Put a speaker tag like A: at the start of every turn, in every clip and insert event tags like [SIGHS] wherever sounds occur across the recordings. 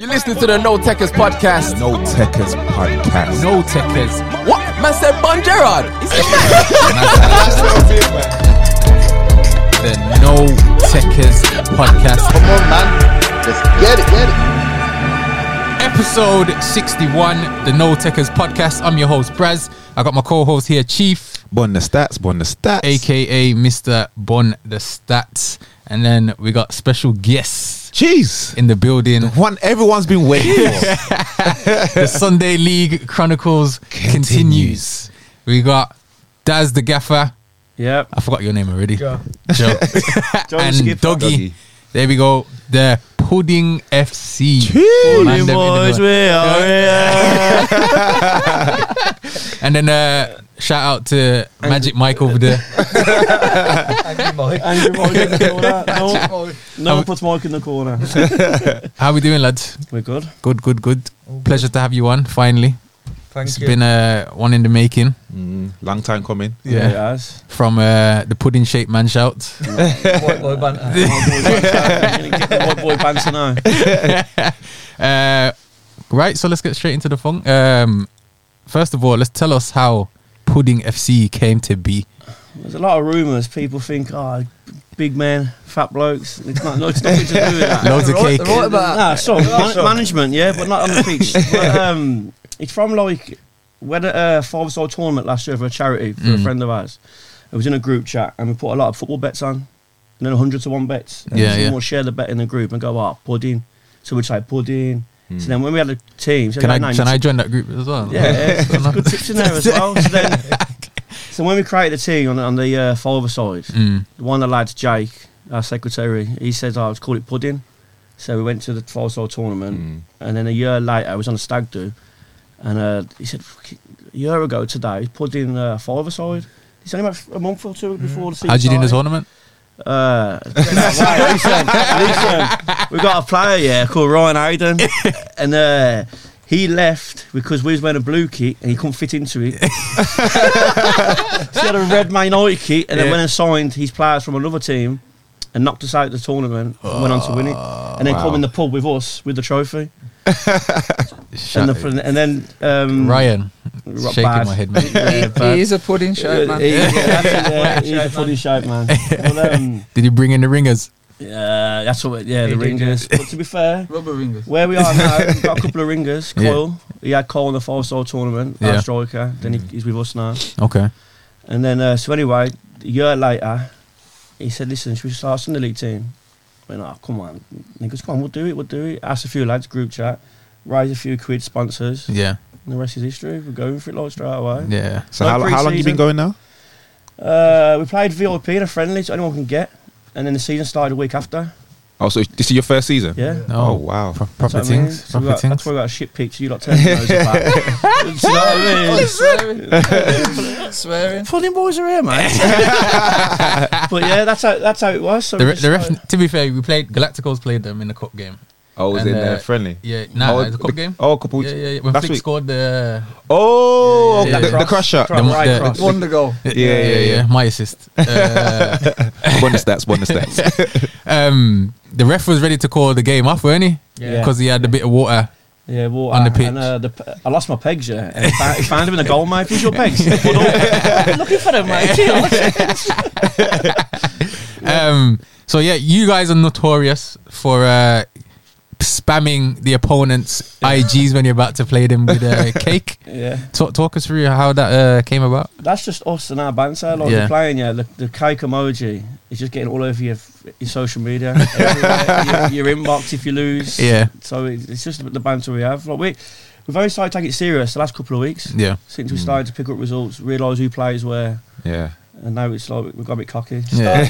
A: You're listening to the No Techers podcast.
B: No Techers podcast.
C: No techers.
A: What? Man said Bon Gerard. Is he mad?
C: The No Techers Podcast.
D: Come on, man. Let's get it, get it.
C: Episode 61, the No Techers Podcast. I'm your host, Braz. I got my co host here, Chief,
B: Bon the stats, bon the stats.
C: aka Mr. Bon the Stats. And then we got special guests
B: Jeez.
C: in the building.
B: One everyone's been waiting for.
C: the [LAUGHS] Sunday League Chronicles continues. We got Daz the Gaffer.
E: Yep.
C: I forgot your name already.
E: Joe.
C: [LAUGHS] Joe.
E: Joe
C: and
E: Skipper.
C: Doggy.
B: Doggy.
C: There we go. The Pudding FC.
B: Jeez.
C: Man, them in the
E: boys,
C: world.
E: we are here.
C: [LAUGHS] And then uh, shout out to Magic Mike over there.
E: Andrew Mog in the corner. No, no one puts Mike in the corner.
C: How we doing, lads?
E: We're good.
C: Good, good, good. Pleasure to have you on finally.
F: Thank
C: It's
F: you.
C: been uh, one in the making.
B: Mm, [LAUGHS] long time coming.
C: Yeah.
E: Yes.
C: From uh, the pudding shaped man shout.
F: White boy banter. [LAUGHS]
E: White boy banter now.
C: Uh, right, so let's get straight into the fun. Um, first of all, let's tell us how Pudding FC came to be.
E: There's a lot of rumours. People think, oh, big men, fat blokes. It's not, no, it's nothing to do with that.
C: Loads of
F: Right-
C: cake.
F: right about-
E: Nah, so man- management, yeah, but not on the pitch. But, um, it's from like we had a uh, five-star tournament last year for a charity for a
C: Mm.
E: friend of ours. It was in a group chat, and we put a lot of football bets on, and then hundred to one bets. And
C: Yeah,
E: someone
C: yeah.
E: would share the bet in the group and go, "Ah, pudding." So we'd say pudding. So then when we had a team, so
C: Mm. Can
E: we
C: I
E: had nine-
C: can I join that group as well?
E: Yeah, yeah there's
C: [LAUGHS]
E: good tips in there as well. So then, so when we created the team on the, on the uh, five side,
C: Mm.
E: one of the lads, Jake, our secretary, he said I was call it pudding. So we went to the five star tournament,
B: Mm.
E: and then a year later I was on a stag do, and uh, he said "Fuck, a year ago today pudding uh, five a side. It's only about a month or two before the season.
C: How would you do in the
E: started.
C: tournament? [LAUGHS]
E: Uh, right, listen, [LAUGHS] listen. We got a player, yeah, called
C: [LAUGHS]
E: Ryan Hayden, and uh, he left because we was wearing a blue kit and he couldn't fit into
C: [LAUGHS]
E: it. [LAUGHS] so he had a red Man United kit, and
C: Yeah.
E: then went and signed his players from another team and knocked us out of the tournament and went on to win it.
C: Oh,
E: And then
B: wow.
E: come in the pub with us with the trophy,
C: Shut
E: and,
C: it.
E: the, and then um,
C: Ryan,
E: Rock
C: shaking
E: bad.
C: my head.
E: [LAUGHS]
C: Man.
F: He, he is a pudding show,
E: Yeah,
F: man.
E: he- yeah, that's it, yeah, he's a funny shape,
C: [LAUGHS]
E: man. But, um,
C: Did you bring in the ringers?
E: yeah, that's what. Yeah,
F: He
E: the
F: did,
E: Rangers. But to be fair,
F: [LAUGHS] Rubber ringers.
E: Where we are now, we've got a couple of [LAUGHS] ringers.
C: Yeah.
E: Coyle, he had Coyle in the four star tournament,
C: Yeah.
E: our striker. Then he, he's with us now.
C: Okay.
E: And then, uh, so anyway, a year later, he said, "Listen, should we start some the league team?" I went, "Oh, come on, niggas, come on, we'll do it, we'll do it." Asked a few lads, group chat, raise a few quid, sponsors,
C: Yeah.
E: and the rest is history. We're going for it like straight away.
C: Yeah.
B: So
E: Like
B: how, how long you been
E: pre-season.
B: going now?
E: Uh, we played VOP in a friendly, so anyone can get. And then the season started a week after.
B: Oh, so this is your first season?
E: Yeah.
B: Oh,
C: No.
B: wow.
C: Pro-
E: That's what
C: proper
E: I mean.
C: things.
E: So
C: Proper
E: we got, that's
C: things.
E: why we got a shit picture. You lot turn your
C: [LAUGHS]
E: nose about. Do you know what I mean?
F: Swearing. Swearing.
E: Pudding boys are
C: [LAUGHS]
E: here, mate. but yeah, that's how that's how it was. So
C: The,
E: we
C: re-
E: just
C: the ref,
E: started-
C: to be fair, we played Galacticos played them in the cup game.
B: Oh, was
C: And,
B: it uh,
C: uh,
B: friendly?
C: Yeah, nah,
B: oh,
C: it was a cup
B: the-
C: game.
B: Oh, a couple
C: Yeah, yeah, yeah. When
B: last
C: Flick
B: week.
C: scored the
B: Oh,
C: Yeah, yeah,
B: the,
C: yeah.
B: the crusher.
E: Cross.
C: The-
E: right
C: the-
E: cross.
F: Won the goal.
C: yeah,
B: yeah, yeah.
C: my assist. Uh,
B: bon the stats, bon the
C: [LAUGHS]
B: stats.
C: um, the ref was ready to call the game off, weren't he?
E: Yeah.
C: because he had a bit of water.
E: yeah, well,
C: on
E: I,
C: the pitch.
E: And, uh, the, p- I lost my pegs, yeah. And he found, he found him in the goal, mate. Who's
C: [LAUGHS]
E: your pegs? I've been looking for them, mate.
C: Um, so yeah, you guys are notorious for uh, spamming the opponent's IGs when you're about to play them with a
E: [LAUGHS]
C: cake.
E: yeah,
C: Talk, talk us through how that uh, came about.
E: that's just us and our banter. Like
C: Yeah.
E: we're playing, yeah. The, the cake emoji is just getting all over your your social
C: [LAUGHS]
E: media, everywhere, your, your inbox if you lose.
C: Yeah,
E: So it, it's just the banter we have. Like we, we've only started taking it serious the last couple of weeks
C: yeah.
E: since we started to pick up results, realise who plays where,
B: [LAUGHS] yeah.
E: and now it's like we've got a bit cocky.
C: Yeah.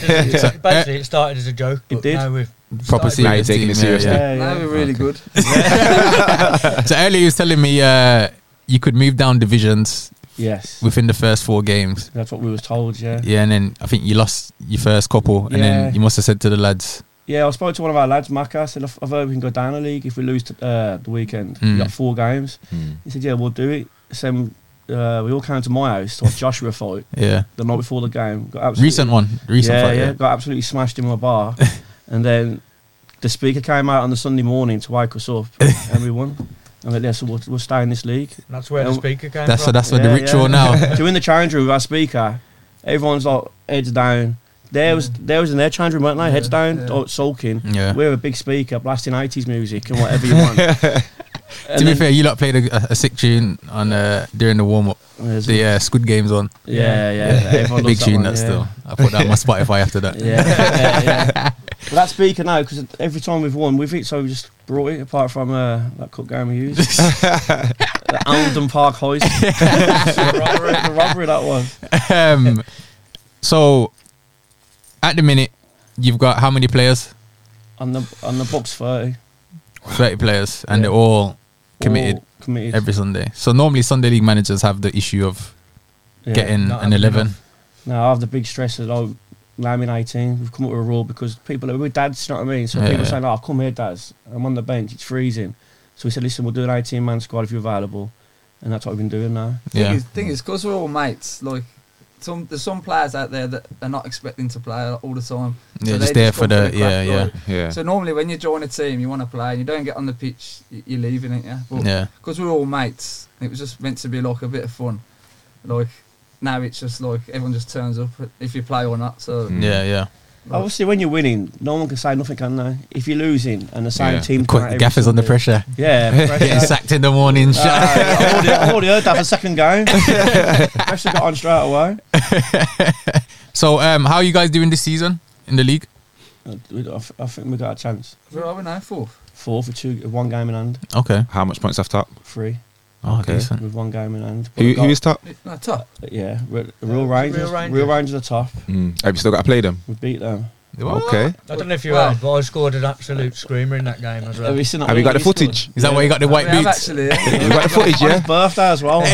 G: Basically, it started as a joke.
E: It
G: but
E: did.
G: Now we've
C: Proper
G: started-
B: Now you're
C: serious
B: taking it
C: team, yeah,
B: seriously.
C: yeah.
F: Now we're really good.
C: So earlier you was telling me uh, you could move down divisions
E: Yes.
C: within the first four games.
E: That's what we was told, yeah.
C: Yeah, and then I think you lost your first couple, and
E: Yeah.
C: then you must have said to the lads,
E: Yeah, I spoke to one of our lads, Maka. I said, I've I've heard we can go down a league if we lose t- uh, the weekend.
C: Mm.
E: We got four games.
B: Mm.
E: He said, yeah, we'll do it. So uh, we all came to my house to watch Joshua fight
C: "Yeah,
E: the night before the game. Got absolutely,
C: recent one, recent
E: yeah,
C: fight,
E: yeah,
C: yeah, [LAUGHS]
E: Got absolutely smashed in my bar. and then The speaker came out on the Sunday morning to
C: [LAUGHS]
E: wake us up, everyone. And they said, we'll, we'll stay in this league.
G: That's where the
E: Um,
G: speaker came
C: That's
G: from.
C: what. That's what the
E: Yeah,
C: ritual
E: yeah. [LAUGHS]
C: now.
E: so in the change room with our speaker, everyone's like heads down. There was there was in their change room, weren't they? heads down,
F: yeah.
E: or sulking.
C: Yeah.
E: We're a big speaker, blasting eighties music and whatever you
C: [LAUGHS]
E: want. And
C: to be
E: then-
C: fair, you lot played a, a sick tune on uh, during the warm up.
E: There's-
C: The uh, Squid Game's on.
E: yeah, yeah, everyone
C: [LAUGHS] Big
E: loves
C: tune
E: one,
C: that
E: yeah.
C: still. I put that on my Spotify after that.
E: [LAUGHS] Yeah, yeah, yeah. But that speaker now, because every time we've won, we've it, so we just brought it. Apart from uh, that cup game we
C: [LAUGHS]
E: used, the Alden Park hoist, the, robbery, the robbery that was.
C: [LAUGHS] Um, so, at the minute, you've got how many players?
E: on the on the box thirty.
C: Thirty players, and
E: Yeah.
C: they're all committed
E: All committed.
C: every Sunday. So normally Sunday league managers have the issue of
E: Yeah.
C: getting
G: Not
C: an
G: having
C: eleven.
E: No, I have the big stress of like, now I'm in 18. We've come up with a rule because people are with dads, you know what I mean? So
C: Yeah,
E: people
C: yeah.
E: saying, oh, I've come here, dads. I'm on the bench, it's freezing. So we said, listen, we'll do an 18 man squad if you're available. And that's what we've been doing now.
C: Yeah.
F: Thing is, thing is, because we're all mates, like some there's some players out there that are not expecting to play all the time.
C: Yeah,
F: they
C: just there for
F: come
C: the-
F: crack,
C: yeah, yeah.
F: like.
B: Yeah.
F: So normally when you join a team, you want to play, and you don't get on the pitch, y- you're leaving it, yeah. But
C: yeah.
F: because we're all mates, it was just meant to be like a bit of fun. Like now it's just like everyone just turns up if you play or not. So
B: Mm.
C: Yeah, yeah.
E: Obviously, when you're winning, no one can say nothing, can they? If you're losing and the same
B: Yeah.
E: team. come out
C: Quick,
E: every
C: gaffers under
E: Sunday-
C: pressure.
E: Yeah,
C: Getting
E: pressure.
C: sacked in the morning.
E: Ah, I've already- I've already heard that for second game. pressure got on straight away.
C: so, um, how are you guys doing this season in the league?
E: I- I th- I think Uh, we got a chance.
F: where are we now? Fourth.
E: Four for two, one game in hand,
C: Okay.
B: How much points off top?
E: three
C: Oh,
B: Okay.
C: decent.
E: with one game in hand. But
B: Who,
E: I got-
B: who is top?
F: No, top.
E: Yeah, Re- Real
G: Real
E: Rangers. Real Rangers.
G: Rangers.
E: are top.
B: Mm. Have you still got to play them?
E: We beat them.
B: Okay.
G: I don't know if you
F: Well-
G: heard, but I scored an absolute screamer in that game as well.
E: Have you seen that?
B: Have you
E: one
B: got the
E: that scored?
B: footage? [LAUGHS]
C: Is that why you got the white
F: we have
C: boots?
F: actually. yeah.
B: You got the footage,
E: On
B: yeah?
C: [LAUGHS]
E: his birthday as well.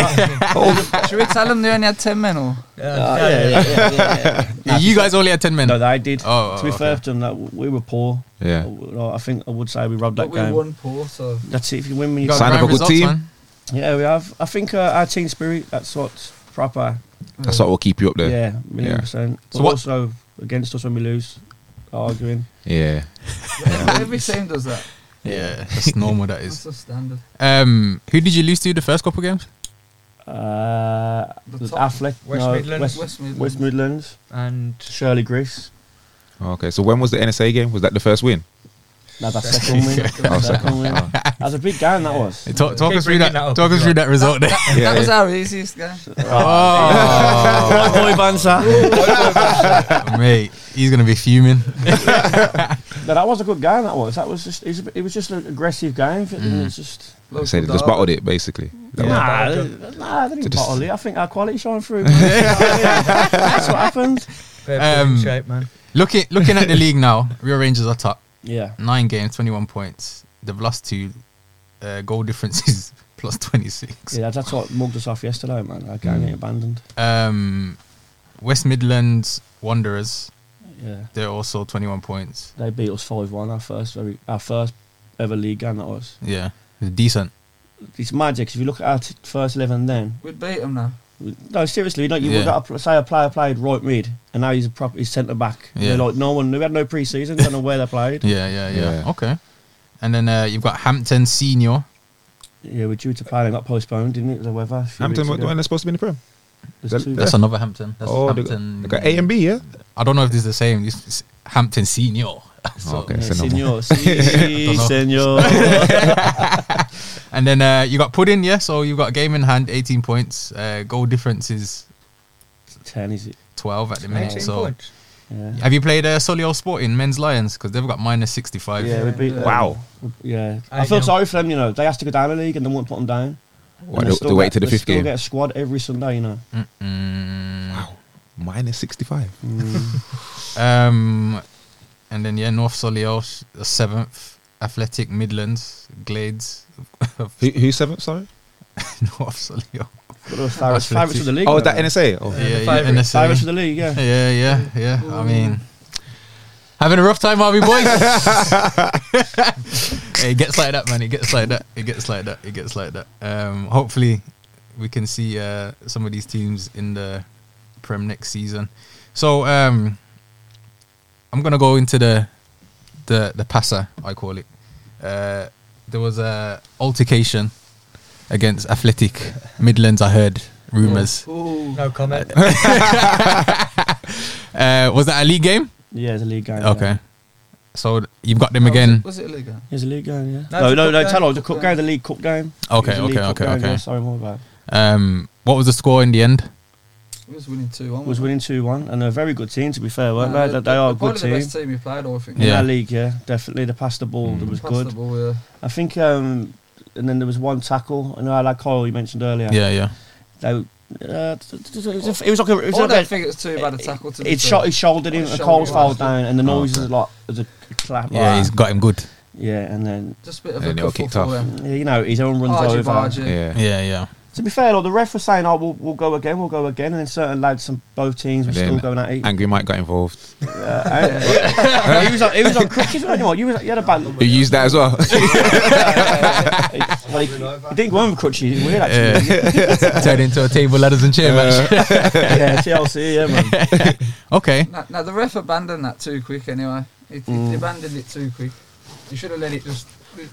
F: Should we tell them they only had ten men or?
G: Yeah,
E: yeah, yeah, yeah, yeah, yeah.
C: you guys only had ten men.
E: No, Uh, they did.
C: Oh,
E: to be
C: okay.
E: fair to them, that we were poor.
B: Yeah.
E: Uh, I think I would say we robbed
F: But
E: that
F: we
E: game.
F: won poor, so
E: That's it. If you win, when
C: You
E: you
C: got
B: Sign
C: grand
B: up a good
C: results,
B: team.
C: man.
E: yeah, we have. I think uh, our team spirit. That's what's proper.
B: That's what will keep you up there.
E: Yeah, million
B: Yeah.
E: percent.
C: So
E: But
C: what-
E: also against us when we lose, arguing.
B: Yeah.
F: every team does that.
C: Yeah, [LAUGHS] that's normal. That
F: That's
C: is.
F: the standard.
C: Um, who did you lose to the first couple games?
E: Uh,
F: The
E: there's
F: top-
E: Affleck,
G: West
E: no,
G: Midlands.
E: West,
F: West Midlands.
E: West Midlands,
G: and
E: Shirley Grease.
B: Okay. So when was the NSA game? Was that the first win?
E: No, that's second win.
B: Oh,
E: That's second win.
B: [LAUGHS] Oh.
E: That was a big game. That was.
C: Talk, talk
G: Keep
C: us through
G: bringing
C: that.
G: that up
C: talk
G: as
C: us through that result. there.
B: Yeah,
F: that was
B: yeah.
F: our easiest game.
E: [LAUGHS]
C: Oh,
E: Uh, boy banter.
C: mate, he's gonna be fuming.
E: No, that was a good game. That was. That was just. It was, it was just an aggressive game. It was just.
B: I said they just bottled it basically. That was-
E: Nah, they- nah,
B: They
E: they didn't
B: just-
E: bottle it. I think our quality shone through. That's what happened.
G: fair
C: Um,
G: um, shape, man.
C: Looking looking at the league now, Real Rangers are top.
E: Yeah.
C: Nine games, twenty one points. They've lost two. Uh, goal difference is [LAUGHS] plus twenty six.
E: Yeah, that's what mugged us off yesterday, man. That game
B: Mm.
E: ain't abandoned.
C: Um, West Midlands Wanderers.
E: Yeah,
C: They're also twenty one points.
E: they beat us five one. Our first, very, our first ever league game. That was.
C: Yeah, decent.
E: It's magic. If you look at our t- first eleven, then
F: We'd beat them now.
E: we- no, seriously, like you
C: Yeah.
E: got to say a player played right mid, and now he's a prop, he's centre back.
C: Yeah.
E: Yeah. Like no one, we had no pre-season. Don't know where they
C: [LAUGHS]
E: played.
C: Yeah, yeah, yeah.
B: Yeah.
C: Okay. And then uh, you've got Hampton Senior.
E: Yeah, we're due to play. They got postponed, didn't it? The weather. a few
B: Hampton
E: weeks
B: weren't
E: ago.
B: they supposed to be in the Prem?
E: There's
B: that-
E: two-
C: That's another Hampton. That's
B: oh, they got,
C: Hampton.
B: they got A and B, yeah.
C: I don't know if this is the same. This is Hampton Senior. so,
B: okay,
E: Yeah,
B: so no-
E: [LAUGHS] senor, si,
C: know.
E: senor.
C: And then uh, you got Puddin, yeah. So you've got a game in hand, 18 points. Uh, goal difference is
E: Ten is it?
C: 12 at the minute.
G: 18
C: So
G: points.
E: Yeah.
C: have you played uh, Solihull Sporting Men's Lions? Because they've got minus 65.
E: Yeah, we beat. them.
B: Wow.
E: Yeah,
G: I
E: I feel
G: know.
E: sorry for them. You know, they have to go down the league, and they won't put them down.
B: Why
E: And
B: they, they
E: still
B: wait
E: get-
B: till the
E: they
B: fifth
E: still
B: game?
E: Get a squad every Sunday. You know.
C: Mm.
B: Minus sixty-five. Mm.
C: Um, and then yeah, North Solihull the seventh, Athletic Midlands, Glades,
B: Who, who's seventh? Sorry.
C: [LAUGHS] North Solihull.
E: But those favourites, favourites of the league.
B: Oh,
E: you
B: is that
E: know.
B: NSA? Oh.
C: Yeah, yeah,
G: favourite.
C: NSA.
E: Favourites of the league. Yeah.
C: Yeah, yeah, yeah. I mean, having a rough time, are we, boys? Hey, [LAUGHS] it gets like that, man. It gets like that. It gets like that. It gets like that. Um, hopefully, we can see uh, some of these teams in the Prem next season. So, um, I'm gonna go into the the the passer, I call it. Uh, there was a altercation against Athletic Midlands. I heard rumors.
F: Ooh.
G: No comment.
C: [LAUGHS] Uh, was that a league game?
E: Yeah, it's a league game.
C: Okay, so you've got them
F: Oh, was it-
C: again.
F: Was it illegal?
E: It's a league game, yeah.
G: No,
E: No,
G: it's
E: no,
G: a
E: no,
G: cup
E: tell
G: game.
E: us, the cup game, the league cup game.
C: Okay,
E: It was a league
C: okay,
E: cup
C: okay,
E: game,
C: okay.
E: yeah, sorry, my bad.
C: Um, what was the score in the end?
F: It was winning 2 1.
E: Was winning 2 1, and they're a very good team, to be fair, weren't they? They, they
F: they're
E: are a good
F: probably
E: team.
F: the best team we played, I think.
E: In
C: Yeah.
E: our league, yeah, definitely. They passed the ball,
B: Mm.
E: that was
F: Pass
E: good.
F: the ball, yeah.
E: I think, um, and then there was one tackle. I know, like Kyle, you mentioned earlier.
C: Yeah, yeah.
E: They, uh, it, was a, it was like a. It was
F: I
E: like
F: don't
E: a
F: think it was too bad a tackle to be
E: it
F: fair.
E: shot his shoulder in,
F: Oh,
E: and
F: shoulder,
E: Cole's
F: yeah.
E: fell down, and the
C: Oh,
E: noise
C: okay.
E: is like was a clap.
C: Yeah,
E: like
C: he's
E: that.
C: got him good.
E: yeah, and then
F: Just a bit of
B: And
F: a
B: it all
F: cuff
B: kicked
F: for
B: off.
F: them.
E: you know his own runs
F: Argy
E: over.
F: bargy.
B: Yeah.
C: Yeah, yeah.
E: To be fair, like, the ref was saying, "Oh, we'll, we'll go again, we'll go again," and then certain lads from both teams were
B: And then-
E: still going at it.
B: Angry Mike got involved.
E: Uh, he was on, he was on cricket. You know what? You was you had a bad.
B: You used that as [LAUGHS] well.
E: well, he, he didn't go on with crutches. It's weird actually.
C: Turned into a table, ladders, and chair match.
E: [LAUGHS] yeah, TLC, yeah, man.
C: [LAUGHS] okay.
F: Now, now, the ref abandoned that too quick anyway. He, he abandoned it too quick. He should have let it just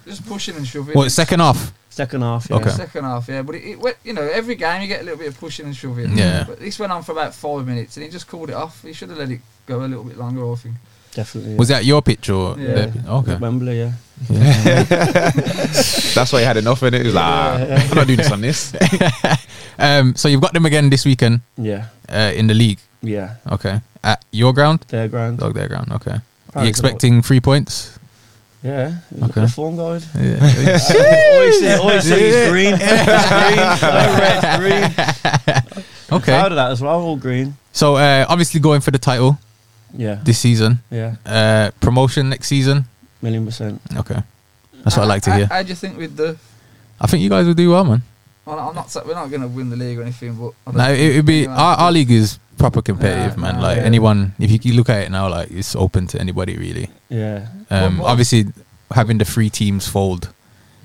F: just pushing and shoving.
C: Well, second half.
E: Second half, yeah.
C: Okay.
F: Second half, yeah, but it, it went, you know every game you get a little bit of pushing and shoving.
C: Yeah.
F: but this went on for about five minutes and he just called it off. He should have let it go a little bit longer, I think.
E: Definitely. Yeah.
C: Was that your pitch or?
F: Yeah.
C: their pitch? Okay.
E: Wembley, yeah.
B: That's why he had enough in it. He was like, ah, I'm not doing this on this.
C: [LAUGHS] Um, so you've got them again this weekend
E: Yeah,
C: uh, in the league.
E: yeah.
C: Okay. At your ground?
E: Their ground.
C: Dog their ground. Okay.
E: Apparently
C: you expecting three points?
E: Yeah, it was
C: Okay.
E: a form guide. [LAUGHS]
C: Yeah.
E: always see, always see it's
C: [LAUGHS]
E: green. It's green, no red, [LAUGHS] green.
C: okay.
E: Proud of that as well, all green.
C: So uh, obviously going for the title
E: Yeah,
C: this season.
E: yeah,
C: Uh, promotion next season.
E: million percent.
C: Okay. That's what I like to
F: How-
C: hear.
F: How, do you think we'd do?
C: I think you guys will do well, man.
F: Well, I'm not. sa- We're not going to win the league or anything, but I don't
C: No,
F: think
C: it would be
F: we're
C: our,
F: gonna
C: our league is proper competitive,
F: Yeah,
C: man.
F: yeah,
C: like
E: yeah.
C: anyone, if you c- look at it now, like it's open to anybody really.
E: Yeah,
C: Um,
F: What- what-
C: Obviously, having the three teams fold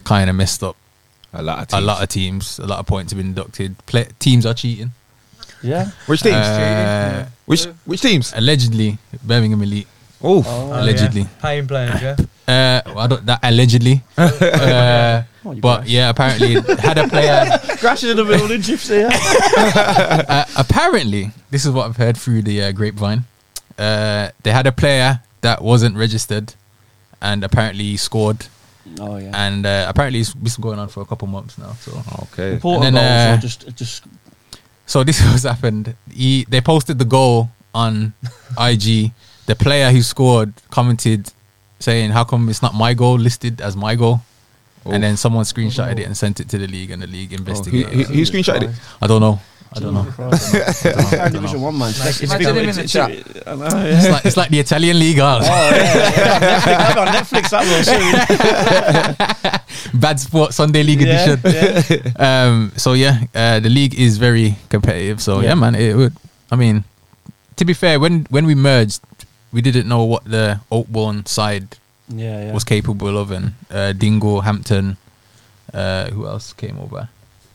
C: kind of messed up
B: [LAUGHS] A lot of
C: a lot of teams. A lot of points have been deducted. Play- teams are cheating.
E: [LAUGHS] yeah.
B: Which teams?
C: Uh,
B: which which teams?
C: allegedly, Birmingham Elite.
B: Oof.
E: Oh,
G: Oh,
C: Allegedly.
G: yeah. Paying players, yeah.
C: Uh, well, I don't, that
G: [LAUGHS]
C: allegedly. uh,
E: Oh, you
C: but
E: guys.
C: yeah, apparently had a
G: [LAUGHS]
C: player.
E: Crashes in the building, gypsy. Yeah.
C: Uh, apparently, this is what I've heard through the uh, grapevine. Uh, they had a player that wasn't registered, and apparently he scored.
E: Oh yeah.
C: And uh, apparently it's been going on for a couple months now. So,
B: Okay.
E: Important
C: and then,
E: goals
C: uh,
E: or just, just
C: so this [LAUGHS] was happened. He they posted the goal on [LAUGHS] IG. The player who scored commented saying, "How come it's not my goal listed as my goal?" And then someone screenshotted it and sent it to the league, and the league
B: Oh, who,
C: investigated.
B: who, who screenshotted it?
C: I don't know. I don't
E: [LAUGHS]
C: know. I don't know. I
E: Third
C: don't
E: Division
C: know.
E: One, man. It's, it's,
F: Imagine him in the
E: it's-
F: chat.
E: I know, yeah.
C: [LAUGHS] It's like it's like the Italian league. ah.
E: Oh, yeah, yeah. Netflix, I've got Netflix that will
C: [LAUGHS]
E: soon.
C: Bad Sport Sunday League
E: Yeah, [LAUGHS]
C: edition.
E: yeah.
C: Um, so yeah, uh, the league is very competitive. So yeah.
E: Yeah.
C: man, it would. I mean, to be fair, when when we merged, we didn't know what the Oakbourne side
E: yeah, yeah.
C: was capable of, and uh, Dingle Hampton. Uh, who else came over?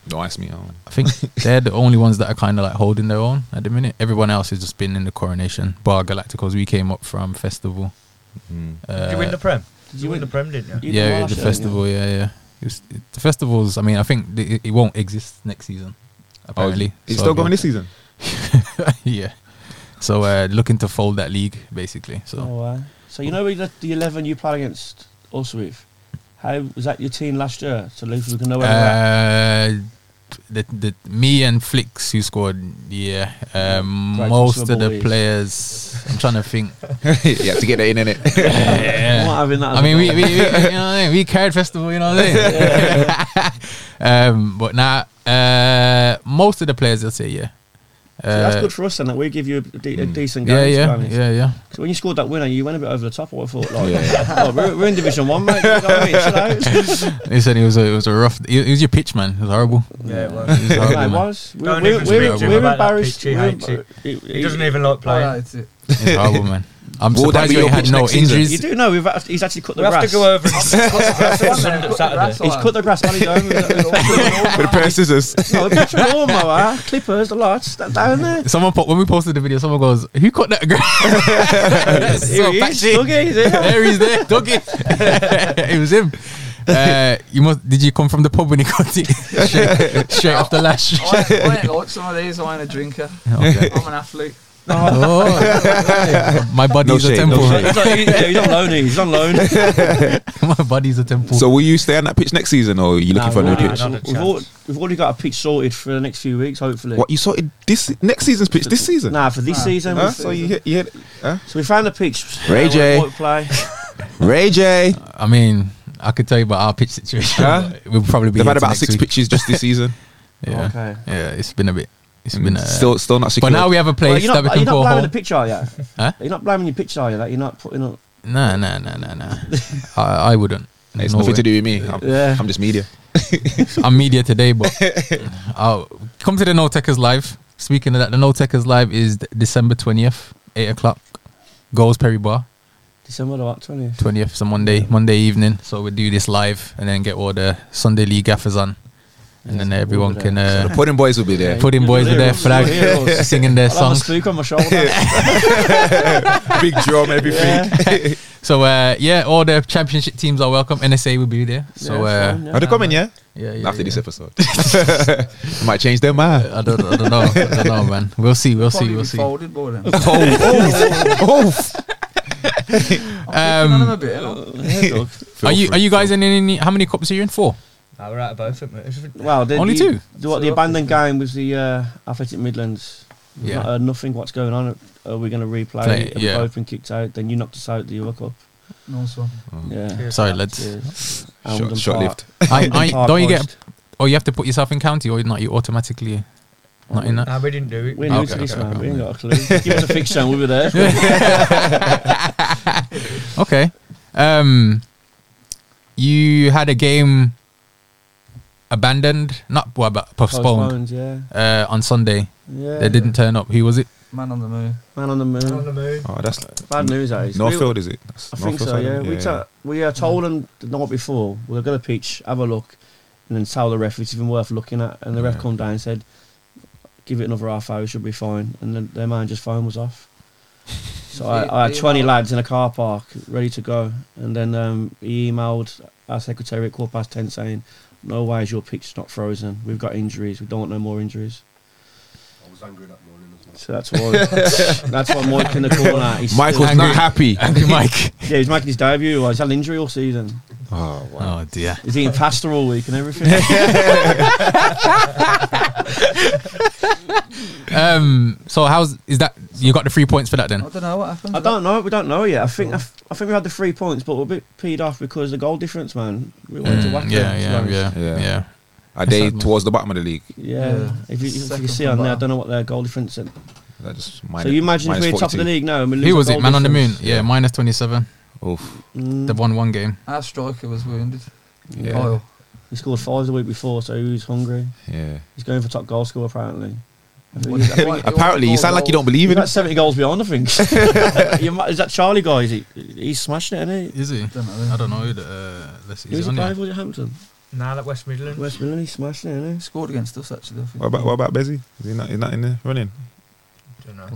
B: No, ask me. oh.
C: I
E: [LAUGHS]
C: think they're the only ones that are kind of like holding their own at the minute. Everyone else has just been in the coronation. Bar Galacticos, we came up from festival.
B: Mm.
C: Uh,
G: Did you win the Prem? Did
E: you
G: you
E: win-
G: win the Prem, didn't you?
E: You
C: yeah,
E: demolished
C: the
E: it,
C: festival. Yeah, yeah. It was, it- the festivals. I mean, I think th- it, it won't exist next season. Apparently,
B: It's
C: So-
B: Oh, still going this season.
C: [LAUGHS] yeah. So uh, looking to fold that league basically.
E: didn't you?
C: So
E: Oh, wow. So you know with the, the eleven you played against us with. How was that your team last year? So at least we can know where we're Oh, at.
C: uh, the, the me and Flicks who scored. Yeah, um,
E: Great
C: most of the
E: possibilities.
C: players. I'm trying to think.
B: [LAUGHS] you have to get that in, [LAUGHS] innit?
E: I'm
C: Yeah.
E: not having that. as
C: I
E: a
C: mean, we,
E: goal.
C: we, we you know what I mean? we carried festival. You know what I mean? [LAUGHS] um, but now uh, most of the players, I'll say, yeah.
E: So that's
C: Uh, Mm.
E: good for us, then. That we give you a, de- a decent game.
C: Yeah,
E: to be
C: yeah,
E: honest.
C: yeah, yeah.
E: So when you scored that winner, you went a bit over the top. I thought, like,
B: Yeah,
E: [LAUGHS] oh, we're, we're in Division One, mate. You know what I mean? Chill out.
C: He said it was a it was a rough. It it was your pitch, man. It was horrible.
G: Yeah, it
C: It
G: was.
C: was horrible,
E: No,
C: [LAUGHS]
E: it
C: man.
E: was. We-
G: Don't
E: we- we're
G: even
C: speak to him
E: we're
G: about that
E: embarrassed.
G: pitch, E. he
E: we're
G: hates
E: embar- it-
G: He
E: it-
G: doesn't even like
F: Oh,
G: playing.
F: that's it.
C: It was horrible, man. I'm
B: Will that
C: surprised
B: be
C: you
B: your
C: had
B: pitch
C: no
B: next season?
E: You
C: injuries.
E: do know we've act- he's actually cut the
G: We have
E: grass.
G: to go uh, over. and-
F: Sunday,
G: Saturday.
E: he's cut
F: [LAUGHS]
E: the [LAUGHS] grass on his own.
B: With a pair of scissors.
G: [LAUGHS]
E: no, a picture of lawnmower, clippers, the lights, that down there.
C: Someone po- when we posted the video, someone goes, "Who cut that
E: [LAUGHS]
C: grass?"
E: Here
C: so
E: he
C: bad
E: is,
C: shit.
E: Dougie, he's here.
C: there he's there, Dougie. [LAUGHS] it was him. Uh, you must. Did you come from the pub when he cut it straight, straight off the
E: [LAUGHS]
C: lash?
F: I ain't, I ain't like some of these. I ain't
C: [LAUGHS]
F: a drinker. I'm an athlete.
C: Oh, my body's
B: No
C: a
B: shade,
C: temple.
B: no
E: He's on- he's- yeah, he's on loan. He's on loan.
C: [LAUGHS] my body's a temple.
B: So will you stay on that pitch next season or are you looking
G: Nah,
B: for a new
G: we'll do
B: pitch?
G: another
E: We've,
G: chance.
E: al- we've already got a pitch sorted for the next few weeks, hopefully.
B: What you sorted this next season's pitch this season?
E: Nah, for this
F: Nah.
E: season.
B: Huh?
E: we've-
B: So you hit, you hit
E: So we found the pitch.
B: Ray
E: uh,
B: J.
E: what we play.
B: Ray J.
C: I mean, I could tell you about our pitch situation.
B: Huh?
C: but We'll probably be
B: They've
C: here
B: had
C: till
B: about
C: next
B: six
C: week.
B: pitches just this season.
C: [LAUGHS] Yeah,
E: Okay.
C: yeah, it's been a bit. [LAUGHS] It's been a.
B: Mm. still, still not secure.
C: but now we have a
E: Well,
C: place
E: you're not,
C: that we can
E: you're not
C: call
E: blaming the
C: home.
E: pitch, are you?
C: Huh?
E: You're not blaming your pitch, are you? Like, you're not putting up.
C: No, no, no, no, no. I,
B: [LAUGHS]
C: I wouldn't.
B: it's
C: No
B: nothing
C: way.
B: to do with me. I'm,
E: Yeah.
B: I'm just
E: [LAUGHS]
B: media.
C: I'm media
B: [LAUGHS]
C: today, but I'll come to the No Techers Live. Speaking of that, the No Techers Live is d- December 20th, 8 o'clock. Goes Perry Bar,
E: December the what, 20th?
C: 20th, so Monday, Monday evening. So we do this live and then get all the Sunday League gaffers on. And then everyone can uh,
B: Pudding boys will be there.
C: put in boys with their flag, singing their
E: I'll have a
C: songs.
E: spook on
C: [LAUGHS]
E: my shoulder.
B: [LAUGHS] Big drum, everything.
C: So uh, yeah, all the championship teams are welcome. NSA will be there. So
E: Yeah,
C: uh,
E: fine, yeah.
B: Are they coming? Yeah.
C: yeah, yeah,
B: After
C: yeah.
B: this episode, [LAUGHS] I might change their mind.
C: I don't, I don't know. I
B: [LAUGHS]
C: don't know, man. We'll see. We'll
F: Probably
C: see. We'll
F: be
C: see. [LAUGHS]
F: folded by then.
B: Ehm.
C: Um,
F: None of them a bit. you know.
C: Are you are you guys in any? How many cups are you in for?
G: Nah, we're out of both of them.
E: Well, the,
C: Only
E: the,
C: two?
E: The, what, the
F: Two.
E: abandoned game was the uh, Athletic Midlands. Yeah. Not, uh, nothing. What's going on? Are we going to replay?
C: Play,
E: it? And
C: yeah.
E: We've both been kicked out. Then you knocked us out the Euro Cup.
F: Nice one.
C: Mm.
E: Yeah.
C: Sorry, lads.
E: Cheers.
B: Short,
E: Almondham
B: short-lived.
E: Park. [LAUGHS]
C: I,
E: Almondham
C: I,
E: Park
C: don't you get?
E: hoist.
C: Or you have to put yourself in county, or not? You automatically not in that.
G: Nah, we didn't do it.
E: We're new
C: Okay,
E: to this,
C: okay,
E: man.
C: okay.
E: We ain't got a clue. Give us a fix, and we
C: [LAUGHS]
E: were there.
C: Okay. Um, you had a game abandoned, not well, but postponed
E: Postponed,
C: uh,
E: yeah.
C: on Sunday.
E: yeah.
C: They didn't turn up. Who was it?
F: Man on the moon.
E: Man on the moon.
G: On the moon.
B: Oh, that's
E: Bad news, that is. We-
B: Northfield, is it? That's
E: I think
B: Northfield
E: so,
B: side,
E: yeah.
B: isn't it?
E: We, ta- we uh, told them the night before, we we're going to pitch, have a look, and then tell the ref it's even worth looking at. And the ref
B: Yeah.
E: come down and said, give it another half hour, should be fine. And then their man just phone was off. So I, I had
F: He-
E: 20
F: emailed-
E: lads in a car park ready to go. And then um, he emailed our secretary at quarter past 10 saying, no way is your pitch not frozen. We've got injuries. We don't want no more injuries. So that's why that's why Mike in the corner. He's
B: [LAUGHS] Michael's
E: still-
B: not happy. [LAUGHS]
C: Angry Mike.
E: yeah, he's making his debut. He's had an injury all season.
B: Oh, wow.
C: Oh dear.
E: He's eating pasta all week and everything.
C: [LAUGHS] Um. So how's is that? You got the three points for that
F: I
C: then?
F: don't know what happened.
E: I don't know. We don't know yet. I think I, f- I think we had the three points, but we're a bit peed off because the goal difference, man. We wanted to
C: Mm,
E: whack
C: yeah,
E: them, to be
C: yeah,
E: honest.
C: yeah,
B: Yeah.
C: yeah,
B: Are they
C: Sad, man.
B: towards the bottom of the league?
E: Yeah.
F: Yeah.
E: If, you, if you can
F: Second
E: see
F: from
E: on there, I
F: bottom.
E: don't know what their goal difference is.
B: That just
E: So
B: minus-
E: you imagine if
B: minus
E: we we're top of the
B: 42.
E: league now and we lose
C: Who was
E: the
C: it?
E: goal
C: Man on the moon.
E: difference.
C: Yeah, minus twenty-seven.
B: Oof.
E: Mm,
C: They've won one game.
F: Our striker was wounded.
B: Yeah.
F: Kyle.
E: he scored five the week before, so he's hungry.
B: Yeah.
E: He's going for top goal scorer apparently. I think
F: What
E: he's-
F: is that? Right,
B: Apparently, you sound like you don't believe
E: He's
B: in
E: about
B: it.
E: 70 goals beyond, I
C: [LAUGHS]
E: think. You might- is that Charlie guy? Is he? He's smashing it, isn't he?
C: Is he?
F: Don't know.
C: I don't know. Who the, uh, let's see.
E: Who's
C: Is it
E: he
C: on
E: playing
C: there?
E: for? Is it Hampton?
G: Nah, that West Midlands.
E: West Midland, he's smashing it, isn't
F: He scored against us actually. I think.
B: What about what about Bezzy? Is he not, is not in the running?
G: Don't know.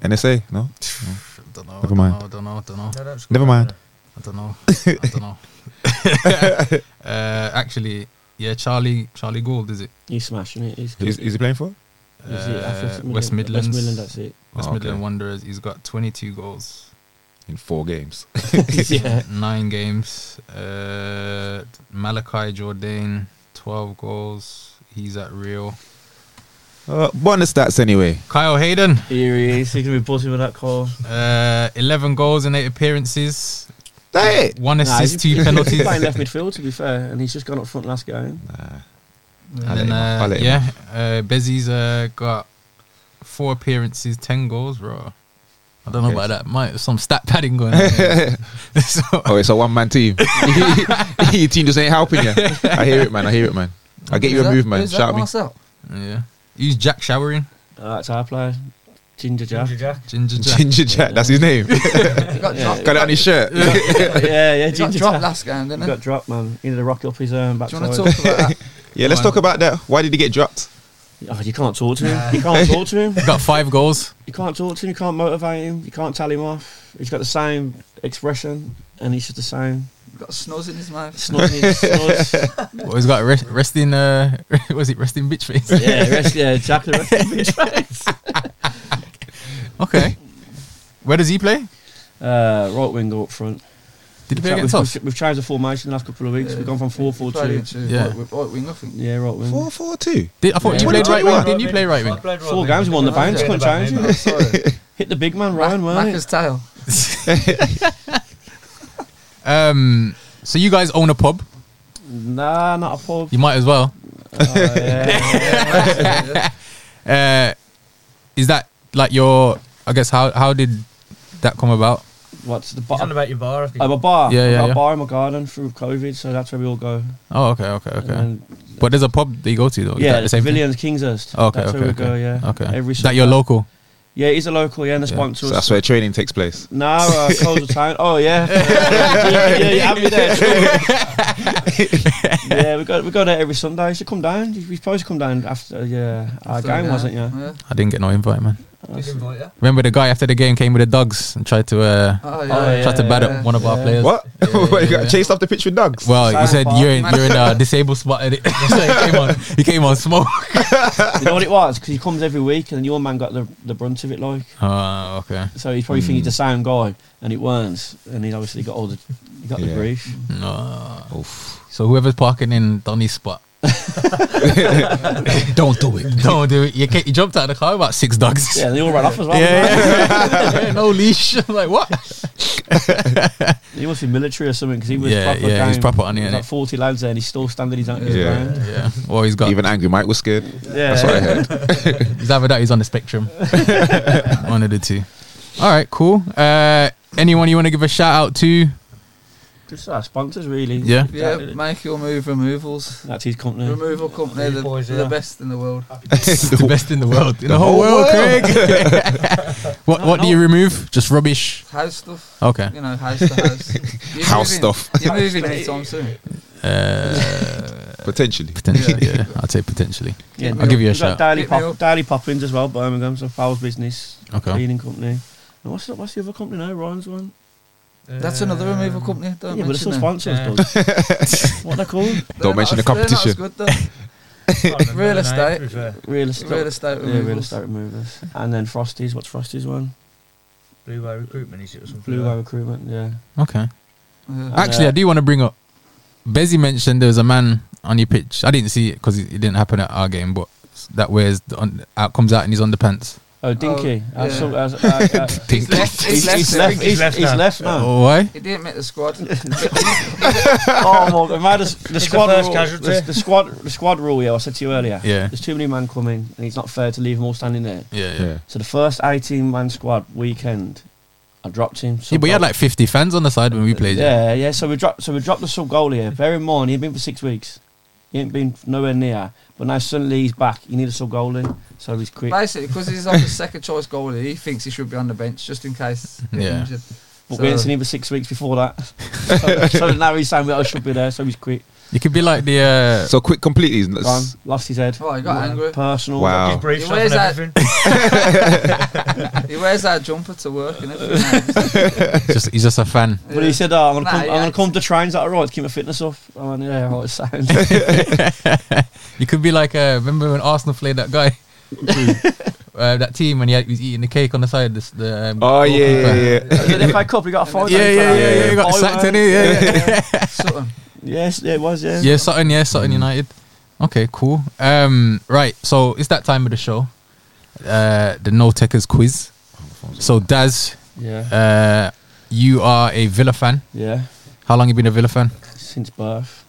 E: he?
B: NSA? No.
C: Don't know.
B: Never mind.
C: I don't know. I don't know.
G: No, don't score,
B: Never mind.
C: I
B: [LAUGHS]
C: don't know. I don't know. [LAUGHS] uh, actually, yeah, Charlie Charlie Gould is it?
E: He's smashing it. He's
B: Is, is he playing for?
C: Uh,
E: Is it Athletic Midland?
C: West Midlands.
E: West Midland, that's
F: [LAUGHS]
E: it.
C: West
B: Oh, okay.
C: Midland Wanderers. He's got 22 goals,
B: In four games.
E: yeah.
C: nine games. Uh, Malachi Jordan, 12 goals. He's at Real.
B: Uh, bonus stats anyway.
C: Kyle Hayden,
E: Here he is. He's going to be buzzing with that call.
C: uh, 11 goals in eight appearances,
B: That it.
C: one
E: Nah,
C: assist,
E: he's-
C: two
E: [LAUGHS] He's
C: penalties.
E: playing left midfield, to be fair, and he's just gone up front last game.
B: Nah.
C: And
B: I'll let
C: then,
B: him off. I'll
C: uh,
B: let him
C: yeah, uh, Bezzy's uh, got four appearances, ten goals, bro. I don't know
B: Okay.
C: about that. Might some stat padding going [LAUGHS] on. there. so,
B: Oh, it's a one man [LAUGHS] team. Your team just ain't helping you. I hear it, man. I hear it, man. I get you
F: Who's
B: a
F: that?
B: move, man.
F: Who's that?
B: Shout at me.
F: Marcel?
C: yeah. He's Jack showering.
E: Uh, that's our player. Ginger Jack.
G: Ginger Jack.
C: Ginger Jack.
B: Ginger Jack, that's his [LAUGHS] name.
F: He got dropped.
B: Got it on his shirt.
E: [LAUGHS] yeah, yeah,
F: He got
E: Ginger
F: dropped
E: Jack.
F: last game, didn't
E: He
F: he?
E: got dropped, man. He had to rock up his um,
F: Do
E: backside.
F: you want to talk about that?
B: [LAUGHS] [LAUGHS] Yeah, let's talk about that. Why did he get dropped?
E: Oh, you can't talk to him. You can't talk
F: [LAUGHS]
E: to him.
C: Got five goals.
E: You can't talk to him. You can't motivate him. You can't tell him off. He's got the same expression, and he's just the same.
F: He got snuzz in his mouth.
E: Snorting, snorts.
F: [LAUGHS]
C: Well, he's got rest, resting. Uh, [LAUGHS] was it resting bitch face?
E: Yeah, rest, yeah, Jack the rest of his face.
C: [LAUGHS] Okay. Where does he play?
E: Uh, right winger up front.
C: Did he play
E: We've,
C: against us?
E: we've, we've changed the formation the last couple of weeks. We've gone from 4 4 2.
F: Played into
C: Yeah.
F: right, right wing, I think.
E: Yeah, right winger.
B: Four four two.
C: Did, I thought you
B: Yeah.
C: played right wing.
B: 21.
C: Didn't you play right wing?
E: Four games, won the bounce, couldn't change it.
G: [LAUGHS]
F: Sorry.
E: Hit the big man, Ryan, weren't
F: Macca's
E: it?
F: tail.
C: Um. So you guys own a pub.
E: Nah, not a pub.
C: You might as well.
E: Oh, yeah.
C: Uh, is that like your? I guess how how did that come about?
E: What's the
G: Talking
E: bar?
G: about your bar, I think.
E: I'm a bar.
C: Yeah,
E: I've
C: yeah,
E: got
C: yeah.
E: a bar in my garden through COVID, so that's where we all go.
C: Oh, okay, okay,
E: And
C: okay.
E: then-
C: But there's a pub that you go to though. Is
E: yeah,
C: that
E: the
C: the same
E: Pavilion Kingshurst.
C: thing? Okay,
E: that's
C: okay,
E: where we
C: okay.
E: go, yeah.
C: Okay.
E: Every
C: Is that your
E: Sunday.
C: local?
E: Yeah, he's a local, yeah, and the
C: Yeah.
E: sponsors.
B: So that's where training takes place.
E: No, uh, Coastal Town. Oh yeah, yeah, yeah, you have me there. true. yeah, we go we go there every Sunday. You should come down. You- You're supposed to come down after yeah our
F: After the
E: game, wasn't
F: [LAUGHS]
E: you?
F: Yeah.
C: I didn't get no invite, man.
G: Did you invite her?
C: Remember the guy after the game came with the dogs and tried to uh,
F: Oh, yeah.
E: Oh, yeah.
C: tried to bat up one of our
E: yeah.
C: players.
B: What? [LAUGHS]
C: Yeah,
B: What, you
C: yeah.
B: got chased off the pitch with dogs.
C: Well, you
E: Silent
C: said
E: Bob.
C: you're in, you're in
E: [LAUGHS]
C: a disabled spot. and it- [LAUGHS] so he came on, he came
B: [LAUGHS]
C: on smoke.
E: You know what it was? Because he comes every week, and your man got the, the brunt of it. Like,
B: Ah,
C: Oh, okay.
E: so he's probably thinking he's the same guy, and it weren't. And he obviously got all the he got
B: Yeah.
E: the grief.
C: No. So whoever's parking in Donny's spot,
B: [LAUGHS] don't do it.
C: don't do it. You, ca- you jumped out of the car with about six dogs. [LAUGHS]
E: Yeah, and they all ran off as well.
C: yeah, yeah. Yeah, no leash. [LAUGHS] I'm like what?
E: [LAUGHS] He must be military or something because he was
C: Yeah,
E: proper
C: yeah,
E: game.
C: he's proper on it,
E: There's
C: innit?
E: Like forty lads there, and he's still standing his own. his
B: Yeah.
E: ground.
C: Yeah. Well, he's got.
B: Even Angry Mike was scared.
E: yeah.
B: That's what I heard.
C: He's either that. or He's on the [LAUGHS] spectrum. One of the two. All right. Cool. Uh, anyone you want to give a shout out to?
E: Just our sponsors, really.
C: Yeah.
F: Yeah, make your move removals.
E: That's his company.
F: Removal company,
G: These
F: the,
G: boys,
F: the
G: yeah.
F: best in the world.
B: [LAUGHS]
C: the best in the world. In the, whole, world, Craig. [LAUGHS] what
E: No,
C: What do
E: no.
C: you remove? Just rubbish.
F: House stuff,
C: Okay.
F: you know, house to
G: [LAUGHS]
F: house. You're
B: House
F: moving-
B: stuff.
F: You're moving anytime soon.
C: [LAUGHS] Uh,
B: [LAUGHS] Potentially.
C: potentially. Yeah. I'd say potentially.
E: Yeah,
C: I'll give you a
E: We've
C: shout.
E: got Daily,
F: Hit me
E: Pop,
F: up.
E: Daily Poppins as well, Birmingham, so Fowles Business,
C: Okay.
E: cleaning company. And what's, the, what's the other company now? Ryan's one?
F: That's
G: Uh,
F: another removal company. Don't
E: yeah, but there's
F: mention
E: some
F: them.
E: sponsors,
G: Yeah.
C: [LAUGHS]
E: bud. What are they called?
F: They're
B: Don't
F: not
B: mention
F: as-
B: the
F: they're not as
B: competition. [LAUGHS]
F: good though. Real estate.
E: Real estate.
F: Real estate
E: yeah, real
F: removals.
E: estate removers. And then Frosty's. What's Frosty's one?
G: Blue Way Recruitment, is it or something?
E: Blue
G: like
E: Wire Recruitment, yeah.
C: Okay.
B: [LAUGHS]
F: Yeah.
C: Actually, I do want to bring up. Bezzy mentioned there was a man on your pitch. I didn't see it because it it didn't happen at our game, but that wears the un- out comes out in his underpants.
E: Oh, Dinky.
F: yeah.
E: Uh, so-
C: [LAUGHS]
E: uh, uh, uh,
F: He's left.
E: He's
F: He's left.
E: he's left.
F: now.
E: He's he's left now.
C: Oh, why?
F: He didn't make
B: [LAUGHS]
F: the squad.
E: Oh my God! The, the
G: He's the
E: squad.
G: first
E: rule,
G: casualty.
E: The, the squad. The squad rule. Yeah, I said to you earlier.
C: Yeah.
E: There's too many men coming, and it's not fair to leave them all standing there.
C: Yeah, yeah.
B: Yeah.
E: So the first 18 man squad weekend, I dropped him.
C: Yeah,
E: Sub-
C: but you had like 50 fans on the side when we played. Yeah.
E: yeah, yeah. So we dropped, so we dropped the sub goal here. Bear in mind, he'd been for six weeks. He ain't been nowhere near. But now suddenly he's back. You need a sub goalie, so he's quick.
F: Basically, because he's like a second choice goalie, he thinks he should be on the bench just in case. he gets
C: Yeah.
F: injured.
E: But
F: So-
E: we ain't seen him for six weeks before that.
C: [LAUGHS]
E: so, so now he's saying, "Well, I should be there." So he's quick.
C: You could be like the. Uh, [LAUGHS]
B: So quick, completely. is-
E: Gone. Lost his head.
F: Oh, he
B: [LAUGHS]
F: got angry.
E: Personal.
B: Wow.
G: His briefs
F: He
G: off
F: wears
G: and
F: that-
G: everything.
F: He wears that jumper to work and everything. now.
C: just, he's just a fan.
E: But he said, oh, "I'm gonna
F: Nah,
E: come.
F: yeah,
E: I'm gonna
F: it's-
E: come to trains that are right to keep my fitness up." I went, "Yeah, right,
C: [LAUGHS]
E: sound."
C: You could be like. Uh, remember when Arsenal played that [LAUGHS] guy? uh, that team when he, had, he was eating the cake on the side. This, the, um,
B: Oh yeah, yeah,
C: goalkeeper.
B: yeah.
E: Is it the FA Cup? He got a fine.
C: Oh, Yeah, yeah, yeah, yeah, He got sacked, didn't he? Yeah, yeah.
B: [LAUGHS]
F: Sutton.
E: Yes, yeah, it was. Yeah.
C: yeah, Mm. Sutton, yeah, Sutton United. Okay, cool. Um, right, so it's that time of the show. Uh, the No Techers quiz. So, Daz,
E: Yeah.
C: uh, you are a Villa fan.
E: Yeah,
C: How long you been a Villa fan?
E: since birth.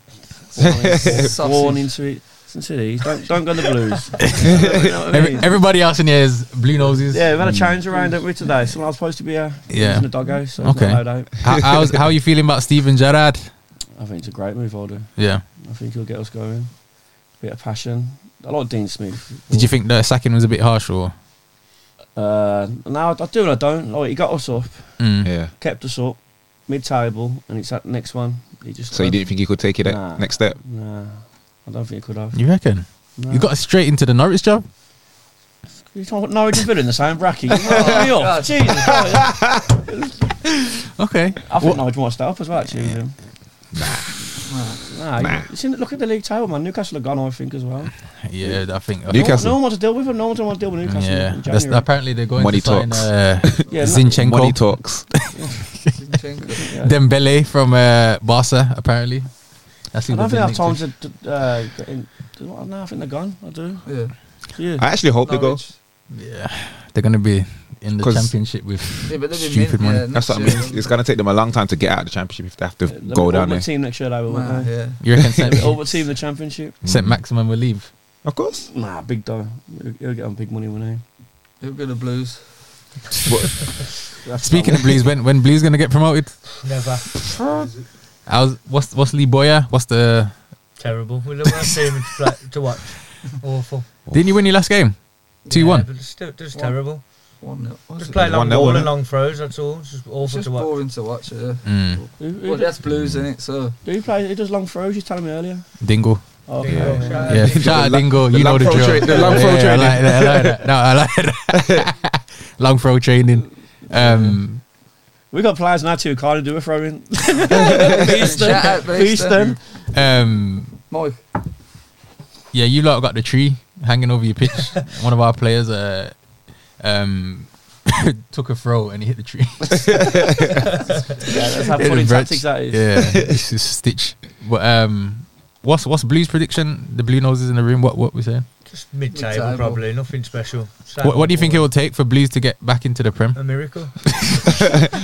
E: Born, born
F: Sausage.
E: into it. Sincerely, don't, don't go on the blues. You know what I
C: Every,
E: mean? Mm.
C: everybody else in here is blue noses.
E: yeah, we've had a change around, haven't we, today? So I was supposed to be here.
C: Yeah.
E: In the doghouse, so okay.
C: Okay.
E: not allowed out.
C: how, how's, how are you feeling about Steven Gerrard?
E: I think it's a great move, Aldo.
C: Yeah.
E: I think he'll get us going. Bit of passion. I like Dean Smith.
C: Did you think the sacking was a bit harsh or?
E: Uh, now I do and I don't. Like he got us up,
B: [LAUGHS]
C: Mm.
B: Yeah.
E: kept us up, mid-table, and it's that next one. He just
B: So you didn't think he could take it that
E: Nah.
B: next step?
E: Nah, I don't think he could have.
C: You reckon?
E: Nah.
C: You got straight into the Norwich job?
E: You talking about Norwich and Villa in the same bracket? You knocked me [LAUGHS] up.
F: God.
E: Jesus. Christ.
C: Okay.
E: I think Norwich might start up as well. Actually, with him.
F: Nah.
E: Nah, You seen, look at the league table, man. Newcastle are gone, I think, as well.
C: Yeah, I think.
B: Newcastle-
E: No, no one wants to deal with them. No one wants to deal with Newcastle.
C: yeah,
E: in
C: that's,
E: January.
C: apparently they're going
B: Money
C: to sign
B: talks.
C: uh,
E: Yeah, no-
C: Zinchenko,
B: Money talks.
F: Zinchenko.
C: Dembele from uh, Barca. Apparently, that's
E: I
C: who they've
E: don't think I've
C: been
E: time
C: linked
E: to. to, Uh, get in, do- no, I think they're gone. I do.
F: Yeah.
E: Yeah.
B: I actually hope they go.
F: Norwich.
C: to. Yeah, they're going to be in the
B: 'Cause-
C: championship with
F: Yeah, but they've been
C: stupid
F: mint,
C: money.
F: yeah,
B: That's
F: next
B: what I
F: year.
B: mean. It's going to take them a long time to get out of the championship if they have to
E: They'll be
B: go down
E: Ultimate
B: there.
E: team next year, they will,
F: Nah,
E: won't they?
F: yeah.
C: You reckon
E: [LAUGHS]
C: Saint,
E: They'll be Ultimate team in the championship.
C: Saint Maximum will leave?
B: Of course.
E: Nah, big dog. He'll, he'll get on big money, won't he?
F: He'll go to Blues.
E: That's
C: Speaking of Blues, when when Blues going to get promoted?
G: Never.
C: How's what's what's Lee Boyer? What's the?
G: Terrible. We don't want to, like, to watch. Awful.
C: Didn't you win your last game? Two
G: Yeah,
C: one.
G: But it's still just
F: One.
G: terrible.
F: One nil. What's
G: Just
F: it?
G: play long
B: One nil,
G: ball
B: innit?
G: and long throws. That's all. It's just
F: It's
G: awful
F: just
G: to watch.
F: boring to watch. Yeah.
C: Mm.
E: who, who
F: Well,
E: do,
F: that's Blues in it, so
E: who he play? He does long throws. You was telling me earlier.
C: Dingle.
E: Oh,
G: Dingo,
E: okay.
G: shout out
C: Yeah,
G: Dingo.
C: shout
B: [LAUGHS]
C: out
B: the
C: Dingo.
B: the
C: You know
B: long
C: the
B: throw
C: drill.
B: tra- the long
C: Yeah,
B: throw
C: yeah, I
B: training.
C: like that. I like that. No, I like
B: [LAUGHS]
C: that. long throw training. Um,
E: We got players now too. Can't do a throw
F: [LAUGHS]
E: in. [LAUGHS]
F: Shout out uh, Beeston.
E: Beeston.
C: um,
F: Mike,
C: yeah, you lot got the tree hanging over your pitch.
B: [LAUGHS]
C: One of our players uh, um, [COUGHS] took a throw and he hit the tree.
E: Yeah, that's how
C: Hit
E: funny
C: the bridge.
E: tactics that
B: [LAUGHS]
E: is.
C: Yeah, it's just stitch. But um, what's what's Blue's prediction? The Blue Noses in the room. What what we saying?
G: Just mid-table,
F: Mid-table.
G: probably. Nothing special. Same
C: What, what do you think it
G: ball.
C: will take for Blues to get back into the Prem?
G: A miracle.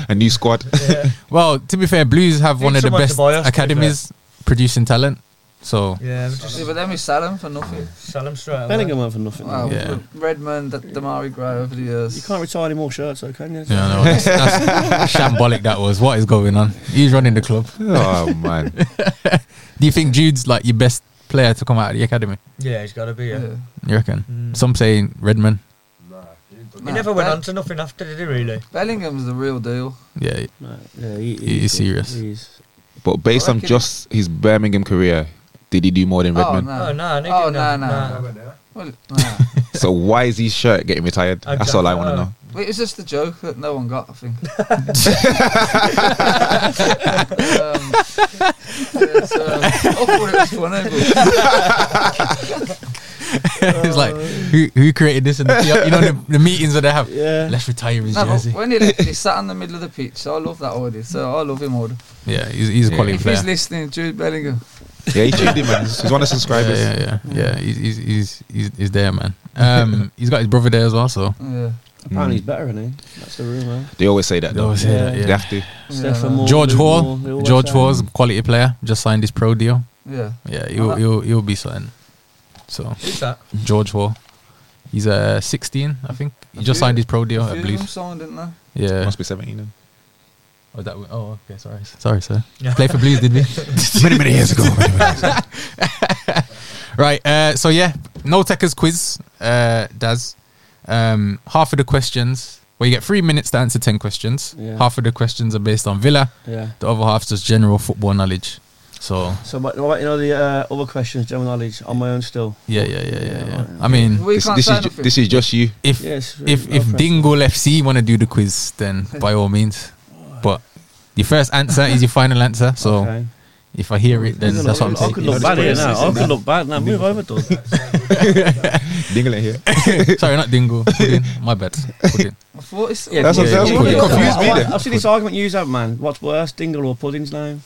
B: A new squad.
G: Yeah.
C: Well, to be fair, Blues have
G: Need
C: one of the
G: someone to
C: best
G: buy us, to be
C: academies producing talent. So
G: yeah but just
F: yeah, but then we sell him for nothing.
G: sell them straight away.
E: Bellingham went for nothing.
F: Wow,
C: Yeah.
F: Redmond, D- Damari Gray over the years.
E: You can't retire any more shirts, though, can you?
C: you know that's, that's shambolic. That was what is going on. He's running the club.
B: oh, man.
C: Do you think Jude's like your best player to come out of the academy?
G: Yeah, he's got to be. Yeah.
F: Yeah.
C: You reckon?
G: Mm.
C: Some saying Redman.
G: He
C: Ah,
F: Nah,
G: never went
F: Bell-
G: on to nothing after, did he? Really?
F: Bellingham's the real deal.
C: Yeah, [LAUGHS]
E: No, yeah, he,
C: He is
E: good.
C: serious.
E: He is.
B: But based
F: I
B: on
F: reckon-
B: just his Birmingham career, did he do more than
F: Oh,
B: Redmond?
F: no.
C: Ah.
G: Oh no,
F: Oh, no, no. Well, nah.
B: So why is his shirt getting retired? That's all I want to know.
F: Wait, it's just a joke that no one got, I
G: [LAUGHS]
F: think. um, it's, um, I thought it was funny, [LAUGHS] but
C: it's like who who created this? And the, you know the, the meetings that they have.
E: Yeah.
C: Let's retire his
F: no, but
C: jersey.
F: when he left, he sat in the middle of the pitch. So I love that already. So I love him already.
C: Yeah, he's, he's a
B: Yeah.
C: quality
F: If
C: player.
F: he's listening, Jude Bellingham.
B: Yeah, he tuned in, man. He's he's one of the
C: Yeah,
B: subscribers.
C: yeah, yeah, yeah. He's he's he's he's, he's there, man. Um, he's got his brother there as well. So
F: Yeah.
E: Apparently he's
B: Mm.
E: better, isn't he? That's the rumour.
B: They always say that,
C: they
B: though.
C: always say that.
E: Yeah.
C: Yeah.
B: They have to.
E: Stefan
F: yeah,
E: Moore,
C: George
E: Luke
C: Hoare,
E: Moore, they all
C: George
E: went down.
C: Hoare's quality player. Just signed his pro deal.
F: Yeah.
C: Yeah, he'll
F: that-
C: he'll he'll be signed. So
G: Who's that?
C: George Hoare. He's uh 16, I think. He
F: A
C: just
F: few-
C: signed his pro deal
F: A
C: at
F: few of them
C: Blues.
F: signed, didn't they?
B: Hmm.
C: Yeah.
B: Must be 17 then.
C: Oh, that, oh, okay. Sorry, sorry, sir. Play for Blues, did we? [LAUGHS]
B: many, many years ago.
C: Right. Uh, so yeah, no techers quiz. Uh, Daz, um, half of the questions. Well, you get three minutes to answer ten questions.
E: Yeah.
C: Half of the questions are based on Villa.
E: Yeah.
C: The other half's just general football knowledge. So
E: So, but what you know the uh, other questions, general knowledge on my own still.
C: yeah, yeah, yeah, yeah. yeah. I mean,
F: We
B: this,
F: can't
B: this is,
F: say
B: ju-
F: nothing.
B: this is just you.
C: if
E: Yes.
C: if
E: no pressure.
C: if Dingle FC want to do the quiz, then by all means. But your first answer is your final answer. So
E: Okay.
C: if I hear it, then that's what I'm
E: I could
C: taking.
E: look bad here now. I could look bad now. Move over, dog.
B: Dingle ain't here.
C: Sorry, not Dingle. Pudding. My bad.
B: [LAUGHS]
C: Pudding.
F: I thought it's.
E: Yeah,
B: That's what-
E: yeah,
B: that's
E: yeah.
B: what
E: Yeah.
B: confused me
E: I've-
B: then.
E: I've seen this argument used out, man. What's worse, Dingle or Pudding's name?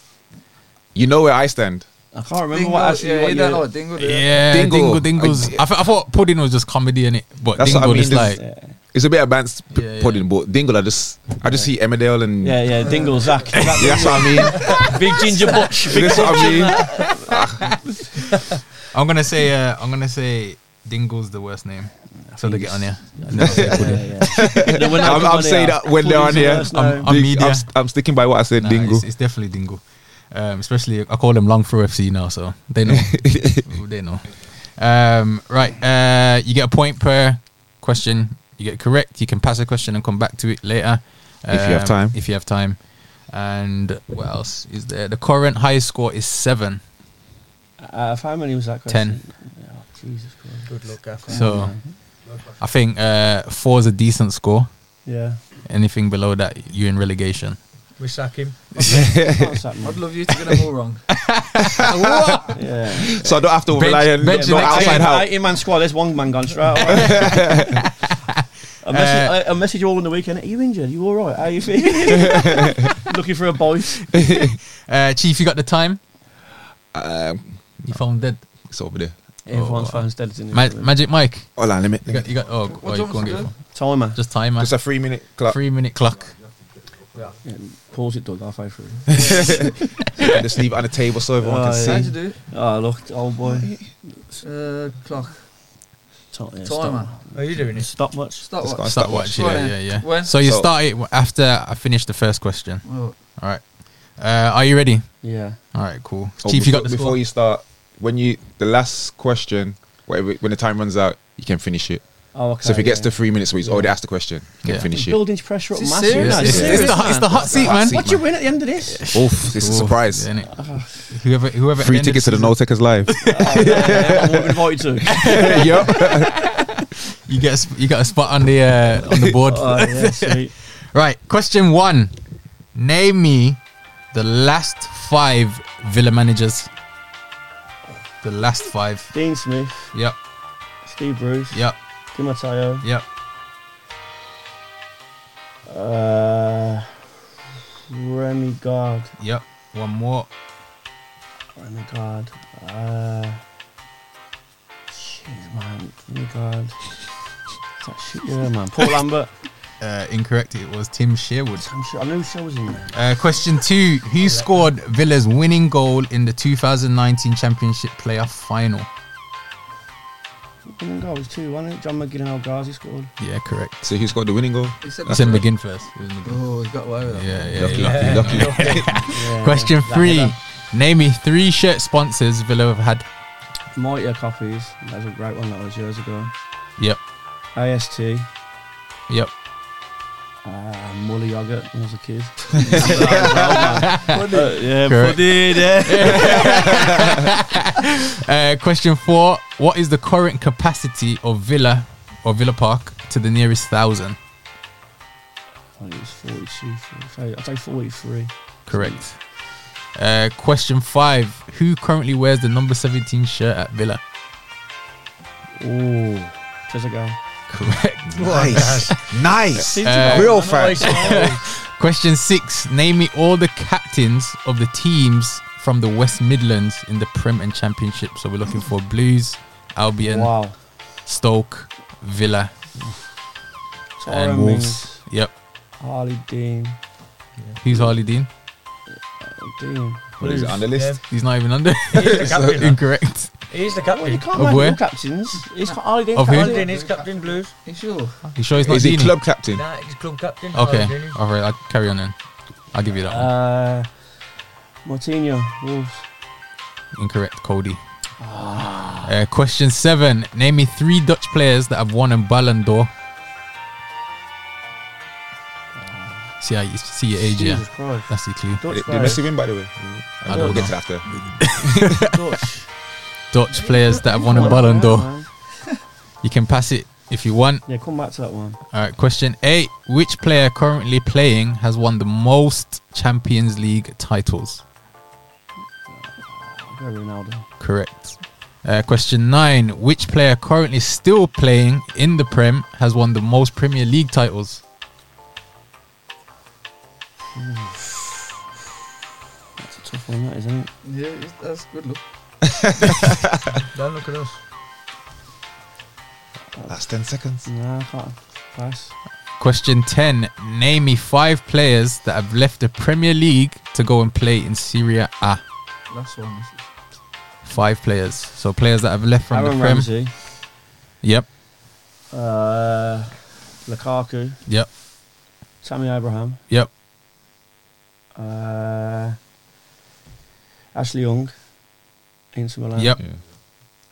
B: You know where I stand.
E: I can't remember
F: Dingle,
E: what actually.
F: yeah,
E: what
F: he
E: you-
F: don't like Dingle, do you?
C: Yeah,
B: Dingle.
C: Dingle, Dingle's.
B: I-
C: I, th- I thought Pudding was just comedy in it, but
B: That's what I
C: Dingle
B: mean,
C: is
B: this-
C: like.
E: Yeah.
B: It's a bit advanced p-
C: Yeah, yeah.
B: pudding, but Dingle, I just, I just see Emmerdale and.
E: yeah, yeah, Dingle,
C: [LAUGHS]
E: Zach.
B: Yeah, that's what I mean.
E: Big ginger butch.
B: that's what I mean.
C: I'm gonna say uh, I'm gonna say Dingle's the worst name. So they get on here.
E: [LAUGHS]
B: I'm, I'm saying that when they're on here,
C: I'm-
E: I'm,
C: I'm
B: Ding-
C: media.
B: I'm, st- I'm sticking by what I said,
C: Nah,
B: Dingle.
C: It's, it's definitely Dingle. Um, especially I call them Long Throw FC now, so they
B: [LAUGHS]
C: know. they know. Um, right, uh, you get a point per question. you get correct, you can pass a question and come back to it later.
B: If you have
C: Um,
B: time.
C: If you have time. And what else is there? The current highest score is seven.
E: Out of how many Uh, was that?
C: Ten.
E: question? Oh, Jesus Christ.
G: Good luck, Gaff.
C: So I think uh, four is a decent score.
E: Yeah.
C: Anything below that, you're in relegation.
G: We sack him.
E: What's that, man?
F: I'd love you to get them all
B: [LAUGHS]
F: wrong.
E: [LAUGHS] Yeah.
B: So I don't have to
C: Bench-
B: rely on
C: bench
B: no
C: next
B: outside
C: game.
B: help.
E: 18 man squad, there's one man gone [LAUGHS] straight away. I messaged,
B: Uh,
E: I, I messaged you all on the weekend. Are you injured? you all right? How you [LAUGHS] feeling? Looking for a boys.
C: Uh, Chief, you got the time?
B: Um,
C: Your phone dead.
B: it's over there.
E: [LAUGHS]
B: Oh,
E: Everyone's phone's
B: uh,
E: dead, isn't it?
C: Ma- Magic Mike,
B: Hold on, limit.
C: you got, you got oh, oh, you
F: do you
C: go and
F: want
C: get
F: to
C: your
F: do?
C: phone.
E: Timer.
C: Just timer.
B: Just a three minute clock.
C: Three minute clock.
E: Yeah, pause it, Doug, halfway through.
B: Just leave it on the table so everyone
E: Oh,
B: can
E: yeah.
B: see.
F: How'd you do?
E: [LAUGHS] Oh, look, old boy.
F: Uh, clock.
E: Ti- yeah,
F: Timer.
G: Are you doing
E: Stop,
G: this?
E: stop
F: Start
E: much.
B: Just
F: what?
B: go.
C: Start
B: start
C: watch. Yeah,
F: watch. Right
C: yeah,
F: then.
C: yeah.
F: When?
C: So you
B: So-
C: start it after I finish the first question.
F: Oh,
C: All right. Uh, are you ready?
E: Yeah.
C: All right, cool.
B: Oh,
C: Chief, you
B: before,
C: got the
B: before
C: score.
B: you start, when you the last question, whatever, when the time runs out, you can finish it.
E: Oh, okay.
B: so if it gets
E: yeah.
B: to three minutes, where he's
E: Yeah.
B: already asked the question, you can
C: Yeah.
B: finish it.
E: Building's pressure up
F: Is this
E: massive.
F: serious?
E: now.
C: It's,
F: Is
E: It's
F: this
C: it's
E: serious,
C: the, it's
E: man.
C: the hot seat, man.
E: What you win at the end of [LAUGHS] this?
B: Oof, it's a
C: Oof,
B: surprise.
C: innit?
F: Ah.
C: Whoever, whoever.
B: Free tickets to the No Takers Live.
E: I'm not invited to.
B: yep.
C: You get a, sp- you got a spot on the uh, on the board.
F: [LAUGHS]
E: [LAUGHS] Oh, [LAUGHS] yeah, sweet.
C: Right. Question one. Name me the last five Villa managers. The last five.
E: Dean Smith,
C: Yep.
E: Steve Bruce,
C: Yep.
E: Di Matteo.
C: Yep.
E: Uh, Remy God.
C: Yep. One more.
E: Remy God. Uh, jeez, man. Remy God. What's that shit? Yeah, man. [LAUGHS] Paul Lambert.
C: Uh, incorrect. It was Tim Sherwood.
E: I'm sure, I knew she was in there.
C: Uh, question two: Who scored Villa's winning goal in the 2019 Championship playoff final?
E: Winning goal was 2 1, John McGinn and Ghazi scored.
C: Yeah, correct.
B: [LAUGHS] So who's got the winning goal?
F: he said
C: It's in McGinn first. It was McGinn.
F: Oh, he's got away with that.
C: Yeah, yeah.
B: Lucky,
C: lucky.
B: lucky.
E: Yeah.
C: Question three: Name me three shirt sponsors Villa have had.
E: Mightier Copies. That was a great one that was years ago.
C: Yep.
E: AST.
C: Yep.
E: Uh, Mully Yogurt when I was a [LAUGHS] kid. Uh, yeah,
C: Correct.
E: buddy, yeah.
C: Uh, question four: What is the current capacity of Villa or Villa Park to the nearest thousand?
E: I think it was 42, 43. I'd say 43.
C: Correct. Uh, question five: Who currently wears the number 17 shirt at Villa?
E: Ooh. Trezeguet.
C: Correct.
B: Nice. nice.
C: Uh,
B: Real fan.
C: [LAUGHS] Question six: Name me all the captains of the teams from the West Midlands in the Prem and Championship. So we're looking for Blues, Albion,
E: Wow.
C: Stoke, Villa.
E: Tyrone
C: And Wolves.
E: Mings,
C: Yep.
E: Harley Dean.
C: Who's Harley Dean?
E: Dean.
B: What is it on the list?
C: He's not even under. [LAUGHS]
G: He's the captain.
C: Incorrect.
G: He's the
E: Well, you
G: captain.
E: can't
C: Of
E: make
C: where?
E: all captains. He's got Harley Dean.
C: Of who?
E: Harley
G: Harley
E: Dean.
G: is captain blues.
F: You sure?
C: You sure he's not
B: Is he
C: Deeney?
B: club captain?
G: Nah, he's club captain.
C: Okay.
G: Harley Dean.
C: All right. I'll carry on then. I'll give you that one.
E: Uh, Martino. Wolves.
C: Incorrect, Cody. Uh, question seven: Name me three Dutch players that have won a Ballon d'Or. See, I see your age, yeah.
E: Jesus Christ.
C: That's the clue.
E: Dutch
B: Did did
E: players.
B: Messi win, by the way? Mm-hmm.
C: I
B: We'll
C: don't
B: get
C: know.
B: to that after.
E: Dutch.
C: Dutch players that have won a Ballon d'Or.
E: man.
C: You can pass it if you want.
E: Yeah, come back to that one.
C: All right, question eight. Which player currently playing has won the most Champions League titles?
E: I'll go Ronaldo.
C: Correct. Uh, question nine. Which player currently still playing in the Prem has won the most Premier League titles?
E: That's a tough one, that isn't it?
F: Yeah, it's- that's good look.
G: Don't look at us.
B: That's 10 seconds.
E: Nah, I can't. Pass.
C: Question 10. Name me five players that have left the Premier League to go and play in Syria A.
F: Last one. this is-
C: Five players. So players that have left from
E: Aaron
C: the Prem.
E: Ramsey.
C: Yep.
E: Uh, Lukaku.
C: Yep.
E: Sammy Abraham.
C: Yep.
E: Uh, Ashley Young. Inter Milan.
C: Yep.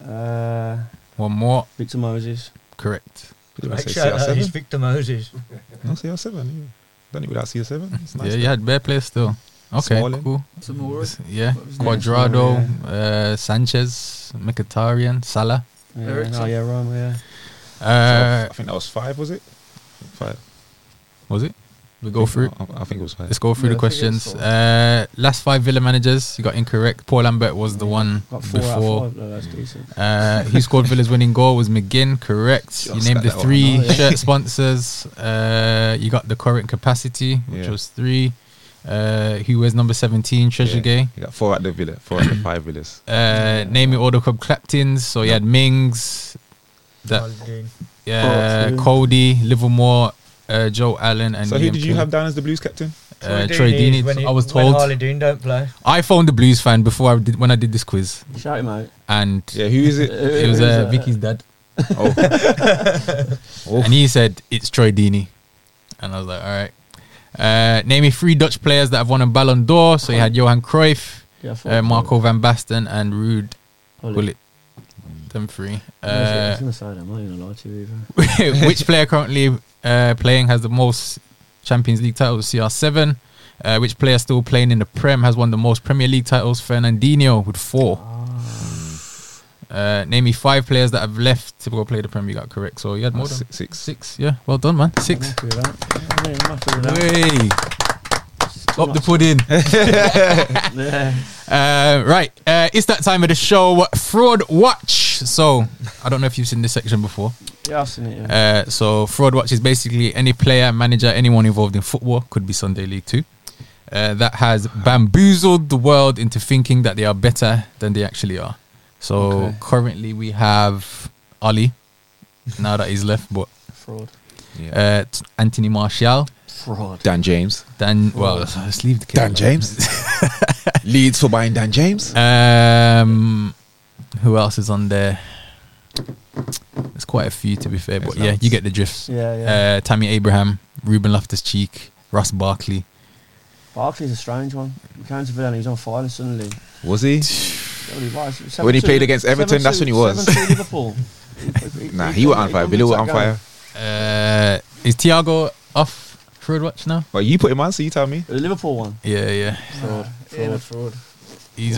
E: Uh,
C: One more.
E: Victor Moses.
C: Correct.
B: Did I
G: Like,
B: say
G: shout out his
B: CR7?
G: Victor Moses.
B: No, CR7. Yeah. Done it without CR7. It's nice.
C: yeah, you had bare players still. Okay,
B: Smalling.
C: cool.
F: Tamura.
C: Yeah,
F: What was his name?
C: Quadrado, uh, Sanchez, Mkhitaryan, Salah.
E: Yeah,
F: Ericsson.
E: oh, yeah, right, yeah.
C: Uh,
B: I think that was five, was it? Five.
C: was it? We go through. it?
B: I, I think it was five.
C: Let's go through
F: Yeah,
C: the
F: I think it's
C: questions. Uh, last five Villa managers, you got incorrect. Paul Lambert was the one
E: Got four out
C: before.
E: of five. No, that's decent.
C: Uh, who scored Villa's winning goal was McGinn. Correct.
B: Just
C: you named
B: like
C: the
B: that one.
C: three
E: Oh, yeah.
C: shirt sponsors. Uh, you got the current capacity, which
B: Yeah.
C: was three. Uh, who wears number seventeen? Treasure Gay.
B: You got four at the villa, four at the [COUGHS] five villas.
C: Uh, name it all the club captains. So you had Mings, that
G: Haldane.
C: yeah,
E: Barkley.
C: Cody, Livermore, uh, Joe Allen, and
B: So who
C: Liam
B: did you
C: Kelly.
B: have down as the Blues captain?
C: Uh,
G: Troy
C: Troy
G: Deeney is
C: Deeney.
G: when he-
C: I was
G: when Harley
C: told.
G: Dean don't play.
C: I phoned the Blues fan before I did when I did this quiz,
E: Shout him out.
C: and
B: Yeah, who is it?
C: it was uh, Vicky's dad,
B: Oh,
C: and he said it's Troy Deeney, and I was like, all right. Uh, name me three Dutch players that have won a Ballon d'Or. So you had Johan Cruyff,
E: Yeah, I thought-
C: uh, Marco van Basten, and Ruud
E: Holy-
C: Gullit. Them three.
E: I
C: Uh,
E: was gonna say that. I'm not gonna lie to you
C: [LAUGHS]
E: either.
C: which player currently uh, playing has the most Champions League titles? CR7. Uh, which player still playing in the Prem has won the most Premier League titles? Fernandinho with four. Uh, name me five players that have left to go play the Prem. You got correct. So you had more than
B: six, six.
C: six. Yeah, well done, man.
E: I'm
C: Six.
E: happy with that. Yeah, I'm happy with that.
C: Way up the pudding.
E: Yeah.
C: Uh, right, uh, it's that time of the show. Fraud watch. So I don't know if you've seen this section before.
E: Yeah, I've seen it. Yeah.
C: Uh, so fraud watch is basically any player, manager, anyone involved in football, could be Sunday League too, uh, that has bamboozled the world into thinking that they are better than they actually are. So
E: Okay.
C: currently we have Ali, now that he's left, but
E: Fraud.
B: Yeah.
C: uh, t- Anthony Martial,
E: Fraud.
B: Dan James.
C: then well, let's leave the kid.
A: [LAUGHS]
B: Dan James. Leeds for buying Dan James.
C: Um, who else is on there? There's quite a few to be fair, but
B: There's
C: yeah,
B: loads.
C: you get the drifts.
E: Yeah, yeah.
C: Uh, Tammy Abraham, Ruben Loftus Cheek, Russ Barkley.
E: Barkley's a strange one. He came to Villa and he's on fire suddenly.
B: Was he?
E: Yeah, well, he was. It was
B: When he
E: 7-2
B: played against Everton,
E: 7-2
B: that's when he was.
E: 7-2 Liverpool.
B: [LAUGHS] Nah, he was on fire. Villa were on fire.
C: Uh, is Thiago off Fraud Watch now?
B: But you put him on, so you tell me.
E: The Liverpool one.
C: Yeah, yeah.
E: Fraud.
F: Yeah, the
E: Fraud.
F: fraud.
C: He's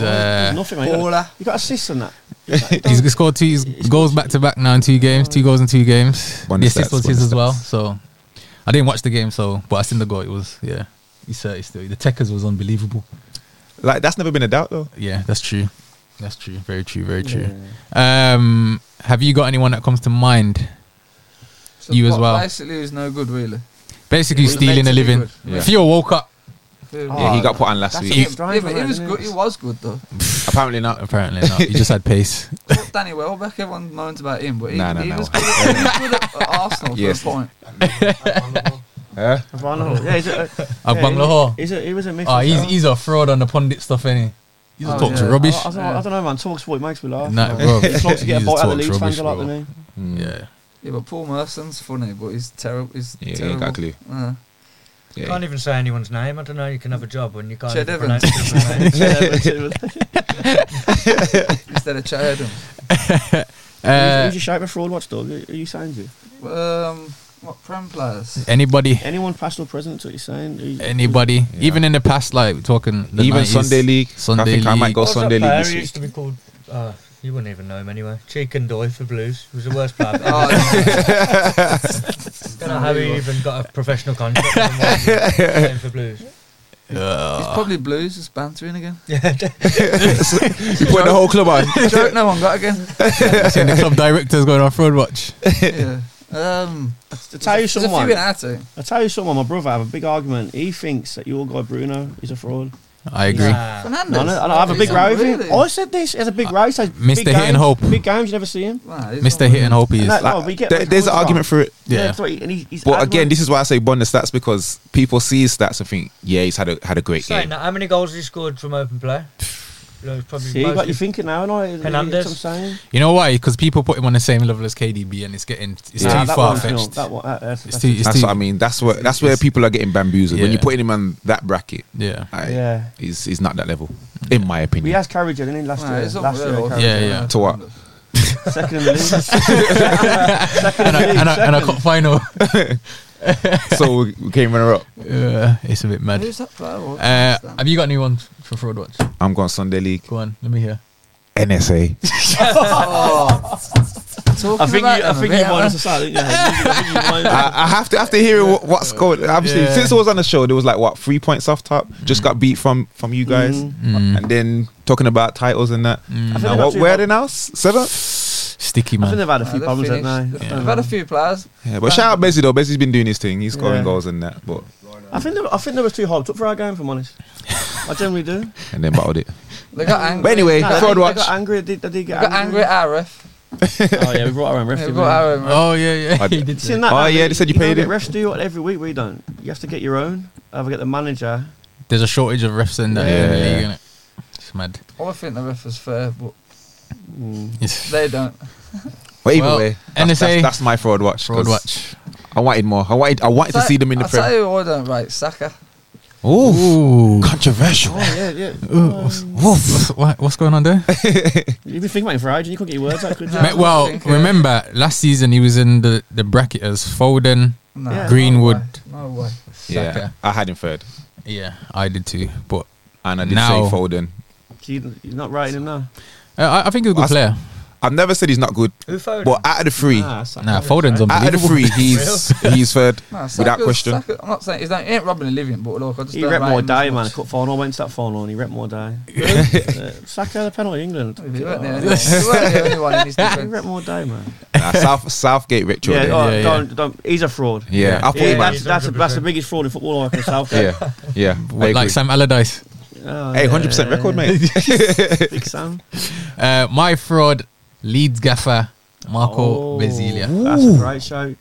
C: uh,
E: There's nothing, mate. You got, you got assists on that. Like,
C: [LAUGHS] he's
E: don't-
C: scored two he's goals back to back now in two games, two goals in two games.
B: Bonus
C: the assist
B: stats,
C: was his
B: bonus
C: as well.
B: stats.
C: So I didn't watch the game, so but I seen the goal. It was yeah. He's uh, he's still the Techers was unbelievable.
B: Like that's never been a doubt though.
C: Yeah, that's true. That's true. Very true. Very true.
E: Yeah.
C: Um, have you got anyone that comes to mind?
F: So
C: You as
F: ba-
C: well.
F: Basically, it's no good, really.
C: Basically,
F: It was
C: stealing
F: meant
C: a
F: to be
C: living.
F: good.
B: Yeah.
C: Theo woke up
F: Ah,
B: Yeah, he
E: Oh,
B: got put on last
E: that's
B: week.
E: it.
F: Yeah,
E: strange
F: but
E: one,
F: it was
E: isn't
F: good.
E: it?
F: It was good though.
B: Apparently not.
C: apparently. Not. He just had pace.
F: Not Danny Welbeck, everyone moans about him, but he,
B: Nah, nah,
F: he
B: nah.
F: was good at, he was good at
B: [LAUGHS]
F: Arsenal
B: Yes.
F: for a point.
B: Huh?
E: Vanderhoek. [LAUGHS] Yeah, he's a, uh,
C: Of
E: [LAUGHS] yeah,
C: Bangalore.
E: He's a, he was a miss.
C: Oh, he's, he's a fraud on the pundit stuff, any. He just
F: Oh,
C: talks
F: yeah.
C: rubbish.
E: I, I, don't, I don't know, man. Talks what it makes me laugh.
C: Nah, bro.
E: man. It's like to get
C: He
E: a bite
C: just talks
E: out of the Leeds fans
C: rubbish,
E: are like
C: bro.
E: the
B: Mm.
C: [LAUGHS]
E: me.
C: yeah.
F: Yeah, but Paul Merson's funny, but he's terrible. He's
B: Yeah,
F: terrible.
B: exactly.
F: Uh,
B: Yeah.
G: Can't even say anyone's name. I don't know. You can have a job when you can't.
F: Chet
G: even
F: Evans.
G: pronounce people's
C: [LAUGHS]
G: names.
F: instead of Chadham.
C: Uh,
E: who's your shape of fraud watchdog? Who- Who are you saying to?
F: Um, what prem
E: [LAUGHS]
F: players?
C: anybody,
E: Anyone past or present? What you're saying? Who-
C: anybody,
B: Yeah.
C: even in the past, like we're talking the
B: Even
C: 90s.
B: Sunday
C: [LAUGHS]
B: league.
C: Sunday
B: I think I might
C: league.
B: go
G: What was that
B: Sunday
G: player
B: league this
G: who
B: week.
G: used to be called. Uh, you wouldn't even know him anyway. Cheek and Doy for Blues. He was the worst player. ever.
F: Oh, yeah.
G: don't know how he even got a professional contract for him while he was playing for Blues.
F: he's probably blues, just bantering
E: [LAUGHS]
F: again.
B: You put the whole club on.
F: Joke no one got again.
C: Seen the club directors going on fraud watch.
F: Yeah. Um,
E: To tell you
F: there's a few in
E: someone,
F: our team.
E: I tell you someone. My brother I have a big argument. He thinks that your guy Bruno is a fraud.
C: I agree.
G: Nah.
F: Fernandes.
E: No, no, and I have a big Oh, row with him. I said this as a big row. Says
C: Mr.
E: big
C: Hit and
E: games-
C: Uh, Hope.
E: Big games, you never see him.
F: Nah,
C: Mr.
F: he's not
C: Hit and
F: really-
C: Hope he is.
E: No, no,
B: Like,
E: we get
B: there-
E: where he's
B: there's an
E: coming
B: argument for it.
E: from.
C: yeah.
E: that's what he- and he- he's
B: But
E: adamant.
B: again, this is why I say bonus stats because people see his stats and think, yeah, he's had a had a great
G: Saying
B: game.
G: that, how many goals has he scored from open play? You know, it's probably
E: See, you got
G: mostly-
E: you
G: [LAUGHS]
E: thinking now, and I.
G: Hernandez.
E: I'm saying.
C: You know why? Because people put him on the same level as KDB, and it's getting it's
E: Nah,
C: too
E: that
C: far
E: one's nil.
C: fetched.
E: That one, that-
C: It's
E: that's- that's-
C: too. It's
B: That's
C: too.
B: what I mean. That's where that's where people are getting bamboozled when
C: Yeah.
B: you're putting him on that bracket.
C: Yeah.
B: I,
E: Yeah.
B: he's he's not that level, in my
E: We
B: opinion.
E: asked Carriage in last
F: Nah,
E: year.
F: he's up
E: Last
F: there,
E: year,
F: though.
E: Carriagher.
C: Yeah, yeah.
B: To what?
E: Second in the league. Second
C: and,
E: in the
C: a,
E: league.
C: and, a, and a
E: second.
C: cup final. [LAUGHS]
B: [LAUGHS] so we we came runner up.
C: Yeah, it's a bit mad.
F: Who's that player? What-
C: Uh,
F: what's that?
C: have you got any one for Fraud Watch?
B: I'm going Sunday League.
C: Go on, let me hear.
B: NSA.
F: Oh. Talking
E: I think you,
F: about
E: I
F: them a
E: think
F: bit,
E: you
F: haven't
E: won us aside, didn't you? I think you won us.
B: I, I have to after hearing what, what's going. Obviously,
C: Yeah.
B: since I was on the show, there was like what three points off top.
E: Mm.
B: Just got beat from from you guys,
C: Mm.
B: and then talking about titles and that.
E: I
B: [LAUGHS]
E: think
B: Now,
E: they've
B: what,
E: actually
B: where are
E: had-
B: they now? Seven.
C: Sticky
E: I think
C: man.
E: they've had a
F: Uh,
E: few
F: they're
E: problems, haven't
F: finished.
E: they?
F: They've had a few players.
B: Yeah, but shout out Bessie though. Bessie's been doing his thing. He's scoring
E: Yeah.
B: goals and that. But
E: I think they, were- I think they were too hyped up for our game, if
B: [LAUGHS]
E: I'm honest. I generally do.
B: and then battled it.
F: They got angry.
B: But anyway,
E: No, they,
B: forward
E: they
B: watch.
E: got angry. They did, they did
F: They
E: get
F: got angry at our ref.
E: Oh yeah, we brought
F: [LAUGHS]
E: our own ref.
F: They
E: didn't
F: got
E: we?
F: our own ref.
C: Oh yeah, yeah.
B: I-
C: [LAUGHS] He did.
E: You seen
C: say.
E: that?
B: Oh,
E: now?
B: yeah, they said you
E: know
B: paid
E: what Refs do what every week we don't. You have to get your own. Have get the manager.
C: There's a shortage of refs in that in the
B: Yeah.
C: league, innit? It's mad.
F: I think the ref was fair, but
C: It's
F: they don't.
B: But either
C: Well,
B: way, that's,
C: NSA
B: that's, that's my fraud watch.
C: Fraud
B: 'cause
C: Watch.
B: I wanted more. I wanted. I wanted to see them in the
F: I tell
B: prem.
F: you who I don't rate Saka.
B: Ooh,
C: Ooh.
B: controversial.
E: Oh yeah, yeah.
C: Ooh, what's, what's, [LAUGHS] what- what's going on there?
E: You've been thinking about it for ages. and You couldn't get your words out, could you?
C: Mate, well,
F: think, uh,
C: remember last season he was in the, the bracket as Foden.
F: No,
B: Oh,
E: Yeah.
C: Greenwood.
F: No way. No way.
B: Yeah,
C: Saka.
B: I had him third,
C: Yeah, I did too. But
B: and I did
C: Now-
B: say Foden.
E: So you- You're not writing him now.
C: uh, I, I think he's a good
B: That's-
C: player.
B: I've never said he's not good,
G: Who phoned?
B: but out of the three,
E: Nah, it's Ah, like-
C: Nah, Foden's
B: out of the
C: unbelievable. [LAUGHS]
B: three,
E: [LAUGHS]
B: he's he's third
F: No,
B: without
F: Saka's-
B: question.
F: Saka, I'm not saying he's not, he ain't robbing a living, but look, I just
E: He
F: don't
E: rep
F: rate
E: more
F: him as
E: day, man.
F: much.
E: Cut final went to that final and he rep more day. uh, Saka had a penalty, England.
F: He weren't
B: [LAUGHS]
F: the
E: Oh.
F: only one- he weren't the only one in his
E: [LAUGHS] He
F: defence.
E: rep more day, man.
B: Nah, South Southgate Ritual.
E: Yeah,
B: Yeah,
E: oh,
C: yeah.
E: don't, Don't, he's a fraud.
B: yeah. I thought
E: Yeah,
B: he might.
E: that's, that's, that's the biggest fraud in football, I reckon. Southgate.
B: Yeah, yeah. I agree.
C: like Sam Allardyce.
E: Oh,
B: hey,
E: yeah,
B: hundred percent
E: yeah,
B: record,
E: yeah.
B: mate.
E: Big Sam.
C: Uh, my fraud, Leeds gaffer, Marco
E: Oh.
C: Bezilia.
E: That's a great show.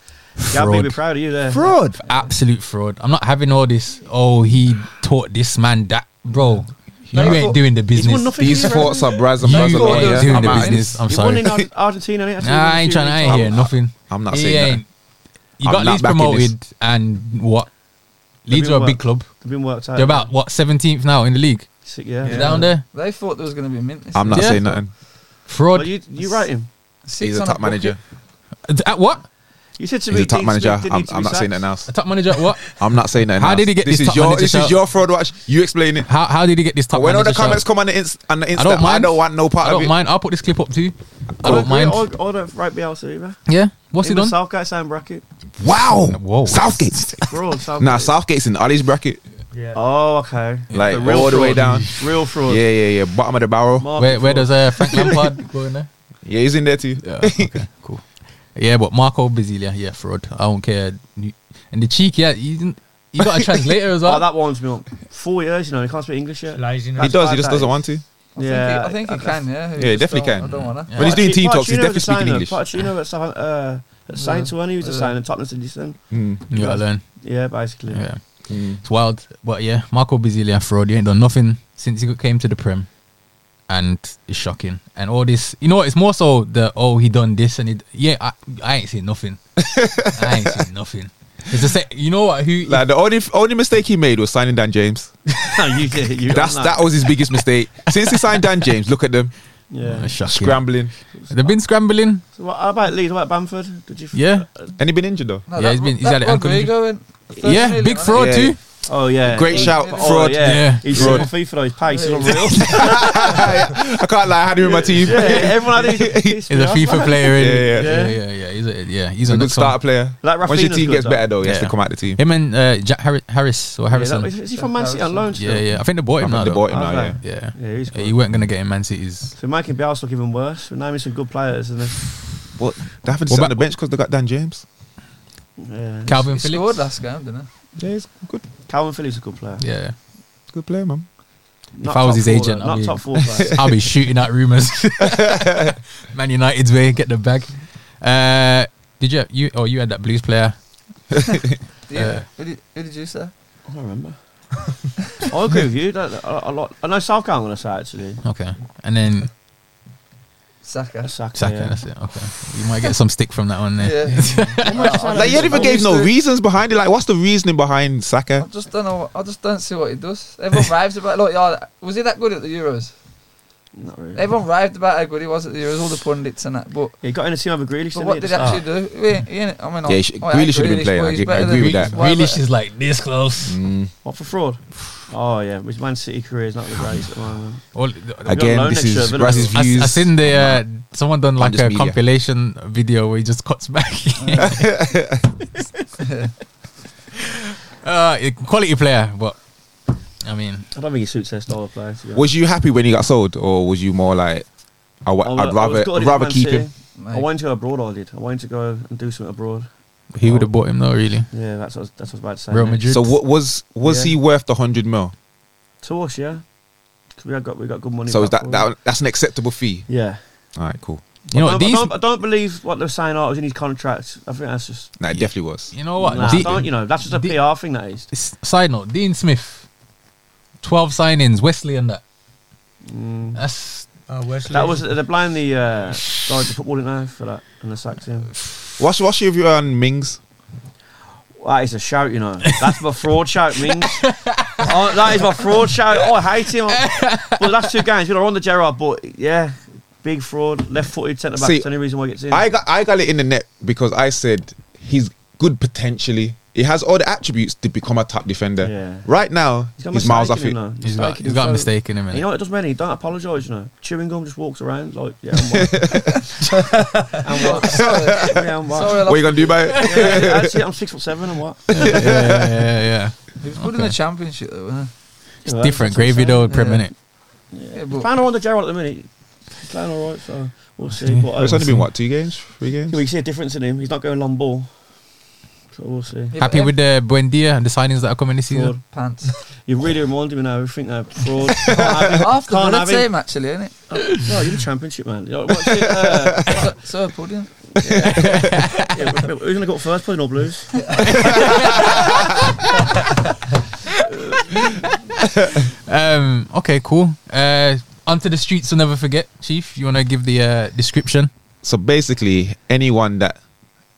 E: Yeah,
C: Fraud.
E: I'd be proud of you there.
B: Fraud.
C: Absolute fraud. I'm not having all this. Oh, he taught this man that, bro. You
E: They
C: ain't
E: thought-
C: doing the business.
E: nothing
B: These
E: for you,
B: thoughts
E: right?
B: are bras and
C: You
B: bras
C: ain't
B: and
F: got
B: bras.
F: those
C: doing the
B: I'm out.
C: business. I'm
E: You won
C: sorry.
E: in Ar- Argentina, innit? That's
C: [LAUGHS] Nah, I ain't
E: what
C: trying. I
E: you
C: ain't
E: did.
C: hearing nothing.
B: I'm not
C: He
B: saying
C: ain't- You
B: I'm
C: got
B: not
C: Leeds
B: backing this.
C: promoted, and what?
E: They've
C: Leeds
E: been
C: are a big
E: work-
C: club.
E: They've been worked out.
C: They're about what 17th now in the league.
E: Sick, yeah.
C: They're Down there,
F: They thought there was going to be mint. this
B: that. I'm not
C: Yeah.
B: saying nothing.
E: But
C: fraud.
E: you, you rate him.
F: season.
B: He's a
F: Six on
B: top manager.
C: At what?
E: You said to
B: He's
E: me,
B: a top
E: Dean
B: manager.
E: Smith didn't
B: I'm
E: need to
B: I'm
E: be
B: not saying
E: sacked.
B: nothing else.
C: A top manager at what?
B: I'm not saying nothing
C: How
B: else.
C: did he get this
B: is
C: top
B: your,
C: manager
B: This
C: shout?
B: is your fraud watch. You explain it.
C: How, how did he get this top
B: But when all
C: manager?
B: the comments
C: shout?
B: come on the, inst- on the Insta, I
C: don't
B: don't,
C: mind.
B: want no part
C: I
B: of
C: don't
B: it.
C: mind. I'll put this clip up too. I
E: I
C: don't mind.
E: agree. I I don't rate Bielsa either.
C: Yeah. What's he
E: Even
C: done?
E: Southgate same bracket.
B: Wow.
C: Whoa.
B: Southgate.
E: Fraud. Southgate.
B: nah, Southgate's in Ollie's bracket.
G: Yeah.
E: Oh, okay.
B: Like,
E: The real
B: all the way
E: fraud.
B: down.
E: Real fraud.
B: Yeah, yeah, yeah. Bottom of the barrel.
E: Market
C: Where, where
E: fraud.
C: does
B: [LAUGHS]
C: uh, Frank Lampard go in there?
B: Yeah, he's in there too.
C: Yeah, okay, cool. Yeah, but Marco Bezilia, yeah, fraud. I don't care. You- And the cheek, yeah, he, didn't- he got a
B: [LAUGHS]
C: translator as well.
E: Oh, that warms me up. Four years, you know, he can't speak English yet.
G: Lazy
B: He
G: now.
B: does. He
E: five
B: just doesn't
E: days.
B: want to.
E: yeah,
F: I think he can. Yeah.
B: Yeah, he
F: just
B: definitely
F: don't-
B: can.
F: I don't want to.
C: Yeah.
B: When he's doing team
E: Pochettino
B: talks, he's
E: at
B: definitely
E: the
B: speaking
E: signing,
B: English.
E: Pochettino at, South- uh, at Saints when
C: uh.
E: he was a
F: Yeah.
E: signing, Tottenham said, listen.
B: Mm,
C: You gotta learn.
E: Yeah, basically.
C: Yeah,
B: mm.
C: it's wild. But yeah, Marco Bezilia, fraud. He ain't done nothing since he came to the Prem, and it's shocking. And all this, you know, what, it's more so the oh he done this and he yeah I, I ain't seen
B: [LAUGHS]
C: nothing. I ain't seen nothing. It's the same. You know what? Who?
B: Like the only only mistake he made was signing Dan James.
E: [LAUGHS] no, you did. You
B: That's that was his biggest mistake. Since he signed Dan James, look at them
E: Yeah.
C: It's Oh, shocking.
B: scrambling.
C: They've been scrambling.
E: So what how about Leeds? What about Bamford? Did you?
C: Yeah.
B: And he been injured though.
F: No,
C: Yeah,
F: that
C: he's been-
F: Ro-
C: he's had it
F: that
C: ankle
F: Rodrigo in first
C: Yeah,
F: million,
C: big
F: wasn't
C: fraud
B: Yeah.
C: too.
E: Oh yeah.
B: Great shout,
F: Oh,
E: Oh,
B: fraud.
E: yeah.
C: Yeah.
E: He's
B: Fraud.
E: fraud. on FIFA though. His pace is
F: Yeah.
E: unreal.
C: [LAUGHS]
B: I can't lie, I had him in my team.
E: yeah,
B: [LAUGHS]
E: everyone had his. his
C: He's a
E: pace, man.
C: FIFA player.
B: Yeah,
C: Really.
B: yeah.
C: yeah, yeah, yeah. He's a, yeah, he's
B: He's a
C: on the
B: good starter
C: start.
B: player.
E: Like
B: Once your
E: Rafinha's
B: team
E: good,
B: gets
E: though.
B: better though, he has to
C: Yeah.
B: come out the team.
C: Him and uh, Jack Harri- Harris or
E: Yeah,
C: Harrison.
E: that- is he from Man City on loan still?
C: Yeah, yeah. I think they bought
B: I
C: him now.
B: think they
C: though.
B: bought him now,
E: Okay.
B: yeah.
C: Yeah.
E: Yeah, he's
C: Yeah,
E: good.
C: you weren't gonna get him Man City's.
E: So making Bielsa look even worse. We're naming some good players, and
B: What? They haven't
C: What
B: sat on
C: about-
B: the bench because they got Dan James.
E: then yeah.
C: Calvin
F: He scored
C: Phillips.
F: last game, didn't he?
B: Yeah, he's a good,
E: Calvin Phillips is a good player.
C: Yeah,
B: good player, man.
E: Not
C: I was
E: top
C: his
E: four,
C: agent, I'd
E: though. not
C: be-
E: top four player.
C: I'll be shooting
B: [LAUGHS]
C: out rumors. Man United's way, get the bag. Uh, did you you oh you had that blues player?
F: Yeah. Who did, who did you say?
E: I don't remember. I agree with you. That, a, a lot. I know Southgate. I'm gonna say actually.
C: Okay, and then
F: Saka.
E: Saka.
C: Saka.
E: yeah.
C: That's it. Okay, you might get some stick from that one there. [LAUGHS]
F: Yeah.
B: Like, you never
F: I
B: gave no
F: used to-
B: reasons behind it. Like, what's the reasoning behind
F: I
B: Saka?
F: just don't know. I just don't see what he does. Everyone raves about. it. Like, yeah, was he that good at the Euros?
E: Not really.
F: Everyone raved about how good he was at the Euros, all the pundits and that. But,
E: Yeah, he got in the team over Grealish,
F: but
E: didn't
F: what
E: he? Ah.
F: did he actually do? He, ain't- he, ain't- I mean, I-
A: Yeah, he should-
F: I hate
A: Grealish should have been playing.
F: but
A: I
F: he's
A: agree- I
F: better
A: agree
F: than-
A: with that.
F: he's way
C: Grealish
F: better-
C: is like this close.
A: Mm.
E: What for fraud? Oh yeah, his Man City career is not the greatest at the moment.
C: All, the-
E: loan
B: Again, this
E: next year,
B: is
E: Villa.
B: Raz's
C: I,
B: views.
C: I seen the uh, someone done like
B: this
C: a
B: media.
C: compilation video where he just
B: [LAUGHS]
C: cuts back. uh, a quality player, but I mean,
E: I don't think he suits their style of play. to be honest.
B: was you happy when he got sold, or was you more like, I w- I'd
E: I wa- Oh, I was
B: rather
E: gutted at
B: rather
E: Man
B: keep
E: City.
B: him?
F: Mate,
E: I wanted to go abroad. I did. I wanted to go and do something abroad.
C: he would have bought him though. Really,
E: Yeah, that's what I was, that's what I was about to say.
C: Real
E: mate.
C: Madrid.
B: So what was was
E: Yeah.
B: he worth the hundred mil?
E: To us, yeah. 'Cause we had got we got good money.
B: So is
E: back
B: that,
E: for it.
B: that that's an acceptable fee?
E: Yeah.
B: All right, cool.
C: you know
E: I,
C: what,
E: don't,
C: these,
E: I, don't, I don't believe what they're saying. Oh, it was in his contract. I think that's just.
B: Nah, it definitely was.
C: you know what?
E: Nah,
C: The-
E: don't you know? That's just a
C: the-
E: PR thing. That is.
C: s- side note: Dean Smith, twelve signings, Wesley and that.
E: Mm.
C: That's
G: Oh, Wesley.
E: That was they blind the uh, guy to football didn't they for that and they sacked him.
B: What's what's your view on Mings?
E: That is a shout, you know. That's my fraud
C: [LAUGHS]
E: shout, Mings. oh, that is my fraud shout. Oh, I hate him. But the last two games, you know, we're on the Gerard, but yeah, big fraud. Left footed centre back.
B: See,
E: It's the only reason why he gets in.
B: I got I got it in the net because I said he's good potentially. He has all the attributes to become a top defender.
E: Yeah.
B: Right now, he's,
E: got
B: miles off
E: mistake
B: it.
E: in him, though.
C: he's got
E: Mistake
C: he's
E: in
C: got a
E: him.
C: mistake in him.
E: You
C: innit?
E: know what it does, many don't apologise. You know, chewing gum just walks around like yeah.
B: [LAUGHS]
E: I'm white. I'm white. Yeah,
B: What
F: Sorry, I
E: I'm white.
F: lost-
B: you gonna do about it?
E: Yeah, actually, I'm six foot seven. I'm what?
C: yeah, yeah, yeah, yeah.
F: he was good in the championship though, wasn't
E: [LAUGHS]
C: It's different gravy though. Per
F: Yeah.
C: minute,
F: he? Yeah,
E: He's
F: but
E: playing on the Gerald at the minute. He's playing all right, so we'll see. But,
B: It's
E: uh,
B: only been [LAUGHS] what two games, three games.
E: we see a difference in him. He's not going long ball, so we'll see.
F: Yeah,
C: happy
F: but
C: with the Buendia and the signings that are coming this season.
E: Fraud. [LAUGHS]
F: pants.
E: You really reminded me now. I think that
B: [LAUGHS]
E: fraud. Can't have him.
F: Half the
E: Can't
F: Villa
E: have him.
F: team actually,
E: [LAUGHS]
F: isn't it?
E: No, you're the championship man. You know, what's it, uh,
F: So, so pudding.
E: yeah, [LAUGHS] who's gonna go up first? Probably no blues.
C: Um. Okay. Cool. Uh. Onto the streets. So never forget, Chief. You want to give the uh, description?
B: So basically, anyone that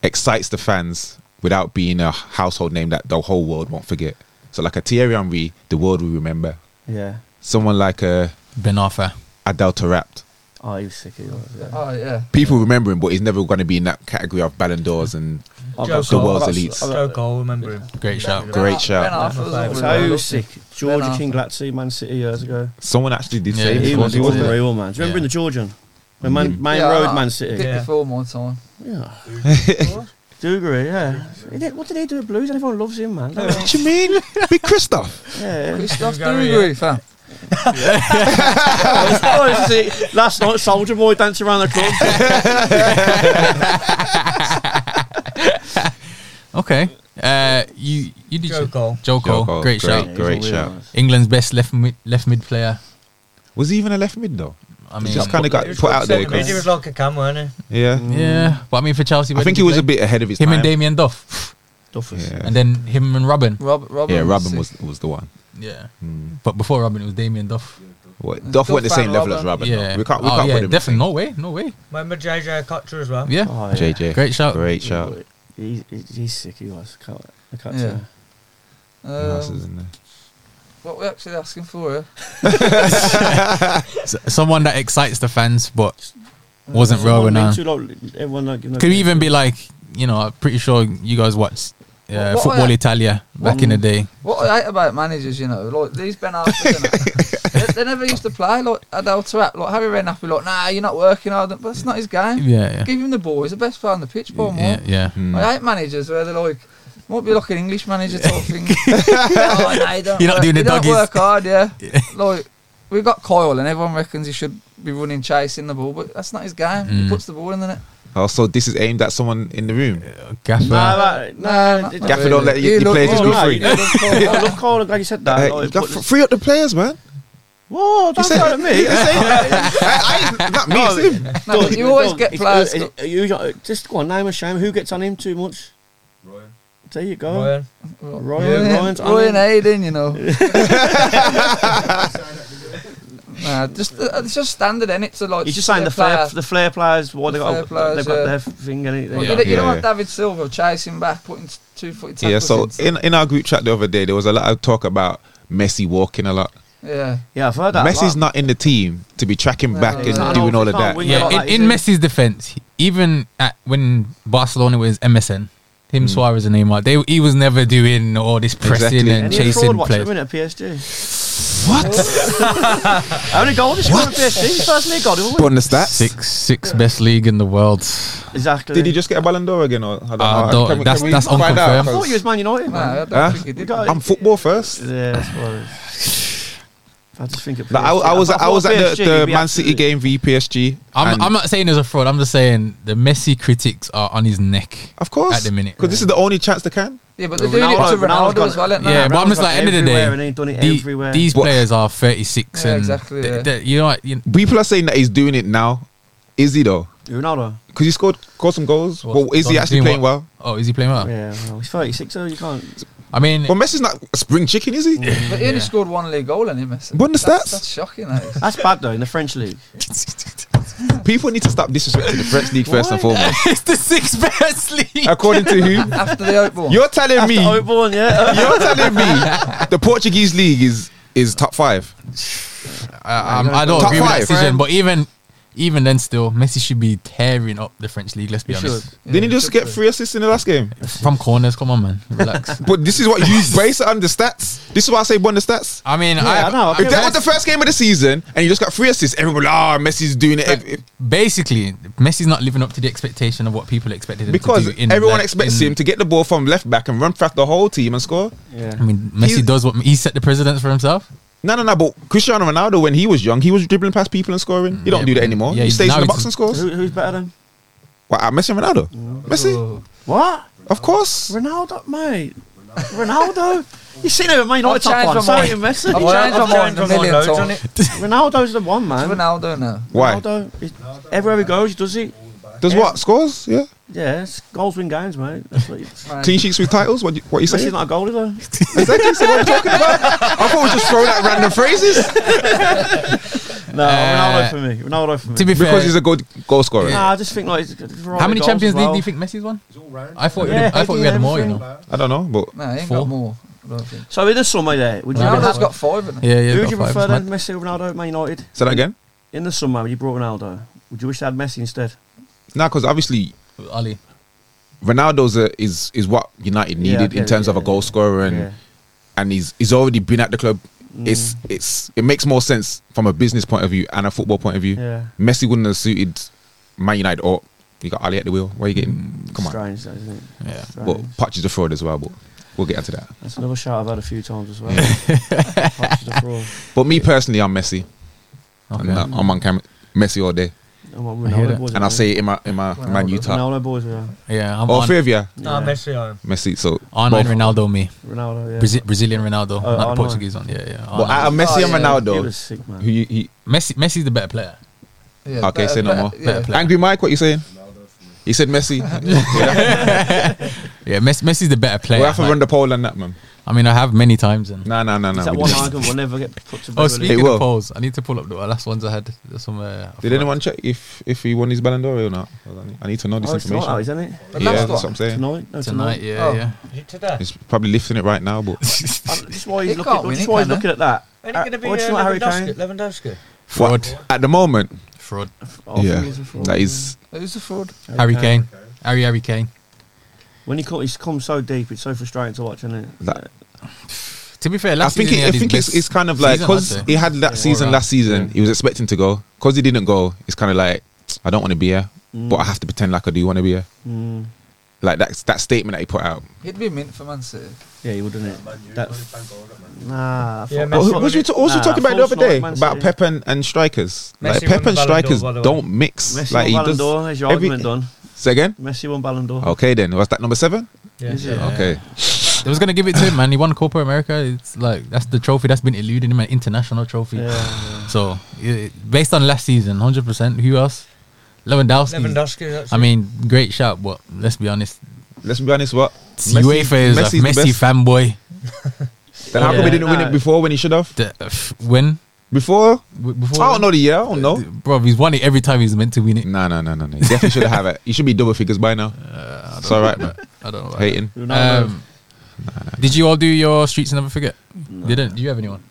B: excites the fans without being a household name that the whole world won't forget. So like a Thierry Henry, the world will remember.
E: Yeah.
B: Someone like a
C: Ben Arthur.
B: Adel Tarapt.
E: Oh, he was sick. He was, yeah.
F: Oh yeah.
B: People remember him, but he's never going to be in that category of Ballon d'Ors and
E: I've
G: Joe
E: got-
B: the
G: Cole.
B: world's
E: I've got-
B: elites.
E: I've got-
G: Joe Cole, remember him.
C: Great shout.
B: Great shout.
F: Ben Arthur was
G: Yeah.
F: all
E: So
F: good.
E: sick.
F: Ben
E: Georgia
F: Arthur.
E: King Latsy, Man City years ago.
B: Someone actually did
C: Yeah,
B: say
E: He
B: he
C: He
E: was
B: was.
C: was
E: a
C: wasn't it?
E: real man. Do you remember in the Georgian? When Man, man
F: Yeah,
E: Road,
F: I-
E: Man
F: Did
E: City.
G: Yeah.
F: before more
E: [LAUGHS]
F: time.
E: Yeah. Duggery, yeah. He did- What did he do at Blues? Everyone loves him, man.
B: [LAUGHS]
E: yeah,
B: What you mean? Big Christoph.
E: yeah.
F: Christoph
G: Gary,
F: Duguay, fam.
E: Oh, is it- Last night, Soldier Boy danced around the club.
C: Okay. Uh. You. You did.
G: Joe Cole.
C: Joe Cole.
B: Joe Cole,
C: Great,
B: great.
C: shout.
E: Yeah, he's a
B: shout.
E: weird man.
C: England's best left mid, left mid player.
B: Was he even a left mid though?
C: I
B: He
C: mean,
B: just kind of got
G: He was
B: put
G: good
B: out there.
G: centre mid, He was
B: 'cause-
G: like a cam, wasn't
B: Yeah.
C: yeah. But I mean, for Chelsea,
B: I
C: where
B: think
C: did
B: he was
C: play?
B: a bit ahead of his
C: Him
B: time.
C: and Damien Duff,
E: Duffers.
B: Yeah.
C: and then him and Robin.
F: Rob, Robin.
B: yeah, Robin
F: sick.
B: was was the one.
C: Yeah.
B: Hmm.
C: But before Robin, it was Damien Duff.
B: What, Duff went the
F: Duff
B: same
F: and
B: level as
F: Robin.
B: Robin.
C: yeah.
B: though. We can't. We
C: oh,
B: can't
C: yeah.
B: put him.
C: definitely. No way. No way.
G: he? Remember JJ Cotcher as well?
C: Yeah.
E: Oh, yeah.
B: JJ.
C: Great shout.
B: Great shout.
E: He, he, he's sick, he was. I can't, I can't
F: Yeah.
E: yeah.
B: Who
C: Uh,
B: else is
F: Um,
B: in there?
F: what we actually asking for? Here?
C: S- someone that excites the fans, but wasn't real renowned.
E: everyone like, you know,
C: Could even be like, you know, I'm pretty sure you guys watched uh,
F: What- what
C: Football
F: I-
C: Italia back in the day.
F: What I hate about managers, you know, like these Ben Arthurs,
C: [LAUGHS]
F: they, they never used to play like Adele Tarat, like Harry Redknapp, be like, nah, you're not working hard, but that's not his game.
C: Yeah, yeah.
F: Give him the ball, he's the best player on the pitch, ball
C: Yeah, yeah.
B: Hmm.
F: I hate managers where they're like, might be like an English manager type thing.
C: [LAUGHS]
F: oh, no, you don't
C: You're not
F: work-
C: doing the
F: you don't
C: doggies.
F: work
C: [LAUGHS]
F: hard, yeah. like, we've got Coyle and everyone reckons he should be running, chasing the ball, but that's not his game. He
C: Mm.
F: puts the ball in the net.
B: Also, Oh, this is aimed at someone in the room.
C: Gaffer.
E: Nah, that, nah,
F: not-
E: it-
F: not
B: Gaffer don't let
F: really.
B: your-
F: He
B: your players just
F: looked- oh,
E: be
F: no,
E: free.
F: he looked Coyle.
E: I love Cole, I'm glad you said that.
B: Hey,
E: Like,
B: you got
E: what-
B: fr- free up the players, man.
E: Whoa, don't
B: said-
E: start
B: [LAUGHS]
E: at me.
F: [LAUGHS]
B: I, I, not me, it's him.
F: No, but you always get players.
E: Is, uh, you, just go on, name a shame. Who gets on him too much? Ryan. There you
G: he?
E: go.
G: Ryan.
E: Ryan, Ryan's on
F: Ryan
E: him.
F: Aiden, you know. nah, just uh, it's just standard, innit? So like,
E: He's just
F: be
E: saying
F: a
E: the flair,
F: player.
E: the flair players. What
F: The
E: they got,
F: flair
E: they've
F: players,
E: got
F: yeah.
E: their thing in
F: Like,
E: it.
C: Yeah.
F: You, don't, you
B: Yeah,
F: don't want
B: yeah.
F: David Silva chasing back, putting two footed tackles.
B: Yeah, so
F: in.
B: in, in our group chat the other day, there was a lot of talk about Messi walking a lot.
F: Yeah.
E: Yeah, I've heard that. a
B: Messi's
E: lot.
B: not in the team to be tracking back
F: Yeah.
B: and
F: He's not
B: doing
E: allowed,
B: all
E: he
B: of
E: can't
B: that.
E: win.
C: Yeah,
E: Yeah, like
C: in, in Messi's defense, even at, when Barcelona was MSN, him Suarez and Neymar, they he was never doing all this pressing
B: Exactly.
C: and
E: And he had fraud
C: chasing
E: watch him
C: players.
E: in at PSG.
B: What?
E: How many goals did he score at PSG? First league goal, didn't
B: Put
E: we?
B: on the stats.
C: Six, six best league in the world.
E: Exactly.
B: Did he just get a Ballon d'Or again? Or, I don't know.
C: Uh, don't-
B: Can we-
C: that's-
B: can we
C: that's
B: find out?
C: unconfirmed.
E: I thought you was Man United,
F: No,
E: man.
F: I don't
B: Huh?
F: think he did.
E: Got it.
B: I'm football first.
E: Yeah, that's what it is. I just think of
B: Like, I, I
E: PSG.
B: was,
E: If
B: I was
E: thought
B: at the,
E: PSG,
B: the
E: it'd be
B: Man City
E: absolutely-
B: game v PSG.
C: I'm,
B: and-
C: I'm not saying there's a fraud. I'm just saying the Messi critics are on his neck.
B: of course,
C: at the minute.
B: because this is the only chance they can.
F: Yeah, but they're doing it
E: Ronaldo-
F: to
E: Ronaldo's
F: Ronaldo
E: gone-
F: as well, ain't they?
C: Yeah, but I'm
E: Ronaldo's
C: just like
E: gone
C: end of the day,
E: everywhere and he's done it
C: the-
E: everywhere.
C: these
B: But-
C: players are 36
F: Yeah,
C: and
F: exactly,
C: they-
F: yeah.
C: they- you know what? You,
B: People are saying that he's doing it now. Is he though?
E: Ronaldo.
B: Because he scored, scored some goals.
C: Well,
B: well, is he
C: he's
B: actually
C: doing
B: playing
C: what-
B: well?
C: oh, is he playing well?
E: Yeah, well, he's 36, so you
F: [LAUGHS]
E: can't.
C: I mean,
B: Well, Messi's not a spring chicken, is he?
F: But he only
C: Yeah.
F: scored one league goal in him. That's,
B: But the stats?
F: that's shocking. That is.
E: That's bad though in the French league.
B: People need to stop disrespecting the French league first and
E: Why?
B: foremost.
C: [LAUGHS] it's the sixth best league.
B: According to who?
F: After the
B: [LAUGHS]
F: outball.
B: You're telling me.
E: Oh, born, yeah.
B: You're telling me the Portuguese league is is top five.
C: I, I'm, I don't
B: Top
C: agree
B: five.
C: with that decision, but even even then, still, Messi should be tearing up the French league. Let's be honest.
F: Yeah,
B: Didn't he just
F: should
B: get
F: be.
B: three assists in the last game?
C: From corners, come on, man,
B: [LAUGHS]
C: relax.
B: But this is what you base it on the stats. This is why I say bond the stats.
C: I mean,
E: I know, I
C: I,
B: If that was the first game of the season and you just got three assists, everyone ah Messi's doing it. If- if-
C: basically Messi's not living up to the expectation of what people expected him
B: because
C: to do. In
B: everyone
C: like,
B: expects
C: in-
B: him to get the ball from left back and run past the whole team and score.
F: [LAUGHS]
C: I
E: Yeah.
C: mean,
B: He's-
C: Messi does what he set the precedence for himself.
B: No, no, no. But Cristiano Ronaldo, when he was young, he was dribbling past people and scoring. You don't
C: Yeah,
B: do that
C: but-
B: anymore.
C: yeah,
B: he
C: he-
B: stays
C: now
B: in the
C: he's-
B: box and scores.
E: Who, who's better than?
B: Wow, Messi and Ronaldo.
E: Mm.
B: Messi,
F: Oh.
E: What?
B: of course.
E: Ronaldo, mate. Ronaldo. You seen him at Man United
F: I've
E: top
F: changed
E: one.
F: my
E: Sorry,
F: mind.
E: Messi.
F: I've
G: Well,
F: changed
G: I've
F: my mind
G: changed
F: a
G: my mind
F: million
G: loads,
F: times.
E: Ronaldo's the one, man.
F: Ronaldo now.
B: Why?
E: Ronaldo, he- everywhere he goes, he does it.
B: Does what? Scores? Yeah.
E: Yeah, it's goals win games, mate.
F: [LAUGHS]
E: That's what he,
F: Right.
B: Clean sheets with titles. What? You, what you
E: Messi's
B: saying?
E: not a goalie though.
B: exactly. So what are you talking about? I thought we were just throwing out random
E: [LAUGHS]
B: phrases
E: No,
C: Uh,
E: Ronaldo for me. Ronaldo for me.
C: To be fair,
B: because he's a good goal scorer.
E: Nah, I just think like
C: how many Champions League do you think Messi's won? I thought
E: Yeah,
C: yeah, I thought we had more, you
E: everything.
C: know.
B: I don't know, but
F: No, he ain't
C: Four.
F: got more. I don't think.
E: So in the summer, there, would you
F: Ronaldo's
E: rather-
F: got five, hasn't he?
C: Yeah, yeah.
E: who would
C: got
E: you
C: five,
E: prefer
C: man.
E: then, Messi or Ronaldo at Man United?
B: say that again.
E: In the summer, when you brought Ronaldo, would you wish they had Messi instead?
B: No, because obviously
C: Ali.
B: Ronaldo's a, is is what United
E: Yeah, I
B: needed
E: get
B: in
E: it,
B: terms of
E: yeah,
B: a goal scorer, and
E: Yeah. Mm.
B: and he's he's already been at the club. It's it's it makes more sense from a business point of view and a football point of view.
E: Yeah.
B: Messi wouldn't have suited Man United or you got Ali at the wheel. Why are you getting?
E: Mm,
B: come on,
E: Strange, that, isn't it?
C: Yeah.
E: Strange.
B: but Poch is a fraud as well. But we'll get into that.
E: That's another shout I've had a few times as well. Poch is a fraud.
B: But me personally, I'm Messi.
C: Okay.
B: And uh, I'm on camera, Messi all day,
E: And what
C: I hear
E: Ronaldo
C: that.
E: boys
B: and
E: are.
B: I'll say it in my in my in my new top.
E: Ronaldo boys, yeah.
C: Yeah, I'm
B: All
C: on,
B: three of you,
E: Yeah.
G: Nah, Oh, Messi, I am.
B: Messi. So
C: on
B: both.
C: Ronaldo me.
E: Ronaldo, yeah.
C: Brazi- Brazilian Ronaldo,
E: Oh,
C: not
E: Arnold.
C: the Portuguese one. Yeah, yeah.
B: But out
C: Arnold.
B: of Messi
F: Oh,
B: and
F: yeah.
E: He
B: Ronaldo,
E: was sick,
B: who
E: man.
B: you, you,
C: Messi, Messi's the better player.
F: Yeah,
B: Okay, say
F: better-
B: no
F: better-
B: more.
F: Yeah.
C: Better player.
B: angry Mike? What you saying? He said
E: [LAUGHS]
B: Messi.
C: [LAUGHS] Yeah, Messi, Messi's the better player.
B: we have to
C: Like,
B: run the poll on that, man.
C: I mean, I have many times. And
B: No, no, no,
E: Is
B: no.
E: that
B: we
E: one
B: don't.
E: argument will never get put to bed,
C: oh,
E: will it?
B: It
C: speaking
B: will.
C: of polls, I need to pull up the last ones I had. Somewhere.
B: Did anyone check if if he won his Ballon d'Or or not? Hold on, I need to know this
E: Oh, it's
B: information.
E: tonight, isn't it?
F: The
B: yeah,
F: last
B: that's what
F: one.
B: I'm saying.
E: Tonight? No,
C: tonight? Yeah,
F: Oh.
C: yeah.
G: Is it today?
B: He's probably lifting it right now,
E: [LAUGHS]
B: but
E: Um, This is why
F: He
E: he's
F: can't
E: looking,
F: win
E: this is
F: it,
E: why he's
F: can
E: looking at that.
G: Ain't it going to be uh,
E: What's like Harry
G: Lewandowski?
E: Kane?
G: Lewandowski?
C: Fraud.
B: What? at the moment,
C: Fraud.
E: Oh, I
B: yeah,
E: think he's a fraud,
B: that is
F: Who's the fraud?
E: yeah.
C: Harry Kane. Harry Harry Kane.
E: When he co- he's come so deep, it's so frustrating to watch, isn't it?
B: That-
C: To be fair,
B: I
C: last
B: think it,
C: season he
B: I
C: had his
B: think it's,
C: best
B: it's kind of like
C: season, I'd
B: because
C: say.
B: he had that season
C: Alright.
B: last season, he was expecting to go. Because he didn't go, it's kind of like I don't want to be here, but I have to pretend like I do want to be here.
E: Mm.
B: Like that that statement that he put out.
F: He'd be mint for Man City.
E: Yeah, he wouldn't it. That, nah, I
G: Yeah,
E: thought-
G: Messi
B: Well,
G: won
B: was
G: it.
B: we t- also
E: Nah,
B: talking about the
E: false
B: other day
E: nine, Man
B: about
E: City.
B: Pep and, and strikers? like
G: Messi
B: Pep
G: won
B: and
G: the Ballon d'Or,
B: strikers
G: by the way.
B: don't mix. like
E: Messi won
B: he
E: Ballon
B: does.
E: d'Or. Has your
B: every- Oh,
E: argument done?
B: Say again.
E: Messi won Ballon d'Or.
B: Okay, then was that number seven?
G: Yeah.
E: Is it?
C: Yeah.
B: Okay,
C: They was gonna give it to him, man. He won Copa America. It's like that's the trophy that's been eluding him, an international trophy.
E: Yeah.
C: So, yeah, based on last season, hundred percent. Who else? Lewandowski.
G: Lewandowski. that's
C: Hmm. I
G: it.
C: mean, great shout, but let's be honest.
B: let's be honest. What Messi-
C: UEFA is a
B: Messi's the
C: Messi
B: best.
C: fanboy.
B: Then how come
E: Yeah,
B: he didn't win
E: no.
B: it before when he should have?
C: The- f- When?
B: Before?
C: W- Before
B: I don't know the year. I don't know.
C: Bro, he's won it every time he's meant to win it.
B: No, no, no, no, no. You definitely should have it. You should be double figures by now. it's all right, man.
C: I don't know. about
B: Hating.
C: that.
E: Ronaldo.
C: Um, did you all do your streets and never forget? Didn't? Do you have anyone?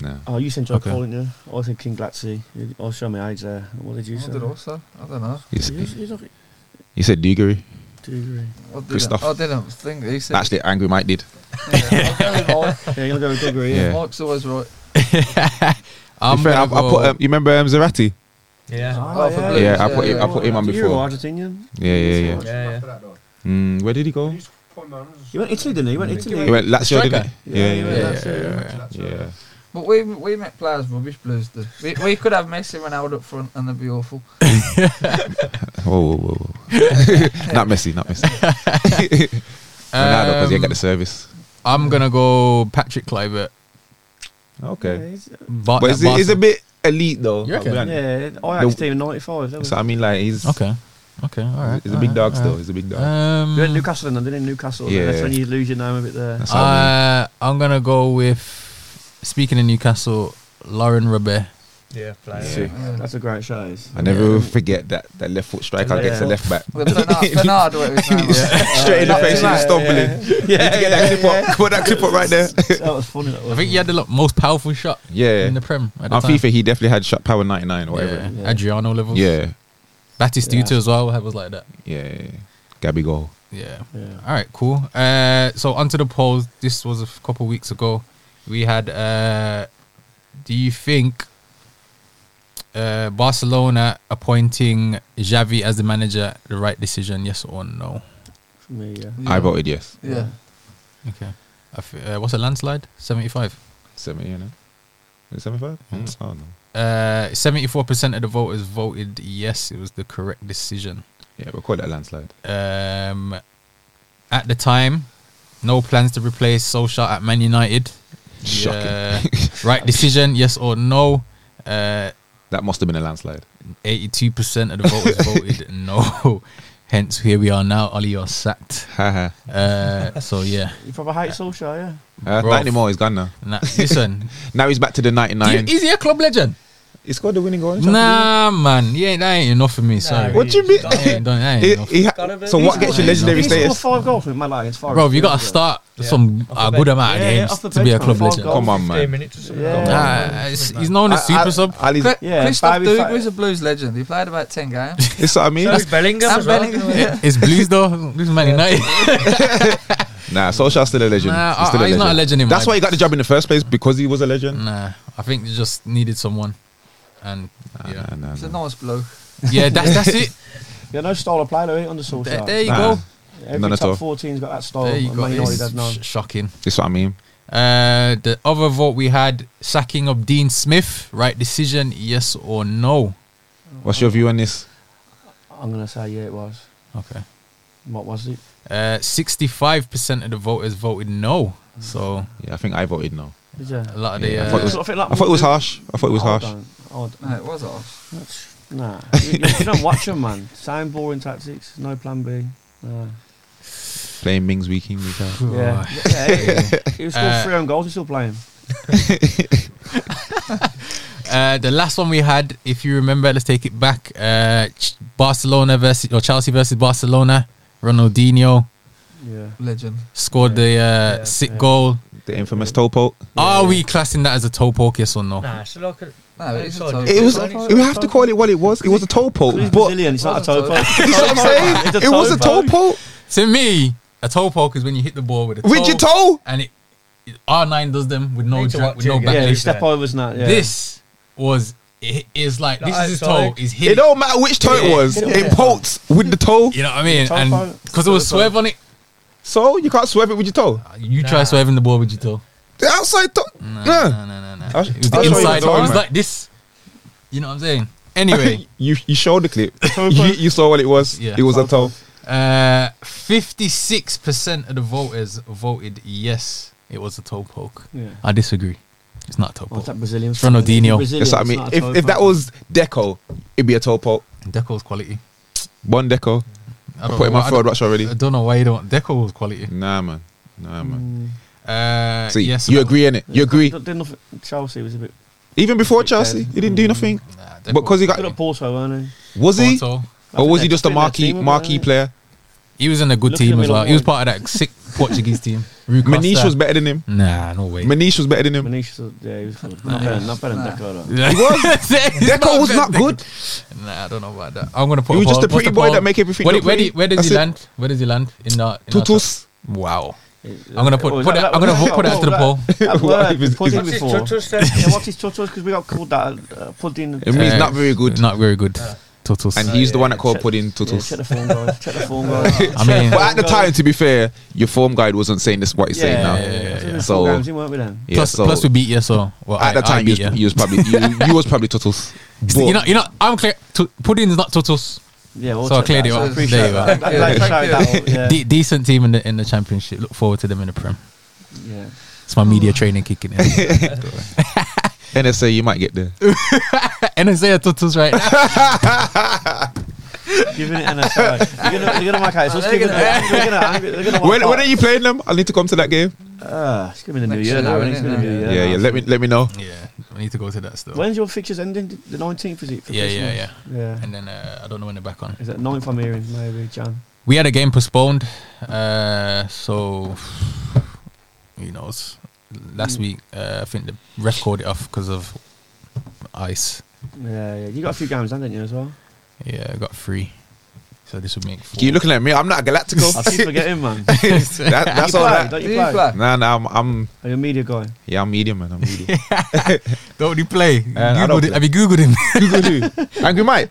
B: No.
E: Oh, you said Joe
B: Okay.
E: Cole, didn't you? I said King Glatzy. You- I was showing my age there. What did you
F: I
E: say?
F: did also. I don't know.
B: You,
E: You,
B: s-
E: you look,
B: you said Dugary.
E: do you agree?
F: I didn't,
B: Christoph.
F: I didn't think he [LAUGHS] said.
B: Actually, Angry Mike did.
F: Yeah, I'm going with
E: Yeah, you're going to go with Diggory, yeah.
F: Mike.
B: Yeah.
F: Mike's always right.
B: I'm
C: I'm
B: fair, I, I
C: gonna go-
B: put, um, you remember um, Zerati?
G: Yeah.
F: Oh, for Blues,
B: Yeah, I put him- I
F: yeah.
B: put him on
E: You're
B: before.
E: Argentinian.
B: Yeah, yeah, yeah.
G: Yeah, yeah.
B: Mm, where did he go?
E: You went Italy, didn't you? You went Italy.
B: He went Lazio,
C: Striker.
B: didn't he? Yeah,
E: you
B: yeah,
E: went
C: yeah,
E: Lazio, yeah.
B: yeah. yeah.
F: But we we make players rubbish blues. Do. We we could have Messi Ronaldo up front and they'd be awful.
B: Whoa, whoa, whoa, whoa.
C: [LAUGHS]
B: not Messi, not Messi. Ronaldo, because he ain't got the service.
C: Um, I'm gonna go Patrick Kluivert.
E: Yeah,
B: Okay.
E: he's-
C: But,
B: But it's, it's a bit elite, though.
C: You reckon?
B: I'll be honest.
E: yeah, Ajax
B: The-
E: team in 95. That was.
B: So, I mean, like, he's,
C: okay. Okay, all right.
B: he's a big
C: all
B: dog
C: right,
B: still.
C: all
B: He's a big
C: right.
B: dog.
E: You went
C: Um,
E: Newcastle, and then didn't you? Newcastle.
B: Yeah.
E: Yeah. That's when you lose your name a bit there.
B: That's how
C: uh, I'm gonna go with speaking of Newcastle, Lauren Robert.
G: Yeah,
B: we-
G: player.
B: See.
E: That's a great
B: [LAUGHS]
E: shot. it is.
B: I never forget that, that left foot striker
G: Yeah.
B: against the left back.
E: [LAUGHS]
F: With Bernard, Bernard whatever his name
B: [LAUGHS]
F: was.
B: Straight in the face, he was stumbling.
E: Yeah,
B: Get that clip up. Put that clip up right there.
E: [LAUGHS] that was funny. That was.
C: I think he had the lo- most powerful shot
B: [LAUGHS] Yeah.
C: in the Prem at the
B: On
C: time.
B: FIFA, he definitely had shot power 99 or
C: yeah.
B: whatever.
E: Yeah.
C: Adriano levels.
B: Yeah.
C: Batistuta
E: Yeah.
C: as well was like that.
B: Yeah. yeah. Gabby goal.
C: Yeah.
E: Yeah.
C: All right, cool. Uh, so onto the polls. This was a f- couple weeks ago. We had. Uh, do you think uh, Barcelona appointing Xavi as the manager the right decision? Yes or no?
E: For me, yeah.
B: I voted yes.
F: Yeah.
C: Okay. I f- uh, what's a landslide? Seventy-five.
B: 70, you know. Is it 75?
C: Hmm.
B: Mm. Oh, no.
C: Uh, Seventy-four percent of the voters voted yes. It was the correct decision.
B: Yeah, we'll call it a landslide.
C: Um, at the time, no plans to replace Solskjaer at Man United.
B: Shocking.
C: Yeah. right decision, yes or no? Uh,
B: That must have been a landslide.
C: 82% of the
B: [LAUGHS]
C: voters voted no. Hence, here we are now. Oli, you're sacked.
B: Haha.
C: Uh, so, yeah.
E: You probably hate Solskjaer, yeah?
B: Uh,
C: Bro.
B: not anymore. He's gone now. [LAUGHS]
C: Nah, listen,
B: Now he's back to the
C: do you-
B: 99.
C: is he a club legend?
B: he scored the winning goal. in Champions
C: Nah, man. He ain't, that ain't enough for me. Sorry.
B: What do you mean?
G: Got
C: That ain't
G: it.
C: done- that ain't
B: League. [LAUGHS]
C: enough.
B: He- he ha-
G: Gotta be-
B: so what gets you legendary
E: He scored
B: status?
E: five goals with Malaga. It's far
C: Bro, you got to
E: Yeah.
C: start
G: Yeah.
C: some
G: Off the
C: uh, good
G: bench.
C: amount of
E: Yeah, yeah,
C: games
E: off the
C: to be a
E: bench,
C: club
E: man.
C: legend.
E: Five
B: Come on, man.
G: uh, minutes or something.
E: Yeah.
C: Nah, it's- he's known as
B: I- I-
C: super sub.
B: Ali's, [LAUGHS]
F: Cri-
E: Yeah,
F: Christoph
E: Bobby
F: Duke
E: Fa-
F: was a blues legend. He played about 10
E: [LAUGHS]
F: games.
B: it's what I mean.
G: So is Bellingham
F: And
G: as well.
F: Bellingham,
G: Yeah.
F: yeah.
C: It's Blues though. This is Man United.
B: Nah, Solskjaer's still a legend.
C: Nah,
B: he's still
C: I- he's not a legend in
B: That's
C: my
B: why he got the job in the first place because he was a legend.
C: Nah, I think they just needed someone, and yeah,
B: Nah, nah,
F: He's a
B: nah.
F: nice bloke.
C: yeah, that's
B: [LAUGHS]
C: that's it.
E: Yeah, no style of eh, play, though, ain't under Solskjaer.
C: There, there you
B: Nah. Oh,
C: go.
E: Every
B: None at all.
E: top 14's got that style.
C: There you
E: and
C: go.
E: Man United
C: It's
E: has none.
C: sh- shocking.
B: That's what I mean.
C: Uh, the other vote we had sacking of Dean Smith. Right decision, yes or no?
B: What's your view on this?
E: I'm going to say, yeah, it was.
C: Okay.
E: What was it?
C: Uh, sixty-five percent of the voters voted no. So
B: Yeah, I think I voted no.
E: Did you?
C: a lot of the
B: Yeah, I
C: uh,
B: thought it
C: [LAUGHS]
B: was-
E: I thought
B: I thought it was harsh. I thought it was harsh.
E: Hold
F: No, it was off.
E: Nah, you, you-
B: [LAUGHS]
E: you don't watch them, man. Same boring tactics, no plan B. Nah.
B: Playing Mings week in, week out.
C: Oh,
E: Yeah, yeah. He, he was scored
C: Uh,
E: three own goals. He's still playing.
C: Uh, the last one we had, if you remember, let's take it back. Uh, Ch- Barcelona versus or Chelsea versus Barcelona. Ronaldinho
E: Yeah.
F: Legend.
C: scored the uh,
G: Yeah,
C: sick
E: yeah.
C: goal.
B: The infamous toe poke.
C: Are we classing that as a toe poke? Yes or no?
G: Nah, so look at.
F: No, it is a
G: It
F: total.
B: It was.
G: It
B: We have to call it what it was. It was a toe poke,
E: He's
B: but
E: Brazilian. It's not a
F: It's a
B: [LAUGHS]
E: toe poke.
B: you see what I'm
E: It's
B: saying?
E: a
B: It was a toe
E: toe
B: poke
C: To me, a toe poke is when you hit the ball with a toe,
B: with your toe.
C: and it, it- R9 does them with no
G: Need to
C: drag,
G: watch
C: with
G: it
C: no
G: again.
C: back.
E: Yeah,
G: Yeah.
E: his step over's not. Yeah.
C: This was it is like this
G: Like
C: is his
G: outside.
C: toe. He's
B: It
C: hit.
B: don't matter which toe it was. It poked with the toe.
C: You know what I mean?
E: Toe
C: And
E: poke.
C: because it was
E: Toe
C: swerve on it,
B: So you can't swerve it with your toe.
C: you
G: Nah.
C: try swerving the ball with your toe.
B: The outside toe.
C: No,
B: Yeah.
C: no, no, no, no.
B: I'll-
C: It was the
B: I'll show you
C: inside.
B: the
C: It was
B: timer.
C: like this. You know what I'm
B: [LAUGHS]
C: saying? Anyway,
B: you you showed the clip. you, you saw what it was.
C: Yeah.
B: It was a toe.
C: uh, 56% of the voters voted yes, it was a toe poke.
E: Yeah.
C: I disagree. It's not a toe
E: Oh,
C: poke.
E: it's that Brazilian.
C: It's Ronaldinho.
E: Brazilian,
B: That's what I
E: it's
B: mean.
E: not a
B: If,
E: toe
B: if that
E: poke.
B: was Deco, it'd be a toe poke.
C: Deco's quality.
B: One Deco.
C: I
B: I
C: don't
B: put in
C: know
B: my
C: why-
B: third watch already.
C: Oh, I don't know why you don't. Deco was quality.
B: Nah, man. Nah, man.
C: Uh,
B: See,
C: yes,
B: you
C: that-
B: agree in it. You agree.
E: Did nothing. Chelsea was a bit.
B: Even before Chelsea, he didn't do nothing.
C: Nah, Deco
B: Because he
E: Good at
B: got
E: Porto, weren't
B: was he
C: Porto.
B: or was he
E: they're
B: just a
E: putting their
B: marquee
E: team up,
B: marquee
E: aren't they?
B: player?
C: He was in a good
E: Look at
C: team
E: him
C: as
E: in a
C: well. He was
E: wide.
C: part of that sick Portuguese team. Rui
B: [LAUGHS]
C: Costa.
B: Manish was better than him.
C: nah, no [LAUGHS] way.
B: Manish was better than him.
E: Manish, was- yeah, he was good. Not better, not better than Dakota.
B: Deco was not good.
C: Nah, I don't know about that. I'm gonna put.
B: He was
C: a
B: just
C: poll.
B: a pretty
C: What's the
B: boy
C: poll?
B: that make everything
C: Where,
B: look
C: do- where, do-
B: pretty.
C: where does
B: That's
C: he
B: it.
C: land? Where does he land in that? In our top?
B: Tutus.
C: Wow. I'm gonna
E: Oh,
C: put. put that, I'm gonna put, put that to the poll.
E: That
B: What
E: word,
B: is-
E: pudding
G: What's his
E: before.
G: tutus then?
E: [LAUGHS] Yeah, what's his tutus? Because we got called that uh, pudding.
B: It means not very good.
C: Not very good. Tutus.
B: And he's the one that called
E: Check-
B: pudding
E: Yeah,
B: Tutus.
E: check the form, guys. Check the form, guys.
C: I
B: [LAUGHS]
C: mean,
B: But at the time, to be fair, your form guide wasn't saying this what he's saying now.
C: yeah, yeah, yeah.
B: So-
E: games, he weren't with them.
B: Yeah,
C: plus,
B: so
C: plus we beat you. So well,
B: at
C: I,
B: the time,
C: I
B: you
C: beat
B: was,
C: you.
B: you was probably you, you was probably
C: [LAUGHS]
B: Tutus. But
C: you know, you know, I'm clear. Tu- Pudding's not tutus.
E: Yeah, we'll
C: So I
E: check
C: cleared
E: that.
C: it
E: So
C: up.
E: appreciate
C: There you
E: that.
F: are.
E: Like,
F: Yeah.
E: sorry,
F: Thank
E: that all-
C: De- decent team in the in the championship. Look forward to them in the prem.
E: Yeah, yeah.
C: It's my
B: Mm.
C: media training
B: [LAUGHS]
C: kicking in. [LAUGHS]
B: NSA, you might get there.
C: NSA are tutus right now.
B: [LAUGHS]
E: Giving it an aside. You're gonna, you're gonna make out. So it's
F: They're
E: giving it.
F: gonna-
E: They're gonna. angry- They're gonna.
B: when,
E: walk
B: when are
E: out.
B: you playing them? I need to come to that game.
E: Ah, it's gonna be the new
F: Next
E: year
F: year,
E: now. isn't it? It's
F: isn't
E: gonna be the
F: it?
E: new year.
B: Yeah, yeah.
E: now.
B: Let me let me know.
C: yeah, I need to go to that still.
E: When's your fixtures ending? The 19th is it? For
C: Yeah, yeah,
E: Christmas? yeah.
C: And then uh, I don't know when they're back on.
E: Is it 9th I'm hearing? Maybe Jan.
C: We had a game postponed, uh, so who knows? Last week, uh, I think the ref called it off because of ice.
E: Yeah, yeah. You got a few games, haven't you, as well?
C: Yeah, I got three, so this would make four.
B: You looking at me? I'm not a
E: I
B: Galactico.
E: keep forgetting,
C: [LAUGHS]
B: [LAUGHS]
E: man.
B: that, that's
E: You
B: all.
E: play,
B: That.
E: Don't you
F: Do you
E: play?
F: play?
B: Nah, nah. I'm, I'm
E: Are you a media guy?
B: yeah. I'm medium, man. I'm medium.
C: don't you play?
B: Uh, I
C: Googled
B: don't
C: it.
B: play.
C: Have you googled him?
B: Google [LAUGHS] you. Angry Mike.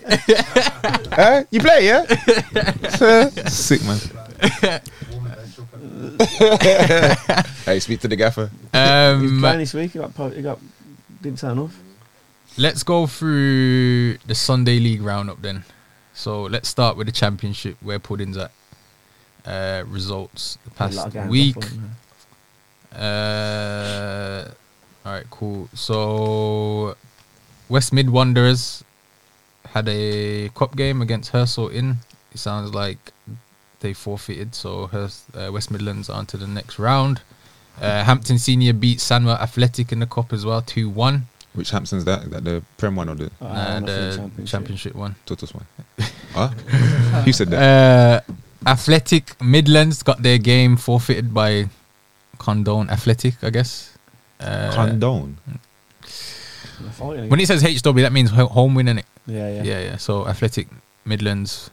B: Eh? You play, yeah? Sick man. hey, speak to the gaffer.
E: He's
C: um,
E: playing this week. He got. po- He got. Didn't turn off.
C: Let's go through the Sunday league roundup then. So let's start with the championship where Pudding's at. Uh, results the
E: Had a lot
C: past
E: of games off,
C: week.
E: wasn't there?
C: Uh, all right, cool. So West Mid Wanderers had a cup game against Hersal in. It sounds like they forfeited, so Hers- uh, West Midlands are on to the next round. Uh, Hampton Senior beat Sanwa Athletic in the cup as well, two one.
B: Which Hampson's that? Is that the Prem one or the
E: Oh,
C: Uh,
E: not for
C: the
E: the
C: championship. one.
B: Totos one? Huh? Who said that?
C: Uh, Athletic Midlands got their game forfeited by Condone Athletic, I guess. Uh,
B: Condone.
C: when it says HW, that means ho- home win, innit?
E: Yeah, yeah.
C: yeah, yeah. So Athletic Midlands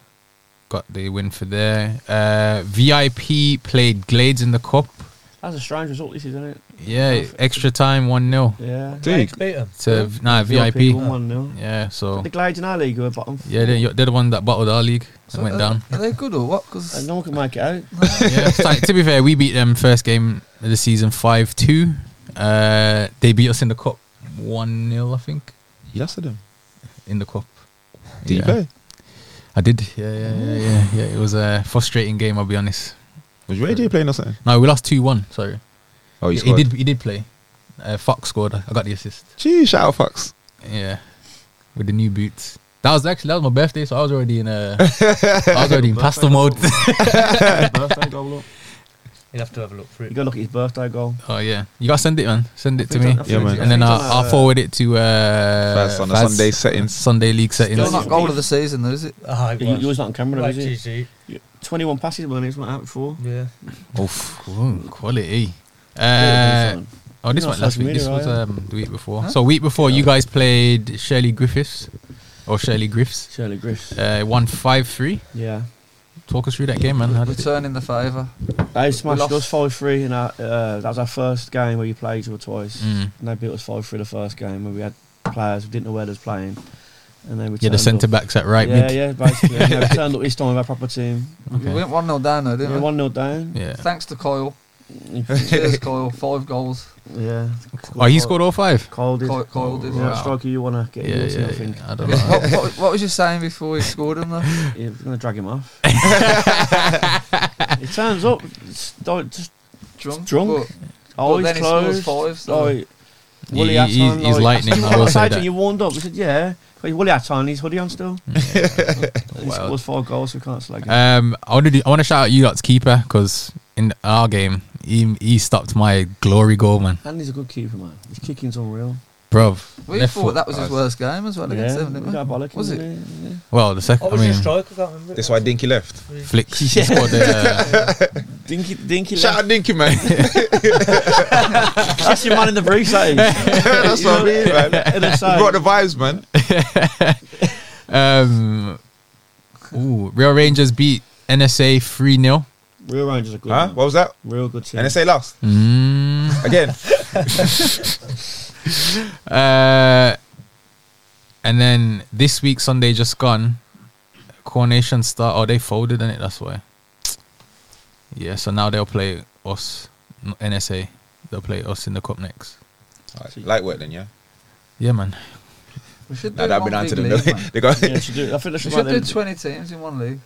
C: got the win for there. Uh, VIP played Glades in the cup.
E: That's a strange result. This is, isn't it?
C: Yeah, extra time, one 0
E: Yeah.
B: Dude,
G: Beat him.
C: to nah
E: VIP
C: VIP.
E: won one 0
C: Yeah, so
E: The Glades in our league were bottom.
C: yeah, they're, they're the one that bottled our league.
F: So
C: went
F: are-
C: down.
F: Are they good or what?
E: And
F: Because
E: no one could make
C: [LAUGHS]
E: it out.
C: yeah. So, to be fair, we beat them first game of the season five two. Uh, they beat us in the cup one 0 I think,
B: you lost to them.
C: in the cup.
B: Did you
C: Yeah.
B: play?
C: I did. Yeah, yeah, yeah, yeah, yeah. It was a frustrating game. I'll be honest.
B: Was Ray J playing or something?
C: No, we lost two one. Sorry.
B: Oh, you
C: he
B: scored.
C: did. He did play. Uh, Fox scored. I got the assist.
B: Gee, shout out Fox.
C: Yeah, with the new boots. That was actually that was my birthday, so I was already
B: [LAUGHS]
C: in a. I was already in pasta mode.
E: birthday goal up.
G: You'll have to have a look for
E: You
G: it.
E: gotta look at his birthday goal.
C: oh yeah, you gotta send it, man. Send it to me,
B: Yeah, man.
C: and then I'll, I'll forward it to uh,
B: First on the
C: Faz.
B: Sunday settings.
C: Sunday league settings.
F: it's not goal of the season, though, is it?
G: Ah, it
E: You,
G: was.
E: you was not on camera,
G: Right,
E: was it?
G: GG.
E: 21 passes, wasn't it? It's not out before.
G: Yeah.
C: Oof, ooh, quality.
E: Yeah,
C: Uh, oh, this
E: You're
C: went
E: not
C: last
E: social
C: week. This
E: media,
C: was
E: are you?
C: um, the week before. So week before, you guys played Shirley Griffiths or Shirley Griffiths.
E: Shirley Griffiths.
C: Uh, one five three.
E: Yeah.
C: Talk us through that game, man. How did it-
F: Returning the favour.
E: They smashed
F: lost.
E: us 5 3, and uh, that was our first game where you played each other twice.
C: Mm.
E: And they beat us 5 3 the first game where we had players we didn't know where they was playing. And then we
C: Yeah, the
E: turned
C: centre
E: up.
C: backs at right
E: Yeah,
C: mid.
E: yeah, basically. And
C: [LAUGHS]
E: then we turned up this time with our proper team.
F: We went 1 0 down, though,
E: We
F: didn't
E: were
F: we?
E: 1 0 down.
C: Yeah.
F: Thanks to Coyle. Cheers, Coyle. Five goals.
E: [LAUGHS] Yeah.
C: Oh, he scored all five.
E: Coyle did.
F: Coyle, Coyle did.
E: Yeah,
C: Wow.
E: striker, you want to get
C: Yeah,
E: into,
C: yeah,
E: I think.
C: yeah. I don't
E: [LAUGHS]
C: know.
F: [LAUGHS] what, what, what was you saying before he scored him, though?
E: Yeah, we're gonna drag him
C: [LAUGHS]
E: off. it turns up, it's, don't- just
F: Drunk.
E: Drunk. Oh,
F: But, but
E: always
F: then he scores
E: closed.
F: five. So.
B: Oh,
E: Like, woolly
C: He-
E: hat
C: he's-
E: on,
C: he's
E: like-
C: lightning, I will
E: said
C: say
E: to
C: that.
B: eh?
E: him, You warmed up. We said, yeah. But he's woolly hat on, he's hoodie on
B: [LAUGHS]
E: still. And he
C: Wow.
E: scores four goals, so we can't slag him.
B: Uh,
C: Um, I want to do, I want to shout out you lot's keeper because in our game he he stopped my glory goal, man,
E: and he's a good keeper, man. His kicking's unreal.
C: bro.
F: We thought that was his worst game as well against
E: Yeah,
F: them,
E: we
F: didn't
E: got
F: we?
E: bollocking,
F: Was it?
E: didn't we? Yeah.
C: Well, the second.
G: What
C: I
G: was the
C: mean,
G: strike? I can't remember.
B: That's why Dinky left.
C: flicks. He scored the,
H: Dinky, dinky.
B: Shout
H: left.
B: out Dinky, man.
H: That's your man in the briefs,
B: [LAUGHS]
H: that is.
B: That's what I mean, [LAUGHS] man.
E: [LAUGHS]
B: You brought the vibes, man.
C: Um, ooh, Real Rangers beat NSA 3 0.
E: Real Rangers are good.
B: Huh?
E: man.
B: What was that?
E: Real good team.
B: And they say last
C: Mm,
B: [LAUGHS] again.
C: uh, and then this week, Sunday just gone, Coronation Star. Oh, they folded in it, that's why. Yeah, so now they'll play us, n- NSA. They'll play us in the cup next.
B: Alright, Light work Oh, then, yeah.
C: Yeah, man.
F: We should do
B: Nah, that'd
F: one
B: been
F: big
B: onto them.
F: league, man.
B: [LAUGHS] they go.
E: [LAUGHS] yeah, they should do. I think they
F: We
E: should,
F: should do
E: make them-
F: 20 teams in one league.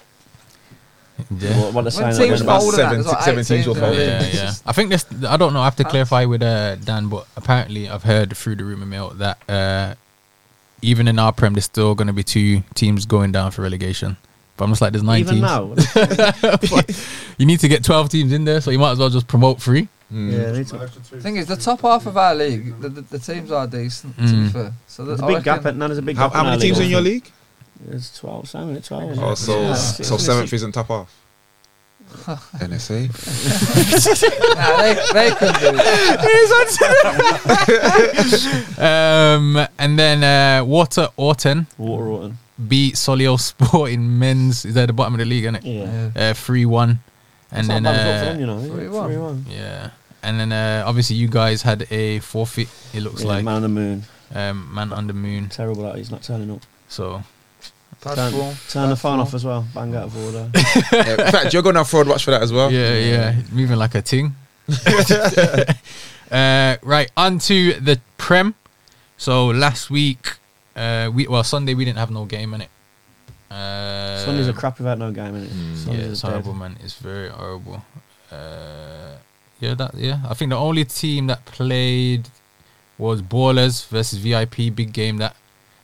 C: Yeah.
E: What, what they're
F: When
E: saying.
F: teams
E: like,
B: about
F: fold
B: seven-
F: and that, there's like
B: seven
F: eight
B: teams will
F: in
B: fold.
F: the league.
C: yeah, yeah. I think this. I don't know. I have to clarify with uh, Dan, but apparently I've heard through the rumor mill that uh, even in our prem, there's still going to be two teams going down for relegation. But I'm just like, there's nine
E: even
C: teams.
B: [LAUGHS]
E: now.
C: You need to get 12 teams in there, so you might as well just promote three.
B: hmm.
E: yeah, they need to-
F: Thing is, the top half of our league, the, the, the teams are decent. To
B: Hmm.
F: be
C: Mm.
F: fair, so
E: There's
F: that,
E: a
F: I
E: big gap.
F: reckon-
E: At, no, there's a big
B: How,
E: gap.
B: how many teams are in your league?
E: It's 12, Sam, isn't it? 12. isn't
B: Oh,
E: it?
B: so
E: Yeah.
B: so seventh is on top half. NSA.
F: Nah, they, they can do
E: [LAUGHS]
F: it.
C: Um, and then uh, Water Orton
E: Water Orton.
C: beat Solio Sport [LAUGHS] in men's. Is that the bottom of the league, isn't it?
E: Yeah.
F: Yeah.
C: Uh, 3 1. And
E: It's
C: then.
E: not bad result for
C: uh,
E: them, you know.
F: three one.
E: Three one.
C: yeah. And then uh, obviously you guys had a forfeit, it looks
E: Yeah,
C: like.
E: man on the moon.
C: um, man on the moon.
E: Terrible that he's not turning up.
C: So
F: Bad
E: Turn,
F: form,
E: turn the
F: bad
E: phone
F: form.
E: off as well. Bang out of
C: Mm.
E: order.
B: Yeah, in fact, you're going to have fraud watch for that as well.
C: yeah, yeah, moving like a
E: [LAUGHS]
C: ting. [LAUGHS] uh, right on to the prem. So last week, uh, we well Sunday we didn't have no game in it. Uh, mm,
E: Sunday's a crap without no game in it.
C: Yeah,
E: Sunday's
C: it's
E: a dead.
C: horrible, man. It's very horrible. Uh, yeah, that yeah. I think the only team that played was Ballers versus VIP. Big game that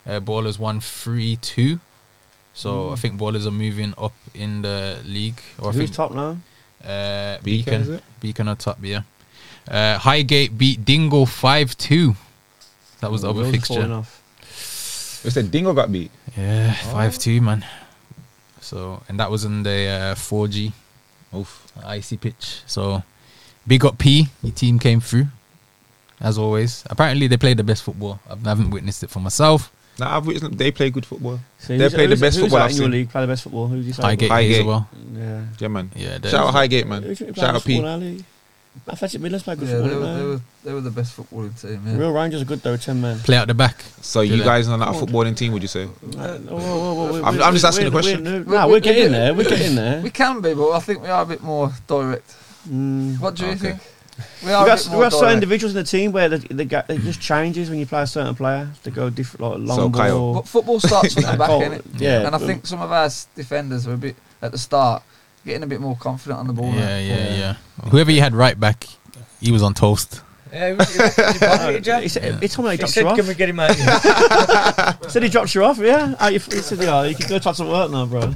C: uh, Ballers won three two. So I think Ballers are moving up in the league. Or I
E: Mm. Who's
C: think
E: top now?
C: Uh,
B: Beacon,
C: Beacon,
B: is it?
C: Beacon on top, yeah. Uh, Highgate beat Dingle five two. That was the other
E: Wheels are Oh,
C: fixture.
E: falling off.
B: It's the Dingo got beat.
C: Yeah, five two, man. So and that was in the uh, four G
B: Oof.
C: icy pitch. So big up P. Your team came through, as always. Apparently they played the best football. I haven't witnessed it for myself.
B: Now I've written, they play good football.
E: So
B: They
E: who's-
B: played the
E: who's-
B: best
E: who's
B: football
E: out
B: I've
E: in your
B: seen.
E: league. Play the best football. Who's decided?
C: Highgate, Highgate.
B: Highgate.
C: as well.
E: Yeah.
B: Yeah, man.
C: Yeah,
B: Shout out Highgate,
E: Who
B: man.
E: should be playing
B: Shout out
E: this one,
B: Pete.
E: Ali? Athletic Midlands play
F: Yeah,
E: good
F: they were,
E: football.
F: they,
E: don't
F: were, they were the best footballing team.
E: they?
F: Yeah.
E: Real Rangers are good though. Ten men.
C: Play out the back.
B: So you
C: Brilliant.
B: guys are not a footballing team, would you say?
E: Like, Uh, whoa, whoa, whoa, we're-
B: I'm-
E: we're-
B: I'm just asking
E: we're-
B: a question.
E: We're,
F: We-
E: nah,
F: we-
E: we're
F: we
E: getting
F: do-
E: there. We're getting there.
F: We can be, but I think we are a bit more direct.
E: Mm.
F: What do you
B: Okay.
F: think? We
E: We
F: are a
E: have,
F: bit
E: we
F: more
E: have certain
F: direct.
E: individuals in the team where the, the gap, it just changes when you play a certain player. They go different, like long
B: So, Kyle.
E: ball.
F: But football starts
E: [LAUGHS]
F: from the back,
E: Goal.
F: innit?
E: Yeah,
F: And I
E: but-
F: think some of our s- defenders were a bit at the start getting a bit more confident on the ball.
C: Yeah,
F: now.
C: yeah, yeah. Whoever you had right back, he was on toast.
G: Yeah, it was- it was- it
E: Oh,
G: bothered you.
E: it's, it's how many
G: He
E: drops you
G: said,
E: off.
G: "Can we get him out?" here?"
E: Said he drops you off, yeah. Oh, you, he said, yeah, you can go try some work now, bro.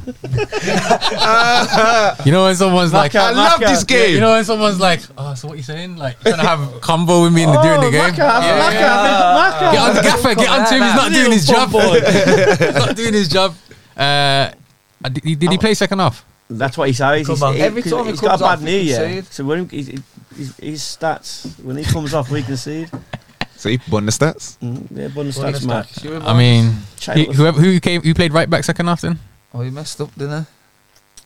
C: You know when someone's like,
E: Macca,
B: I love
E: Macca.
B: this game.
C: you know when someone's like, oh, so what you saying? Like trying to have a combo with me in the,
F: Oh,
C: during the game.
E: Macca, Macca, Macca.
C: Get on the gaffer. Get on to him. He's not doing his job. [LAUGHS] He's not doing his job. Uh, did, he- did he play second half?
E: That's what he says. He's,
G: Come on.
E: he-
F: Every time he
E: he's got
F: comes
E: a bad
F: off,
E: knee,
F: he
E: yeah.
F: concede.
E: So when he, he, his, his stats, when he comes off, we concede.
C: Mm-hmm.
B: So you won the stats.
E: Mm, yeah, bonus
G: Bonus
E: stats, Mac.
F: She reminds-
C: I mean,
E: Chat
C: he,
E: with-
C: whoever who came who played right back second half then?
F: oh, he messed up, didn't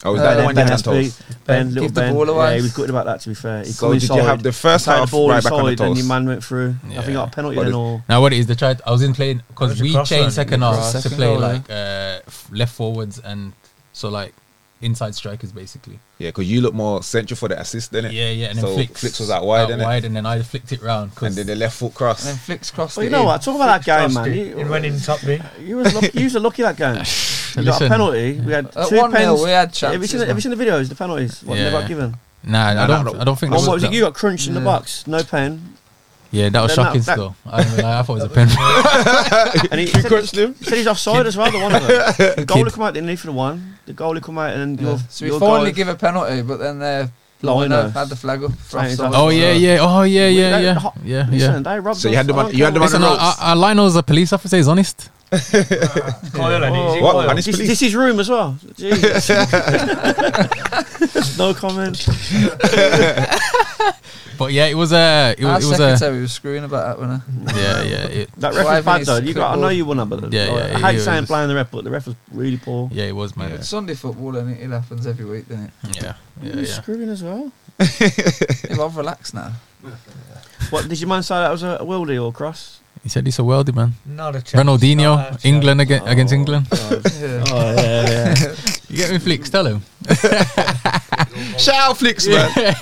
B: Oh, is
F: Uh,
B: that the
E: Ben,
B: one you
E: ben,
B: had
E: Espy,
B: told?
E: ben, little
F: Give the
E: Ben.
F: ball away.
E: Yeah, he was gutted about that. To be fair, he
B: So
E: come
B: did you
E: inside,
B: have the first
E: tied
B: half
E: the ball
B: right back on the
E: inside, and your
B: toes?
E: man went through. I think he
C: Yeah.
E: got a penalty
B: Or
E: and
B: the-
E: all.
C: Now what it is they tried? I was in playing
G: That was
C: because
G: a
C: we
G: cross line,
C: changed second
G: yeah.
C: half to
F: Second
C: play
F: goal, yeah.
C: like uh, f- left forwards and so like inside strikers basically.
B: Yeah, because you look more central for the assist, didn't it?
C: Yeah, yeah, and then
B: So
C: flicks,
B: Flicks was out wide,
C: out
B: innit?
C: wide, and then I flicked it round
B: And
C: because
B: then the left foot
F: And then
B: cross.
F: flicks crossed
E: Well, you
F: it
E: know
F: in.
E: what? Talk about that game,
G: Crossed
E: man.
G: it. It went
E: You,
G: in top bin.
E: you was lucky, you was a lucky
B: [LAUGHS]
E: that game. You got a
C: Listen.
E: penalty. We had
F: At
E: two
F: 1 0,
E: pens.
F: we had
E: Have you,
F: chances.
E: seen the, have
F: man.
E: you seen the videos? The penalties. What they
C: Yeah.
E: got given?
C: nah,
B: No,
C: I
B: no,
C: don't,
B: no.
C: I don't think.
E: One
C: that
E: Oh, was
C: was
E: it? You
C: that,
E: got crunched in the
F: Yeah.
E: box.
B: [LAUGHS]
E: No pen.
C: yeah, that was
E: Then that-
C: shocking
E: that-
C: still. I, don't know, I thought it was a pen.
E: And he said, he
B: him.
E: said he's offside as well. The one
B: [LAUGHS]
E: of them. The goalie come out the end for the one. The goalie come out and then
F: Yeah.
E: your,
F: So we
E: your
F: finally
E: guy-
F: give a penalty, but then their
E: Liner.
F: liner had the flag up. for
E: Right, he's
F: offside.
C: oh yeah, yeah, oh yeah,
E: We-
C: yeah,
E: that-
C: yeah,
E: ho-
C: yeah, yeah.
E: Listen, they robbed
B: So you
E: us.
B: had the
E: I
B: man-
E: don't
B: you had the
E: care
B: man-
E: what-
C: Listen, our,
B: ropes.
C: our, our Lionel's a police officer. He's honest.
G: Kyle and it, is it
B: What?
G: Kyle?
B: And it's
E: This,
B: police.
E: this is room as well. Jesus.
B: [LAUGHS]
E: [LAUGHS] no comment.
C: But yeah, it was a. It,
F: Our
C: was- uh, it was a.
F: secretary was screwing about that, wasn't he?
C: Yeah, yeah, it,
E: That
F: Why
E: ref was bad
F: haven't
E: though.
F: he
E: You got, I know
F: clipboard?
E: you won that, but
C: Yeah, yeah,
E: I
C: he
E: hate saying
C: was-
E: playing the ref, but the ref was really poor.
C: yeah. It was man.
F: Sunday football, and it? it happens every week,
E: [LAUGHS]
F: doesn't it?
C: Yeah, yeah,
E: You
C: yeah.
E: screwing as well.
F: Yeah, well, I've relaxed now.
E: What did your man say that was a worldie or cross?
C: He said he's a worldie man.
G: Not a chance.
C: Ronaldinho,
G: Not a chance.
C: England against, against
E: [LAUGHS] Oh.
C: England.
F: Yeah.
E: Oh yeah, yeah.
C: You get me, Flicks? Tell him.
B: [LAUGHS] Shout out flicks,
C: [LAUGHS]
B: man.
G: Yeah,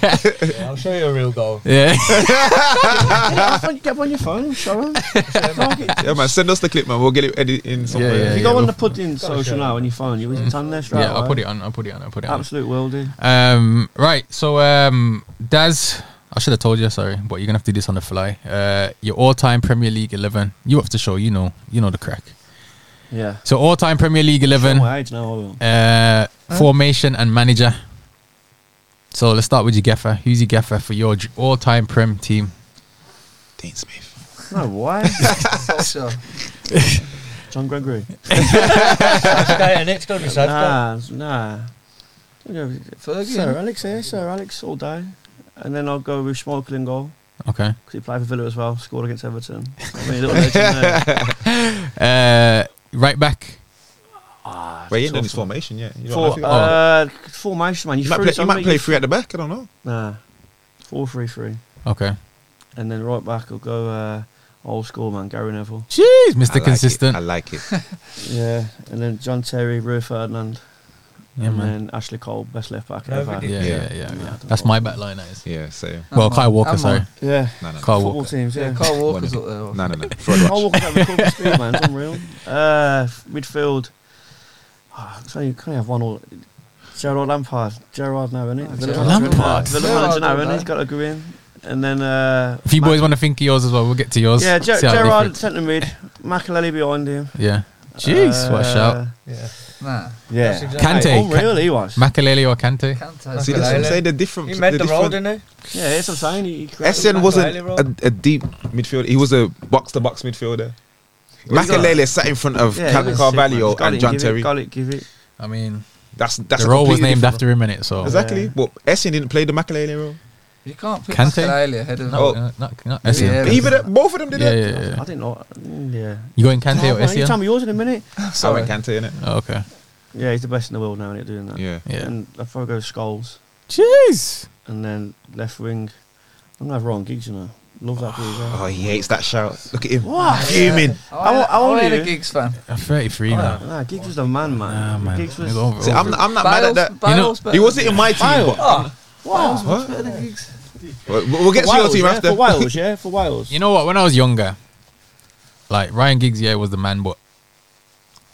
G: I'll show you a real goal.
C: Yeah.
E: I thought you get on your phone. Show
C: [LAUGHS]
E: 'em.
B: Yeah, man. Send us the clip, man. We'll get it edited in somewhere.
C: yeah,
E: If
C: yeah.
E: you go on
C: we'll-
E: the pudding social now on your phone, you it's on there straight
C: yeah, I'll
E: away.
C: put it on. I'll put it on. I'll put it on.
E: Absolute worldie.
C: Um, right. So, um, Daz, I should have told you. Sorry, but you're gonna have to do this on the fly. Uh, your all-time Premier League eleven. You have to show. You know. You know the crack.
E: Yeah.
C: So all-time Premier League eleven.
E: My age now. hold on.
C: Uh, formation and manager. So let's start with your gaffer. Who's your gaffer for your j- all-time Prem team?
B: Dean Smith.
E: No way.
F: Solskjaer.
E: [LAUGHS] John Gregory.
G: Sadgate, and it's going to be Sadgate.
E: Nah, nah. Sir
F: Fergie.
E: Alex here, Sir Alex all day. And then I'll go with Schmeichel in goal
C: Okay.
B: [LAUGHS]
E: because he played for Villa as well. Scored against Everton.
C: [LAUGHS]
E: I mean, a little legend there.
C: Uh, right back.
E: Ah,
B: Well, he ain't done
E: tough.
B: his formation yet. You don't know if
E: Four,
B: he-
E: uh, formation, man. You,
B: You might
E: threw
B: play, you
E: some,
B: might
E: you-
B: play three at the back. I don't know.
E: Nah, four three three,
C: Okay.
E: and then right back I'll go uh, old school man, Gary Neville.
C: Jeez,
B: I
C: Mr.
B: like it.
C: Consistent.
B: I like it.
E: Yeah, and then John Terry, Rui Ferdinand,
C: Yeah,
E: and
C: man.
E: then Ashley Cole, best left back
G: No,
E: ever.
G: we
C: Yeah,
B: Yeah.
C: yeah, yeah,
E: Nah, I
C: yeah.
E: don't
C: That's
E: know.
C: my back line. That is.
B: Yeah, so
C: Well,
F: And
C: Kyle
F: Mon-
C: Walker.
F: and
C: Sorry,
F: Mon-
E: Yeah,
B: no, no,
C: Kyle
E: football
C: Walker.
E: teams.
F: Yeah,
E: Yeah,
F: Kyle Walker's
B: One.
F: up there.
B: no, no,
C: [LAUGHS]
B: no.
E: Cole
B: Fraud
E: Walker's at recording speed, man. It's unreal. Uh, midfield. Oh, so you can't have one all. Gerard Lampard. Gerard now, isn't it?
F: Oh,
E: Villa
F: Gerrard.
E: manager,
C: Lampard.
E: Villa
F: Gerrard
E: manager now,
F: done
E: innit?
F: that.
E: He's got to go in. And then. Uh,
C: if you
E: Ma-
C: boys want to think of yours as well, we'll get to yours.
E: Yeah, Ger-
C: See how
E: Gerard
C: different-
E: centre mid. Makaleli behind him.
C: Yeah. Jeez, what a shout.
E: Uh,
G: Yeah.
F: Nah,
E: Yeah. oh,
G: That's exactly-
C: Kante.
E: Hey, unreal he was.
C: Makaleli or Kante?
F: Kante.
B: See, that's what I'm saying. The different.
G: He made the role,
B: different-
G: didn't
E: yeah, that's what I'm saying. He, he
B: Essien wasn't
G: Makelele role.
B: a, a deep midfielder. He was a box-to-box midfielder.
E: Well, he's got-
B: Makalele sat in front of
E: Yeah,
B: yeah,
E: he was sick, man.
B: Carvalho
E: Just got it
B: and John
E: give It,
B: Terry.
E: got it, give it.
C: I mean,
B: That's that's
C: the
B: a
C: role was
B: completely
C: named
B: different
C: after him in it, so.
B: role. Exactly,
E: Yeah.
B: but Essien didn't play the Makalele role.
F: You can't put
C: Kante?
F: Makaleli ahead of
B: Oh.
C: No, not, not
F: Yeah,
C: Essien.
F: yeah,
B: Even the- both of them did
C: Yeah,
B: it.
C: yeah, yeah.
E: I didn't know. mm, Yeah.
C: You going Kante
E: Oh,
C: or
E: man, you tell
C: Essien?
E: me yours in a minute.
B: So I went Kante in it.
C: Oh, okay.
E: Yeah, he's the best in the world now, isn't it, doing that.
B: Yeah.
C: Yeah.
E: And I'd probably go Skulls.
C: Jeez.
E: and then left wing. I'm gonna have Ron Giggs, you know. Love that dude.
B: Oh,
C: [SIGHS]
E: yeah.
B: he hates that shout. Look at him.
E: What?
B: Fuming.
F: I,
E: wa-
F: I,
E: I wanna
F: I a
E: do-
F: Giggs fan.
C: I'm 33 now.
E: Nah, Giggs was the man,
C: Nah,
E: man.
C: man.
E: Giggs
C: Let me go
E: was.
C: over-
B: See, I'm,
C: over.
B: not- I'm not
F: Bales,
B: mad at that.
C: You know,
F: Bales better
B: He wasn't in my team.
E: Bale.
B: But,
E: Wow.
F: Bales was better than Giggs.
B: We'll- we'll get to your team
E: yeah?
B: after.
E: For Wales, yeah, for
C: [LAUGHS]
E: Wales.
C: You know what? When I was younger, like Ryan Giggs, yeah, was the man, but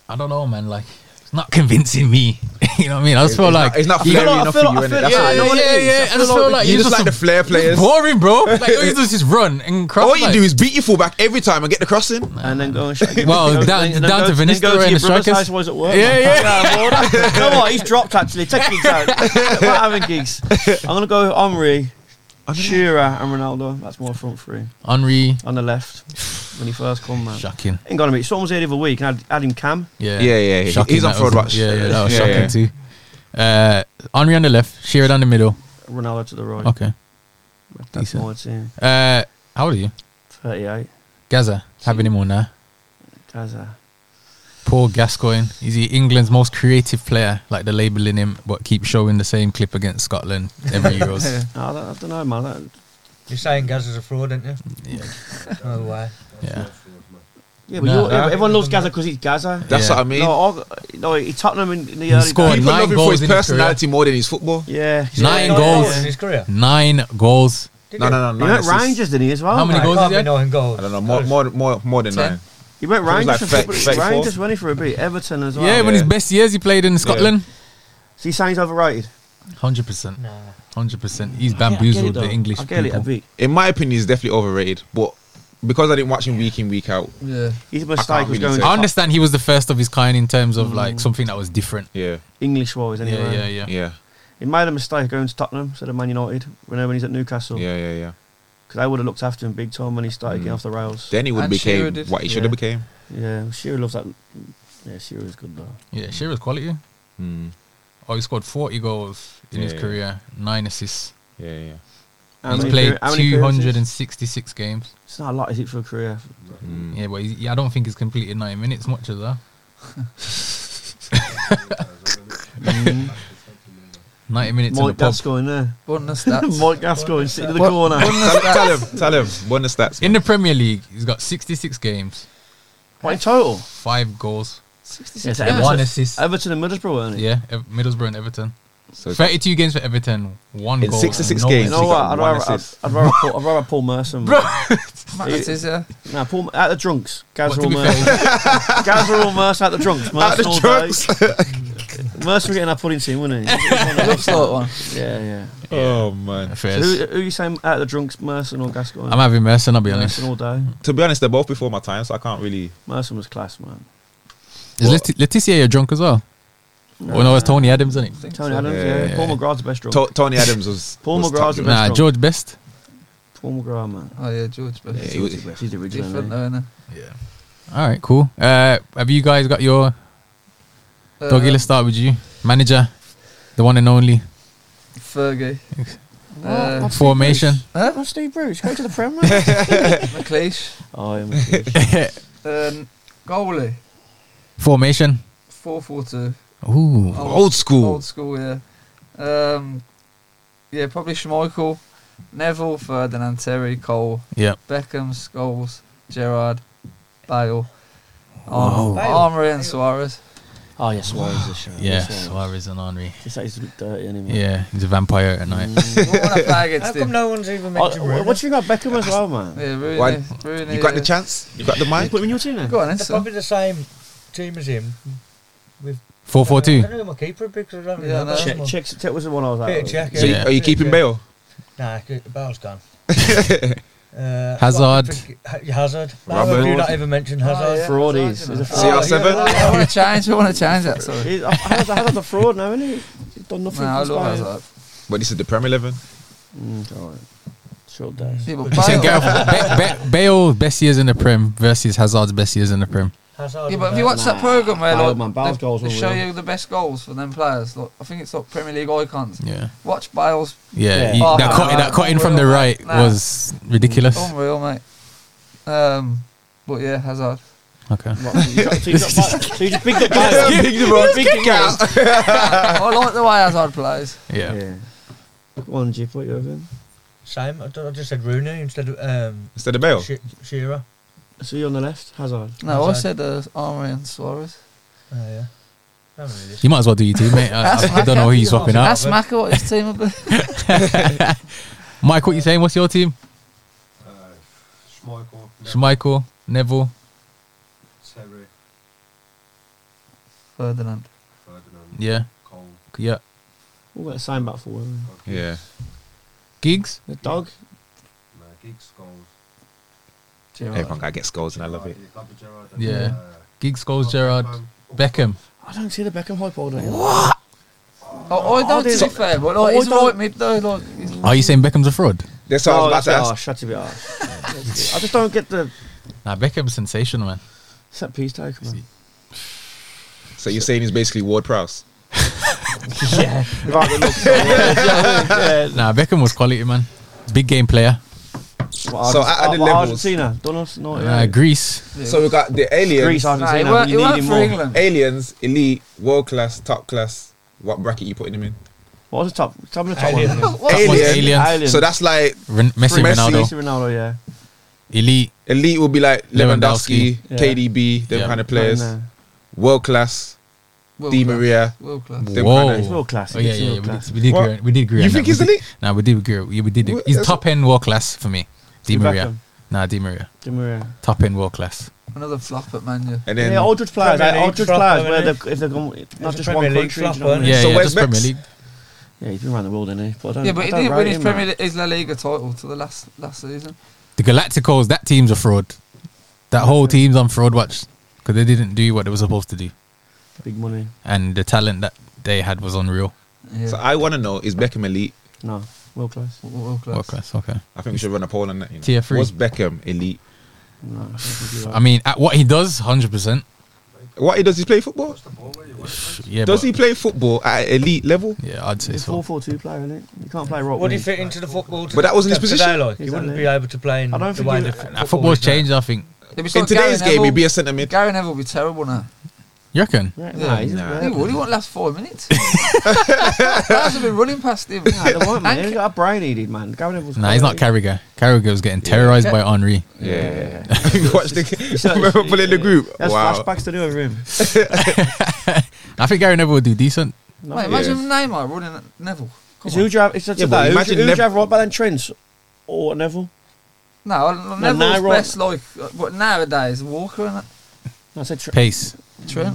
C: I don't know, man. Like, it's not convincing me. [LAUGHS] you know what I mean? I just
B: It's
C: feel
B: not-
C: like
B: it's not
C: you
B: flaring
C: know,
B: enough for you, innit? That's
C: yeah,
B: what it
C: yeah,
B: is.
E: what it
C: yeah,
E: is. I
C: I just feel like
B: You
C: he's
B: just like the
C: some-
B: flair players. [LAUGHS]
C: boring, bro. Like all he does is run and cross.
B: All you
C: like-
B: do is beat your fullback every time and get the crossing.
E: And then go and sh-
C: [LAUGHS] Well,
E: go-
C: down-
E: and then
C: down
E: go-
C: to
E: then
C: Vinicius
E: go to
C: and
E: your
C: the
E: brother's
C: strikers.
E: house while he's at work.
C: Yeah,
E: man.
C: yeah.
E: Nah, I'm
C: [LAUGHS]
E: all right. you know what? He's dropped actually. Take Giggs out. I'm not having Giggs. I'm gonna go Omri, Shearer, and Ronaldo. That's my front three
C: Henri,
E: on the left when he first come, man.
C: shocking.
E: Ain't gonna be. Someone was here the other week and I had him cam.
C: Yeah,
B: Yeah, yeah, he-
C: Shocking,
B: he's on
C: that
B: fraud
C: was-
B: watch.
C: Yeah, yeah, that was
B: Yeah,
C: shocking
B: yeah.
C: too. Uh, Henri on the left, Shearer down the middle.
E: Ronaldo to the right.
C: Okay.
E: That's
C: Oh, decent.
E: my team.
C: Uh, how old are you?
E: 38.
C: Gaza, having him on now.
E: Gaza.
C: Paul Gascoigne. He's the England's most creative player, like the labelling him, but keep showing the same clip against Scotland
E: [LAUGHS]
C: every Euros.
E: No, I don't, I don't know, man. That,
G: You're saying Gaz is a fraud, aren't you? Oh, No way.
C: yeah. No.
E: yeah, but you're, yeah, everyone loves Gaza because he's Gaza.
B: That's
C: Yeah.
B: what I mean.
E: No, all, no, he Tottenham in, in the
C: He
E: early
C: scored
E: days.
B: People
C: nine
B: love him
C: goals
B: for his
C: in his
B: personality more than his football.
E: Yeah, he's-
C: Nine
G: Nine
C: goals.
G: in his career.
C: Nine goals.
G: Did
B: No,
G: he?
B: no, no.
E: He
B: nine
E: went
B: assists.
E: Rangers, didn't he, as well?
C: How many
G: Right,
C: goals
G: can't
C: is
G: be
C: he had?
G: nine goals.
B: I don't know. More, more, more, more than
F: Ten.
B: nine.
E: He went
B: was
E: Rangers,
B: like
E: and
B: thirty-
E: Football-
B: thirty-four.
E: Rangers went in for a bit. Everton as well.
C: yeah, when
B: yeah.
C: his best years he played in Scotland.
E: So you're saying he's overrated?
C: Hundred percent.
G: Nah.
C: Hundred percent. He's
E: I get- I get it,
C: bamboozled
E: though.
C: the English
E: I get it a
C: people.
E: bit.
B: In my opinion, he's definitely overrated. But because I didn't watch him week in, week out,
F: Yeah.
E: His mistake was
B: really
E: going
B: say.
E: to
C: I understand he was the first of his kind in terms of like
E: Mm.
C: something that was different.
B: yeah,
E: English wise, anyway.
C: Yeah, yeah, yeah.
B: yeah,
E: He made a mistake going to Tottenham instead of Man United when, when he's at Newcastle.
B: yeah, yeah, yeah.
C: Mm.
E: Because they would have looked after him big time when he started getting off the rails.
B: Then he would
F: And
B: became
F: Shearer did.
B: what he should
E: Yeah.
B: have became.
E: Yeah, Shearer loves that. Yeah, Shearer's good though.
C: Yeah, Shearer's quality.
B: Mm.
C: Oh, he scored 40 goals in his
B: Yeah.
C: career, nine assists.
B: Yeah, yeah.
E: How
C: he's
E: many
C: played
E: career- how many career assists?
C: 266 games.
E: It's not a lot, is it, for a career?
B: Mm.
C: Yeah, but he's, yeah, I don't think he's completed nine minutes much of that. [LAUGHS] 90 minutes in
E: Mike
C: the pub.
E: Gascoigne in there. [LAUGHS]
F: But the stats.
E: Mike Gascoigne sitting in the
F: What-
E: corner.
B: [LAUGHS]
F: But
B: Tell,
F: the stats.
B: tell him, tell him. One of the stats.
C: In the Premier League, he's got 66 games,
E: What in total?
C: five goals,
F: 66
E: Yes,
F: games.
C: one assist.
E: Everton and Middlesbrough, weren't it?
C: Yeah, Ev- Middlesbrough and Everton.
B: So
C: 32 games for Everton, one
B: In
C: goal.
B: 66
C: no
B: games.
C: assist.
E: You know
B: He's
E: what?
B: got one
E: I'd rather, I'd,
B: assist.
E: I'd rather Paul, I'd rather Paul Merson.
F: Matt, this is, uh,
E: Nah, Paul out the drunks. Gaz
C: But
E: are
C: to
E: all
C: be fair,
E: Merson. [LAUGHS] Gaz are all Merson out the drunks. Merson
B: Out the
E: all
B: drugs.
E: Day. Merson were getting our pudding team, wasn't he?
F: looks like one.
E: yeah, yeah.
B: [LAUGHS] Oh man.
E: So
C: fair.
E: who, who you saying out of the drunks, Merson or Gascoigne?
C: I'm having Merson, I'll be honest.
E: Merson all day.
B: To be honest, they're both before my time, so I can't really.
E: Merson was class, man.
C: Is Leti- Letitia you're drunk as well? Oh no, it's Tony Adams, isn't it?
E: Tony Adams,
B: Yeah,
E: yeah.
B: yeah,
E: Paul McGrath's the best drunk.
B: To- Tony Adams was.
E: Paul
B: was top.
E: McGrath's the best
C: Nah,
E: drunk.
C: George Best.
E: Paul McGrath, man.
F: Oh, yeah, George. But
B: Yeah, he was-
E: He's the original.
F: different,
E: innit?
F: though, innit?
C: Yeah. All right, cool. Uh, have you guys got your
F: Uh,
C: doggy? Let's start with you, manager, the one and only
F: Fergie. Uh,
E: What?
C: formation.
F: huh?
E: What's Steve Bruce? Go to the Prem, man.
F: McLeish.
E: oh, yeah, man.
F: Um, goalie.
C: [LAUGHS] Formation.
F: 4 4 2.
C: Ooh,
B: Old school.
F: Old school, yeah. Um, yeah, probably Schmeichel, Neville, Ferdinand, Terry, Cole,
C: yeah.
F: Beckham, Scholes, Gerrard, Bale,
C: Whoa.
F: Arm- Armory, and Suarez.
E: oh yeah, Suarez is shit.
C: Yeah,
E: Suarez.
C: Suarez and Henry.
E: He said he's a bit dirty, isn't he? man?
C: Yeah, he's a vampire at night.
F: we want to play
G: [LAUGHS] How
F: against
G: come
F: him.
G: no one's
C: Uh,
G: even
E: Oh,
G: mentioned
E: what do you think about Beckham as well, man?
F: Yeah,
B: Why-
F: Rooney. Rooney
B: You got the
F: yeah.
B: chance. You got the mic.
E: him in your team then?
F: Go on, then,
G: They're
F: son.
G: probably the same team as him.
C: Four four
G: I
C: two.
G: don't know who my keeper would be 'cause I don't
F: Yeah, I
G: remember.
F: know.
E: Check, check, check was the one I was at.
G: Peter Cech,
B: So you,
C: Yeah.
B: are you keeping Bale?
G: Nah, c- Bale's gone.
B: [LAUGHS]
G: uh,
C: Hazard.
G: what- Ha- Hazard. How
B: Robert.
G: have you not even mentioned Hazard?
F: Oh, yeah.
E: Fraud is.
F: Oh,
E: He's a
F: yeah.
E: fraud.
B: CR7?
F: Oh, yeah, I want to change. I want to change that.
G: [LAUGHS]
F: Sorry.
E: He's, I, I, was, I was a fraud now, isn't he? He's done nothing.
F: No, I
E: for
F: love
E: Spurs.
F: Hazard.
B: But this is the Premier Eleven.
E: Mm, all right. Short days.
F: Yeah, but
C: You saying
F: Bale-
C: Gareth, Be- Be- Bale's best years in the Prem versus Hazard's best years in the Prem.
G: Hazard.
F: Yeah, but
G: and uh,
F: if you
G: Bale.
F: watch that program where
E: Bale,
F: like,
E: man, Bale's
F: they,
E: goals
F: they
E: were
F: show
E: real.
F: you the best goals for them players. Look, I think it's like Premier League icons.
C: Yeah,
F: Watch Bale's
C: yeah.
E: Yeah.
C: he-
F: Oh,
C: that
F: nah,
C: cut, that
F: nah,
C: cutting from the
F: nah.
C: right was ridiculous.
F: unreal, mate. Um, but yeah, Hazard. [LAUGHS]
C: Okay.
E: What, so you got- so you got- so you just picked
B: [LAUGHS]
E: up Bale.
B: Kick out.
F: I like the way Hazard plays.
C: Yeah.
E: Yeah. Go on, Jeff, what you having?
G: Same. I, don't- I just said Rooney instead of um,
B: Instead of Bale.
G: She- Shearer.
E: So you're on the left, Hazard.
F: No, I
G: Hazard.
F: said uh, Armory and Suarez.
G: Oh, yeah. Don't really listen.
C: You might as well do your team, mate. I, I, I don't know who you're swapping out.
F: That's Macker what his
B: [LAUGHS]
F: team will be.
C: [LAUGHS] Mike, what you saying? What's your team?
I: Schmeichel,
C: Schmeichel, Neville,
I: Terry,
F: Ferdinand.
I: Ferdinand,
C: yeah,
I: Cole,
C: yeah,
E: All that sign back for him.
B: Yeah.
C: Giggs.
E: The dog.
I: uh, Giggs, Scholes.
B: Everyone gotta get goals, and I love it.
I: Gerrard, Lovely Gerrard.
C: Yeah.
I: Uh,
C: Giggs, Scholes, Gerard, Beckham.
E: I don't see the Beckham hype all day.
F: Oh, I
B: er
F: don't to be fair, but like,
E: I
F: he's
E: don't-
F: right mid though. Like, he's
C: Are you saying Beckham's a fraud?
B: That's what I was about
E: that's
B: to
E: a bit
B: ask.
E: harsh, that's a
B: [LAUGHS]
E: bit harsh. I just don't get the
C: Nah, Beckham's sensational, man.
E: set piece take, man.
B: So you're saying he's basically Ward Prowse?
E: Without the [LAUGHS] look. yeah.
C: Nah, Beckham was quality, man. Big game player.
B: [LAUGHS]
E: What,
B: So
E: Argent-
B: at the
E: what,
B: levels-
E: Argentina, Donald, no,
C: Uh, Greece.
B: So we got the aliens,
E: Greece,
F: nah, he
E: Argentina.
F: weren't,
E: we
F: he
E: need
F: weren't
E: him
F: for
E: more.
F: England.
B: aliens, elite, world class, top class. What bracket you putting him in?
E: What was the top? Top of the top one.
C: That one's
B: Alien.
C: alien.
E: Alien.
B: So that's like
C: Ren- Messi,
B: Messi.
C: Ronaldo,
E: Messi, Ronaldo, yeah.
C: elite.
B: elite will be like Lewandowski,
C: Lewandowski.
E: Yeah.
B: KDB, them
C: Yeah.
B: kind of players.
E: No, no.
B: World class,
F: World
B: Di
F: class.
B: Maria.
F: World class.
B: Them
C: Whoa.
B: kind
E: It's real classic.
C: Oh yeah,
E: it's
C: yeah,
E: real
C: yeah. We did,
E: classic.
C: we did
B: What?
C: agree. We did agree.
B: You
C: on
B: think
C: that.
B: he's
C: we did-
B: elite?
C: Nah, we did agree. Yeah, we did.
B: Wha-
C: He's
B: that's-
C: top end world class for me. Di
E: Beckham.
C: Maria. Nah, Di Maria.
E: Di Maria.
C: Top end world class.
F: Another flop at Man U.
B: And then
E: Yeah, all judge players.
G: Premier
E: Like, all
G: League
E: judge
G: flop,
E: players where
G: isn't it?
E: they've, if they've gone, not
G: a
E: just
G: Premier
E: one
G: League
E: country. do you know
G: flop,
E: what I mean?
G: isn't
C: Yeah,
B: So
C: yeah.
B: where's
C: Just Premier
B: Bex?
C: League.
E: Yeah, he's been around the world, isn't he? But I don't,
F: Yeah, but
E: I
F: he
E: don't
F: didn't
E: rate
F: win his
E: him,
F: Premier
E: man.
F: League, his La Liga title to the last last season.
C: The Galacticos. That team's a fraud. That whole team's on fraud watch because they didn't do what they were supposed to do,
E: Big money.
C: and the talent that they had was unreal.
F: Yeah.
B: so I want to know is Beckham elite?
E: No, world class.
F: world class.
C: World class. Okay.
B: I think we should run a poll on that. You know.
C: Tier three.
B: Was Beckham elite?
C: I mean, at what he does, hundred percent.
B: What he does he play football?
C: Yeah,
B: Does
C: but-
B: he play football at elite level?
C: Yeah, I'd say
E: He's a
C: so.
E: 4 4 2 player, isn't he? You can't play right
G: Would he
E: wing.
G: fit into the football? To
B: But that wasn't his
G: today,
B: position.
G: Like, he wouldn't
E: Exactly.
G: be able to play in
E: I don't
G: the
E: think
G: way
E: he-
G: the
E: Nah,
G: football
C: Nah, football's
G: is now.
C: changed. I think.
F: It'd be sort
B: In
F: of Gary
B: today's game, he'd
F: Neville.
B: be a centre mid.
F: Gary Neville would be terrible now.
C: You reckon?
E: Yeah,
F: Yeah.
E: nah, he's
B: Nah.
E: nah.
F: He would. He won't last
B: [LAUGHS]
F: five minutes. Players have been running past him.
E: Nah, they weren't, man. He
F: And-
E: got a brain needed, man. Gary Neville's
C: Nah, he's not
E: quality.
C: Carragher. Carragher was getting terrorized by Henri.
B: Yeah. [LAUGHS] Watch the. I [LAUGHS] remember pulling the group.
E: That's
B: Wow.
E: flashbacks to do with him.
C: I think Gary Neville would do decent.
F: Mate, imagine Neymar running at Neville. Come
E: It's
F: on.
E: who drive. It's just
B: Yeah, but
E: about who
B: imagine
E: who
B: Nev-
E: drive right by then Trent or Neville.
F: No, I- I- Neville's
E: now Ro-
F: best like, uh, but nowadays Walker and
E: No, I said Trent.
C: Pace.
F: Trent.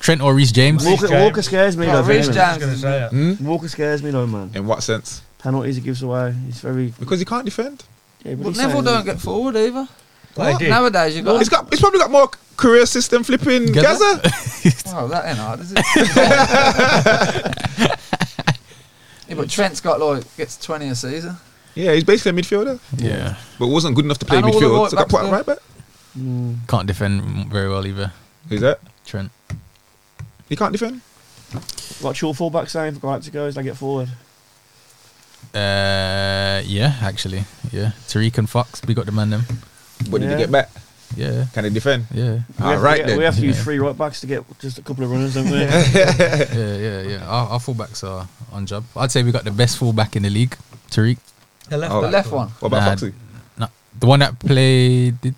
C: Trent or Reece James.
E: Walker,
G: James.
E: Walker scares me
F: No,
E: though.
F: Reece
E: man.
G: I
F: James.
G: was going to say it.
E: Walker scares me though, man.
B: In what sense?
E: Penalties he gives away. He's very.
B: Because he can't defend.
E: Yeah,
F: But Neville don't get forward either.
G: Like, he did.
F: Nowadays
E: Oh.
F: you've got.
B: He's got. He's probably got more career assist than flipping
C: Gaza?
B: Gaza.
F: Wow, that ain't hard, Oh, is
E: [LAUGHS]
F: it? yeah, but Trent's got like gets twenty a season.
B: Yeah, he's basically a midfielder,
C: Yeah.
B: but wasn't good enough to play
F: And all the
B: midfield.
F: right
B: So got
F: backs
B: put at
F: there.
B: right back.
C: Can't defend very well either.
B: Who's that?
C: Trent.
B: He can't defend.
E: Watch your fullback saying for Galacticos, they get forward.
C: Uh, yeah, actually, yeah. Tariq and Fox, we got the man them.
B: But did
E: Yeah.
B: he get back?
C: Yeah,
B: Can he defend?
C: yeah,
E: We have
B: All
E: to
B: right
E: get-
B: then.
E: We have to use
C: Ah, Yeah.
E: three right backs to get just a couple of
F: [LAUGHS]
E: runners, don't we?
C: yeah, yeah, yeah. Our, our fullbacks are on job. I'd say we got the best fullback in the league, Tariq.
G: The left,
B: Oh.
F: The
G: back
F: left one.
B: what about
C: Nah.
B: Foxy?
C: No, the one that played did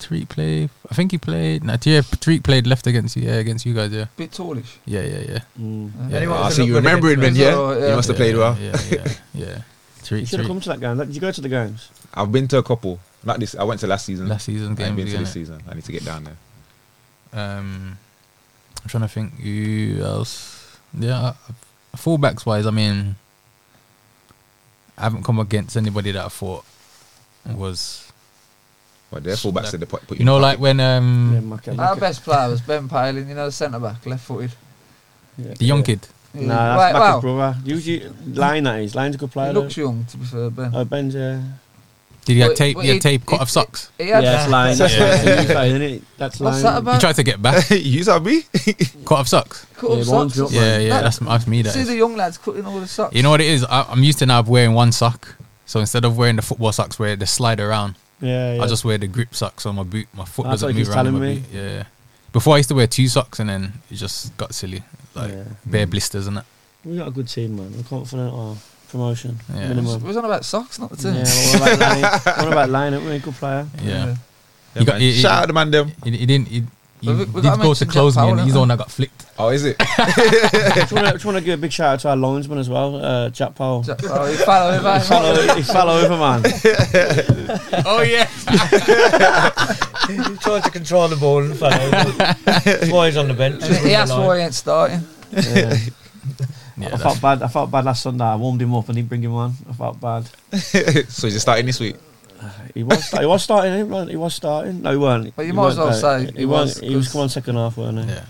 C: Tariq play? I think he played. No, yeah, Tariq played left against you. Yeah, against you guys. Yeah,
F: Bit tallish.
C: yeah, yeah, yeah.
E: Mm.
C: yeah,
G: Anyone
B: Ah,
G: who's
B: so
G: not
B: you
G: good
B: remember him then,
G: against
B: yeah?
F: us.
B: He must have
C: Yeah,
B: played well.
C: Yeah, yeah, yeah.
B: [LAUGHS]
E: You
C: Tariq,
E: should have come
C: Tariq
E: to that game. Did you go to the games?
B: I've been to a couple. Not this. I went to last season.
C: last season
B: I
C: game.
B: ain't been to this season. I need to get down there.
C: Um, I'm trying to think who else. Yeah, I- fullbacks wise, I mean, I haven't come against anybody that I thought was
B: But their fullbacks said they put, put
C: you know like when
E: Yeah,
C: um
E: Maka-
F: Our
E: Maka-
F: best player was Ben Palin, you know, centre back, left footed.
E: yeah.
C: the young kid.
E: Nah,
F: Right,
E: that's
F: wow.
E: Maka's brother. Usually, Line that is. Line's a good
F: He
E: player. though.
F: looks young, to be fair, Ben.
E: Oh, Ben's, yeah.
C: Did he have
F: But-
C: tape?
F: but
C: He had
F: it-
C: tape cut
F: it-
C: off socks.
F: He
E: Yeah,
F: had
E: that's Line. That's
C: Yeah.
E: Line. It's UK, isn't it? That's Line.
F: What's that
C: He
F: about?
C: tried to get
B: [LAUGHS]
C: back.
B: you saw me.
C: cut off
F: [LAUGHS]
C: socks.
F: Cut up
E: Yeah,
F: socks.
E: Ron's
C: Yeah, yeah,
F: That-
C: that's, that's me. That
F: See
C: is.
F: the young lads cutting all the socks.
C: You know what it is? I, I'm used to now of wearing one sock. So instead of wearing the football socks where they slide around,
E: Yeah, yeah.
C: I just wear the grip socks on my boot. My foot
E: That's
C: doesn't
E: what
C: move
E: he's
C: around. in
E: telling
C: my
E: me.
C: boot. Yeah. Before I used to wear two socks and then it just got silly, like
E: Yeah.
C: bare blisters and that.
E: We got a good team, man. We're confident of promotion
C: Yeah.
F: We
E: minimum.
F: was on about socks, not the team.
E: Yeah, what about Line? What about Line? Aren't we a
F: [LAUGHS]
E: good player?
C: Yeah.
B: Yeah,
C: You got-
B: man.
C: you-
B: Shout out the man
C: [LAUGHS]
B: them.
C: He, he didn't. He, he
F: Well, we- we
C: did go
F: gotta
C: to
F: mention Jack
C: close me,
F: Powell,
C: and he's
F: don't
C: the one that got flicked.
B: Oh, is it? [LAUGHS]
E: just want to just want to give a big shout out to our linesman as well, uh, Jack Powell.
F: Jack- Oh, he fell over.
E: He fell, over, he fell over,
F: [LAUGHS]
E: man.
C: oh yeah.
G: He tried to control the ball and fell over. That's why he's on the bench.
F: And he asked why he ain't starting.
E: Yeah.
C: Yeah.
F: [LAUGHS]
E: I
C: that's-
E: felt bad. I felt bad last Sunday. I warmed him up and didn't bring him on. I felt bad.
B: so he's just starting this week.
E: He was he was starting. He was, he was starting. No, he weren't.
F: Well, you
E: He
F: might as
E: weren't,
F: well
E: though.
F: say
E: he,
F: he
E: was.
F: was,
E: He was
F: 'cause-
E: come on second half, weren't he?
C: yeah.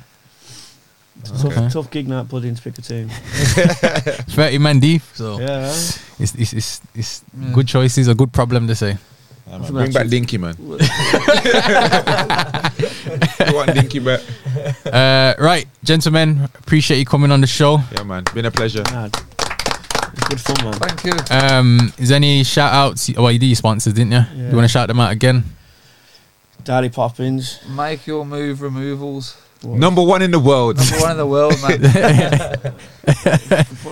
C: Okay.
E: Tough, tough gig night, pudding to pick a team.
C: Thirty man deep. So
E: Yeah,
C: it's it's it's, it's
F: Yeah.
C: good choices. A good problem to say.
B: Yeah, man. Bring back Dinky,
E: [LAUGHS]
B: man. [LAUGHS] you want Dinky back?
C: Uh, right, gentlemen, appreciate you coming on the show.
B: Yeah, man. Been a pleasure.
E: Nah, it's good fun, man.
F: Thank you.
C: Um, is there any shout outs? Oh, Well, you did your sponsors, didn't you? Do
E: Yeah.
C: you want to shout them out again?
E: Daddy Poppins.
F: Make your move removals.
B: Number one in the world.
F: Number one in the world, man.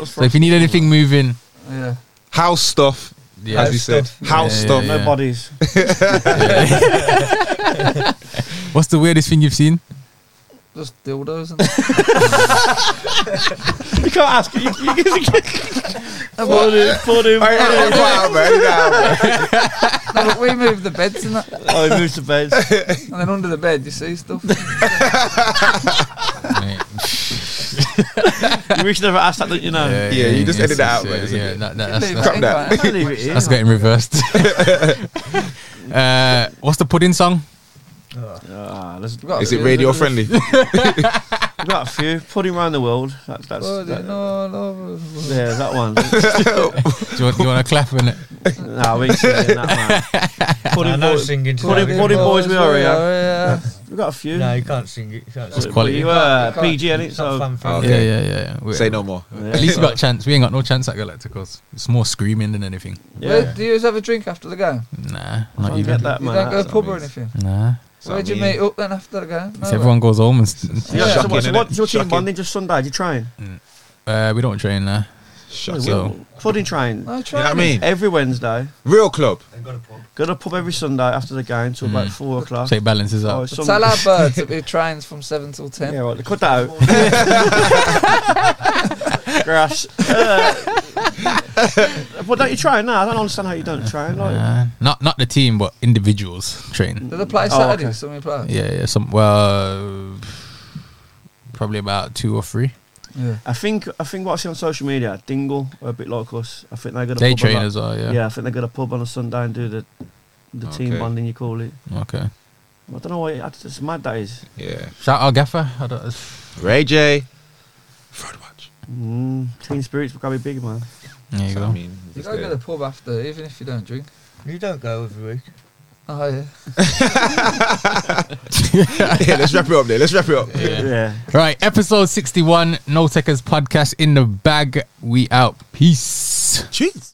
C: So if you need anything moving,
F: Yeah.
B: House stuff.
C: yeah,
B: as we said. House
C: Yeah,
B: stuff.
C: yeah,
E: No
C: yeah.
E: bodies. [LAUGHS]
C: What's the weirdest thing you've seen?
F: Just dildos and
E: you can't ask. You, you, you
F: [LAUGHS]
E: pudding, pudding.
B: Alright, alright, alright, man. Nah, man.
F: no, but we moved the beds and that,
E: Oh, he moves
F: [LAUGHS]
E: to bed.
F: and then under the bed you see stuff.
C: Mate.
E: You wish you never asked that, don't you know?
B: [LAUGHS] Yeah, you just edit that out,
C: yeah,
B: mate, isn't
C: yeah,
B: it?
C: that- that- that's,
F: Leave
C: that's,
F: it in,
B: that.
F: can't
E: Can't leave it in.
C: [LAUGHS] that's getting reversed.
B: [LAUGHS]
C: uh, what's the pudding song?
E: Ah, let's-
F: you? We've got-
C: [LAUGHS]
B: Is it radio friendly?
E: We've got a few. Put him around the world. That's that's.
F: Bloody
E: that-
F: no, no, no.
E: yeah, that one.
C: Do you want, you want to clap in it?
E: nah, we ain't singing that one. Put
G: Nah,
E: him,
G: no
E: boy.
G: singing.
E: Put him,
G: tonight.
E: put him boys with Oreo.
F: yeah.
E: We've got a few.
G: No, you can't sing it. You can't
C: That's
G: sing it.
C: quality.
E: You uh,
F: You can't-
E: PG and it,
G: It's not
E: so
G: fan friendly.
B: Okay.
C: Yeah, yeah, yeah. We're-
B: Say no more.
E: yeah.
C: At least we got chance. We ain't got no chance at Galacticos. It's more screaming than anything.
E: yeah.
F: do you ever have a drink after the game?
C: Nah,
E: Don't
C: not
E: get
C: even.
E: that
F: You
E: man.
F: don't go
E: That's
F: to pub or
B: amazing.
F: anything.
E: Oh,
C: Nah.
B: So
F: Where'd
B: I
F: you
B: mean-
F: meet up then after the game?
C: So everyone goes home and s-
E: Yeah, so
B: Shocking,
E: what, so
B: innit?
E: what's your team
B: Shocking.
E: bonding just Sunday? You trying?
C: uh, we don't train there.
B: Shut
C: So-
B: up.
E: Pudding trying.
F: No,
B: You know
F: try
B: what I mean?
E: Every Wednesday.
B: Real club.
J: Then got a pub.
E: Go to pub every Sunday after the game till about four o'clock.
C: So it balances
E: Oh,
C: out.
E: it's some-
F: Tell our birds that we [LAUGHS] trains from 7 till 10.
E: yeah, right, cut that out. [LAUGHS] Grass. Uh, but don't you try now? I don't understand how you don't try. Like,
C: Nah. Not not the team, but individuals train.
F: Do they play
E: Oh,
F: Saturday?
E: okay.
F: Somebody play?
C: Yeah, yeah. Some well, probably about two or three.
F: Yeah.
E: I think I think what I see on social media, Dingle are a bit like us. I think they're gonna
C: Day
E: pub on that-
C: trainers are yeah.
E: Yeah. I think they go to pub on a Sunday and do the the team
B: Okay.
E: bonding. You call it.
C: Okay.
E: I don't know why it's just mad that is.
B: Yeah.
C: Shout out Gaffer. I don't,
B: Ray J. Fred Watch.
E: Mm, team spirits gotta be big, man.
C: there you
B: So,
C: go.
B: I mean,
F: You
B: it's
F: gotta go to
B: there.
F: the pub after, even if you don't drink.
G: You don't go every week.
F: Oh, yeah.
B: [LAUGHS] yeah, let's wrap it up there. Let's wrap it up.
C: Yeah.
E: Yeah.
C: [LAUGHS] Right, episode 61, No Techers Podcast in the bag. We out. Peace.
B: Jeez.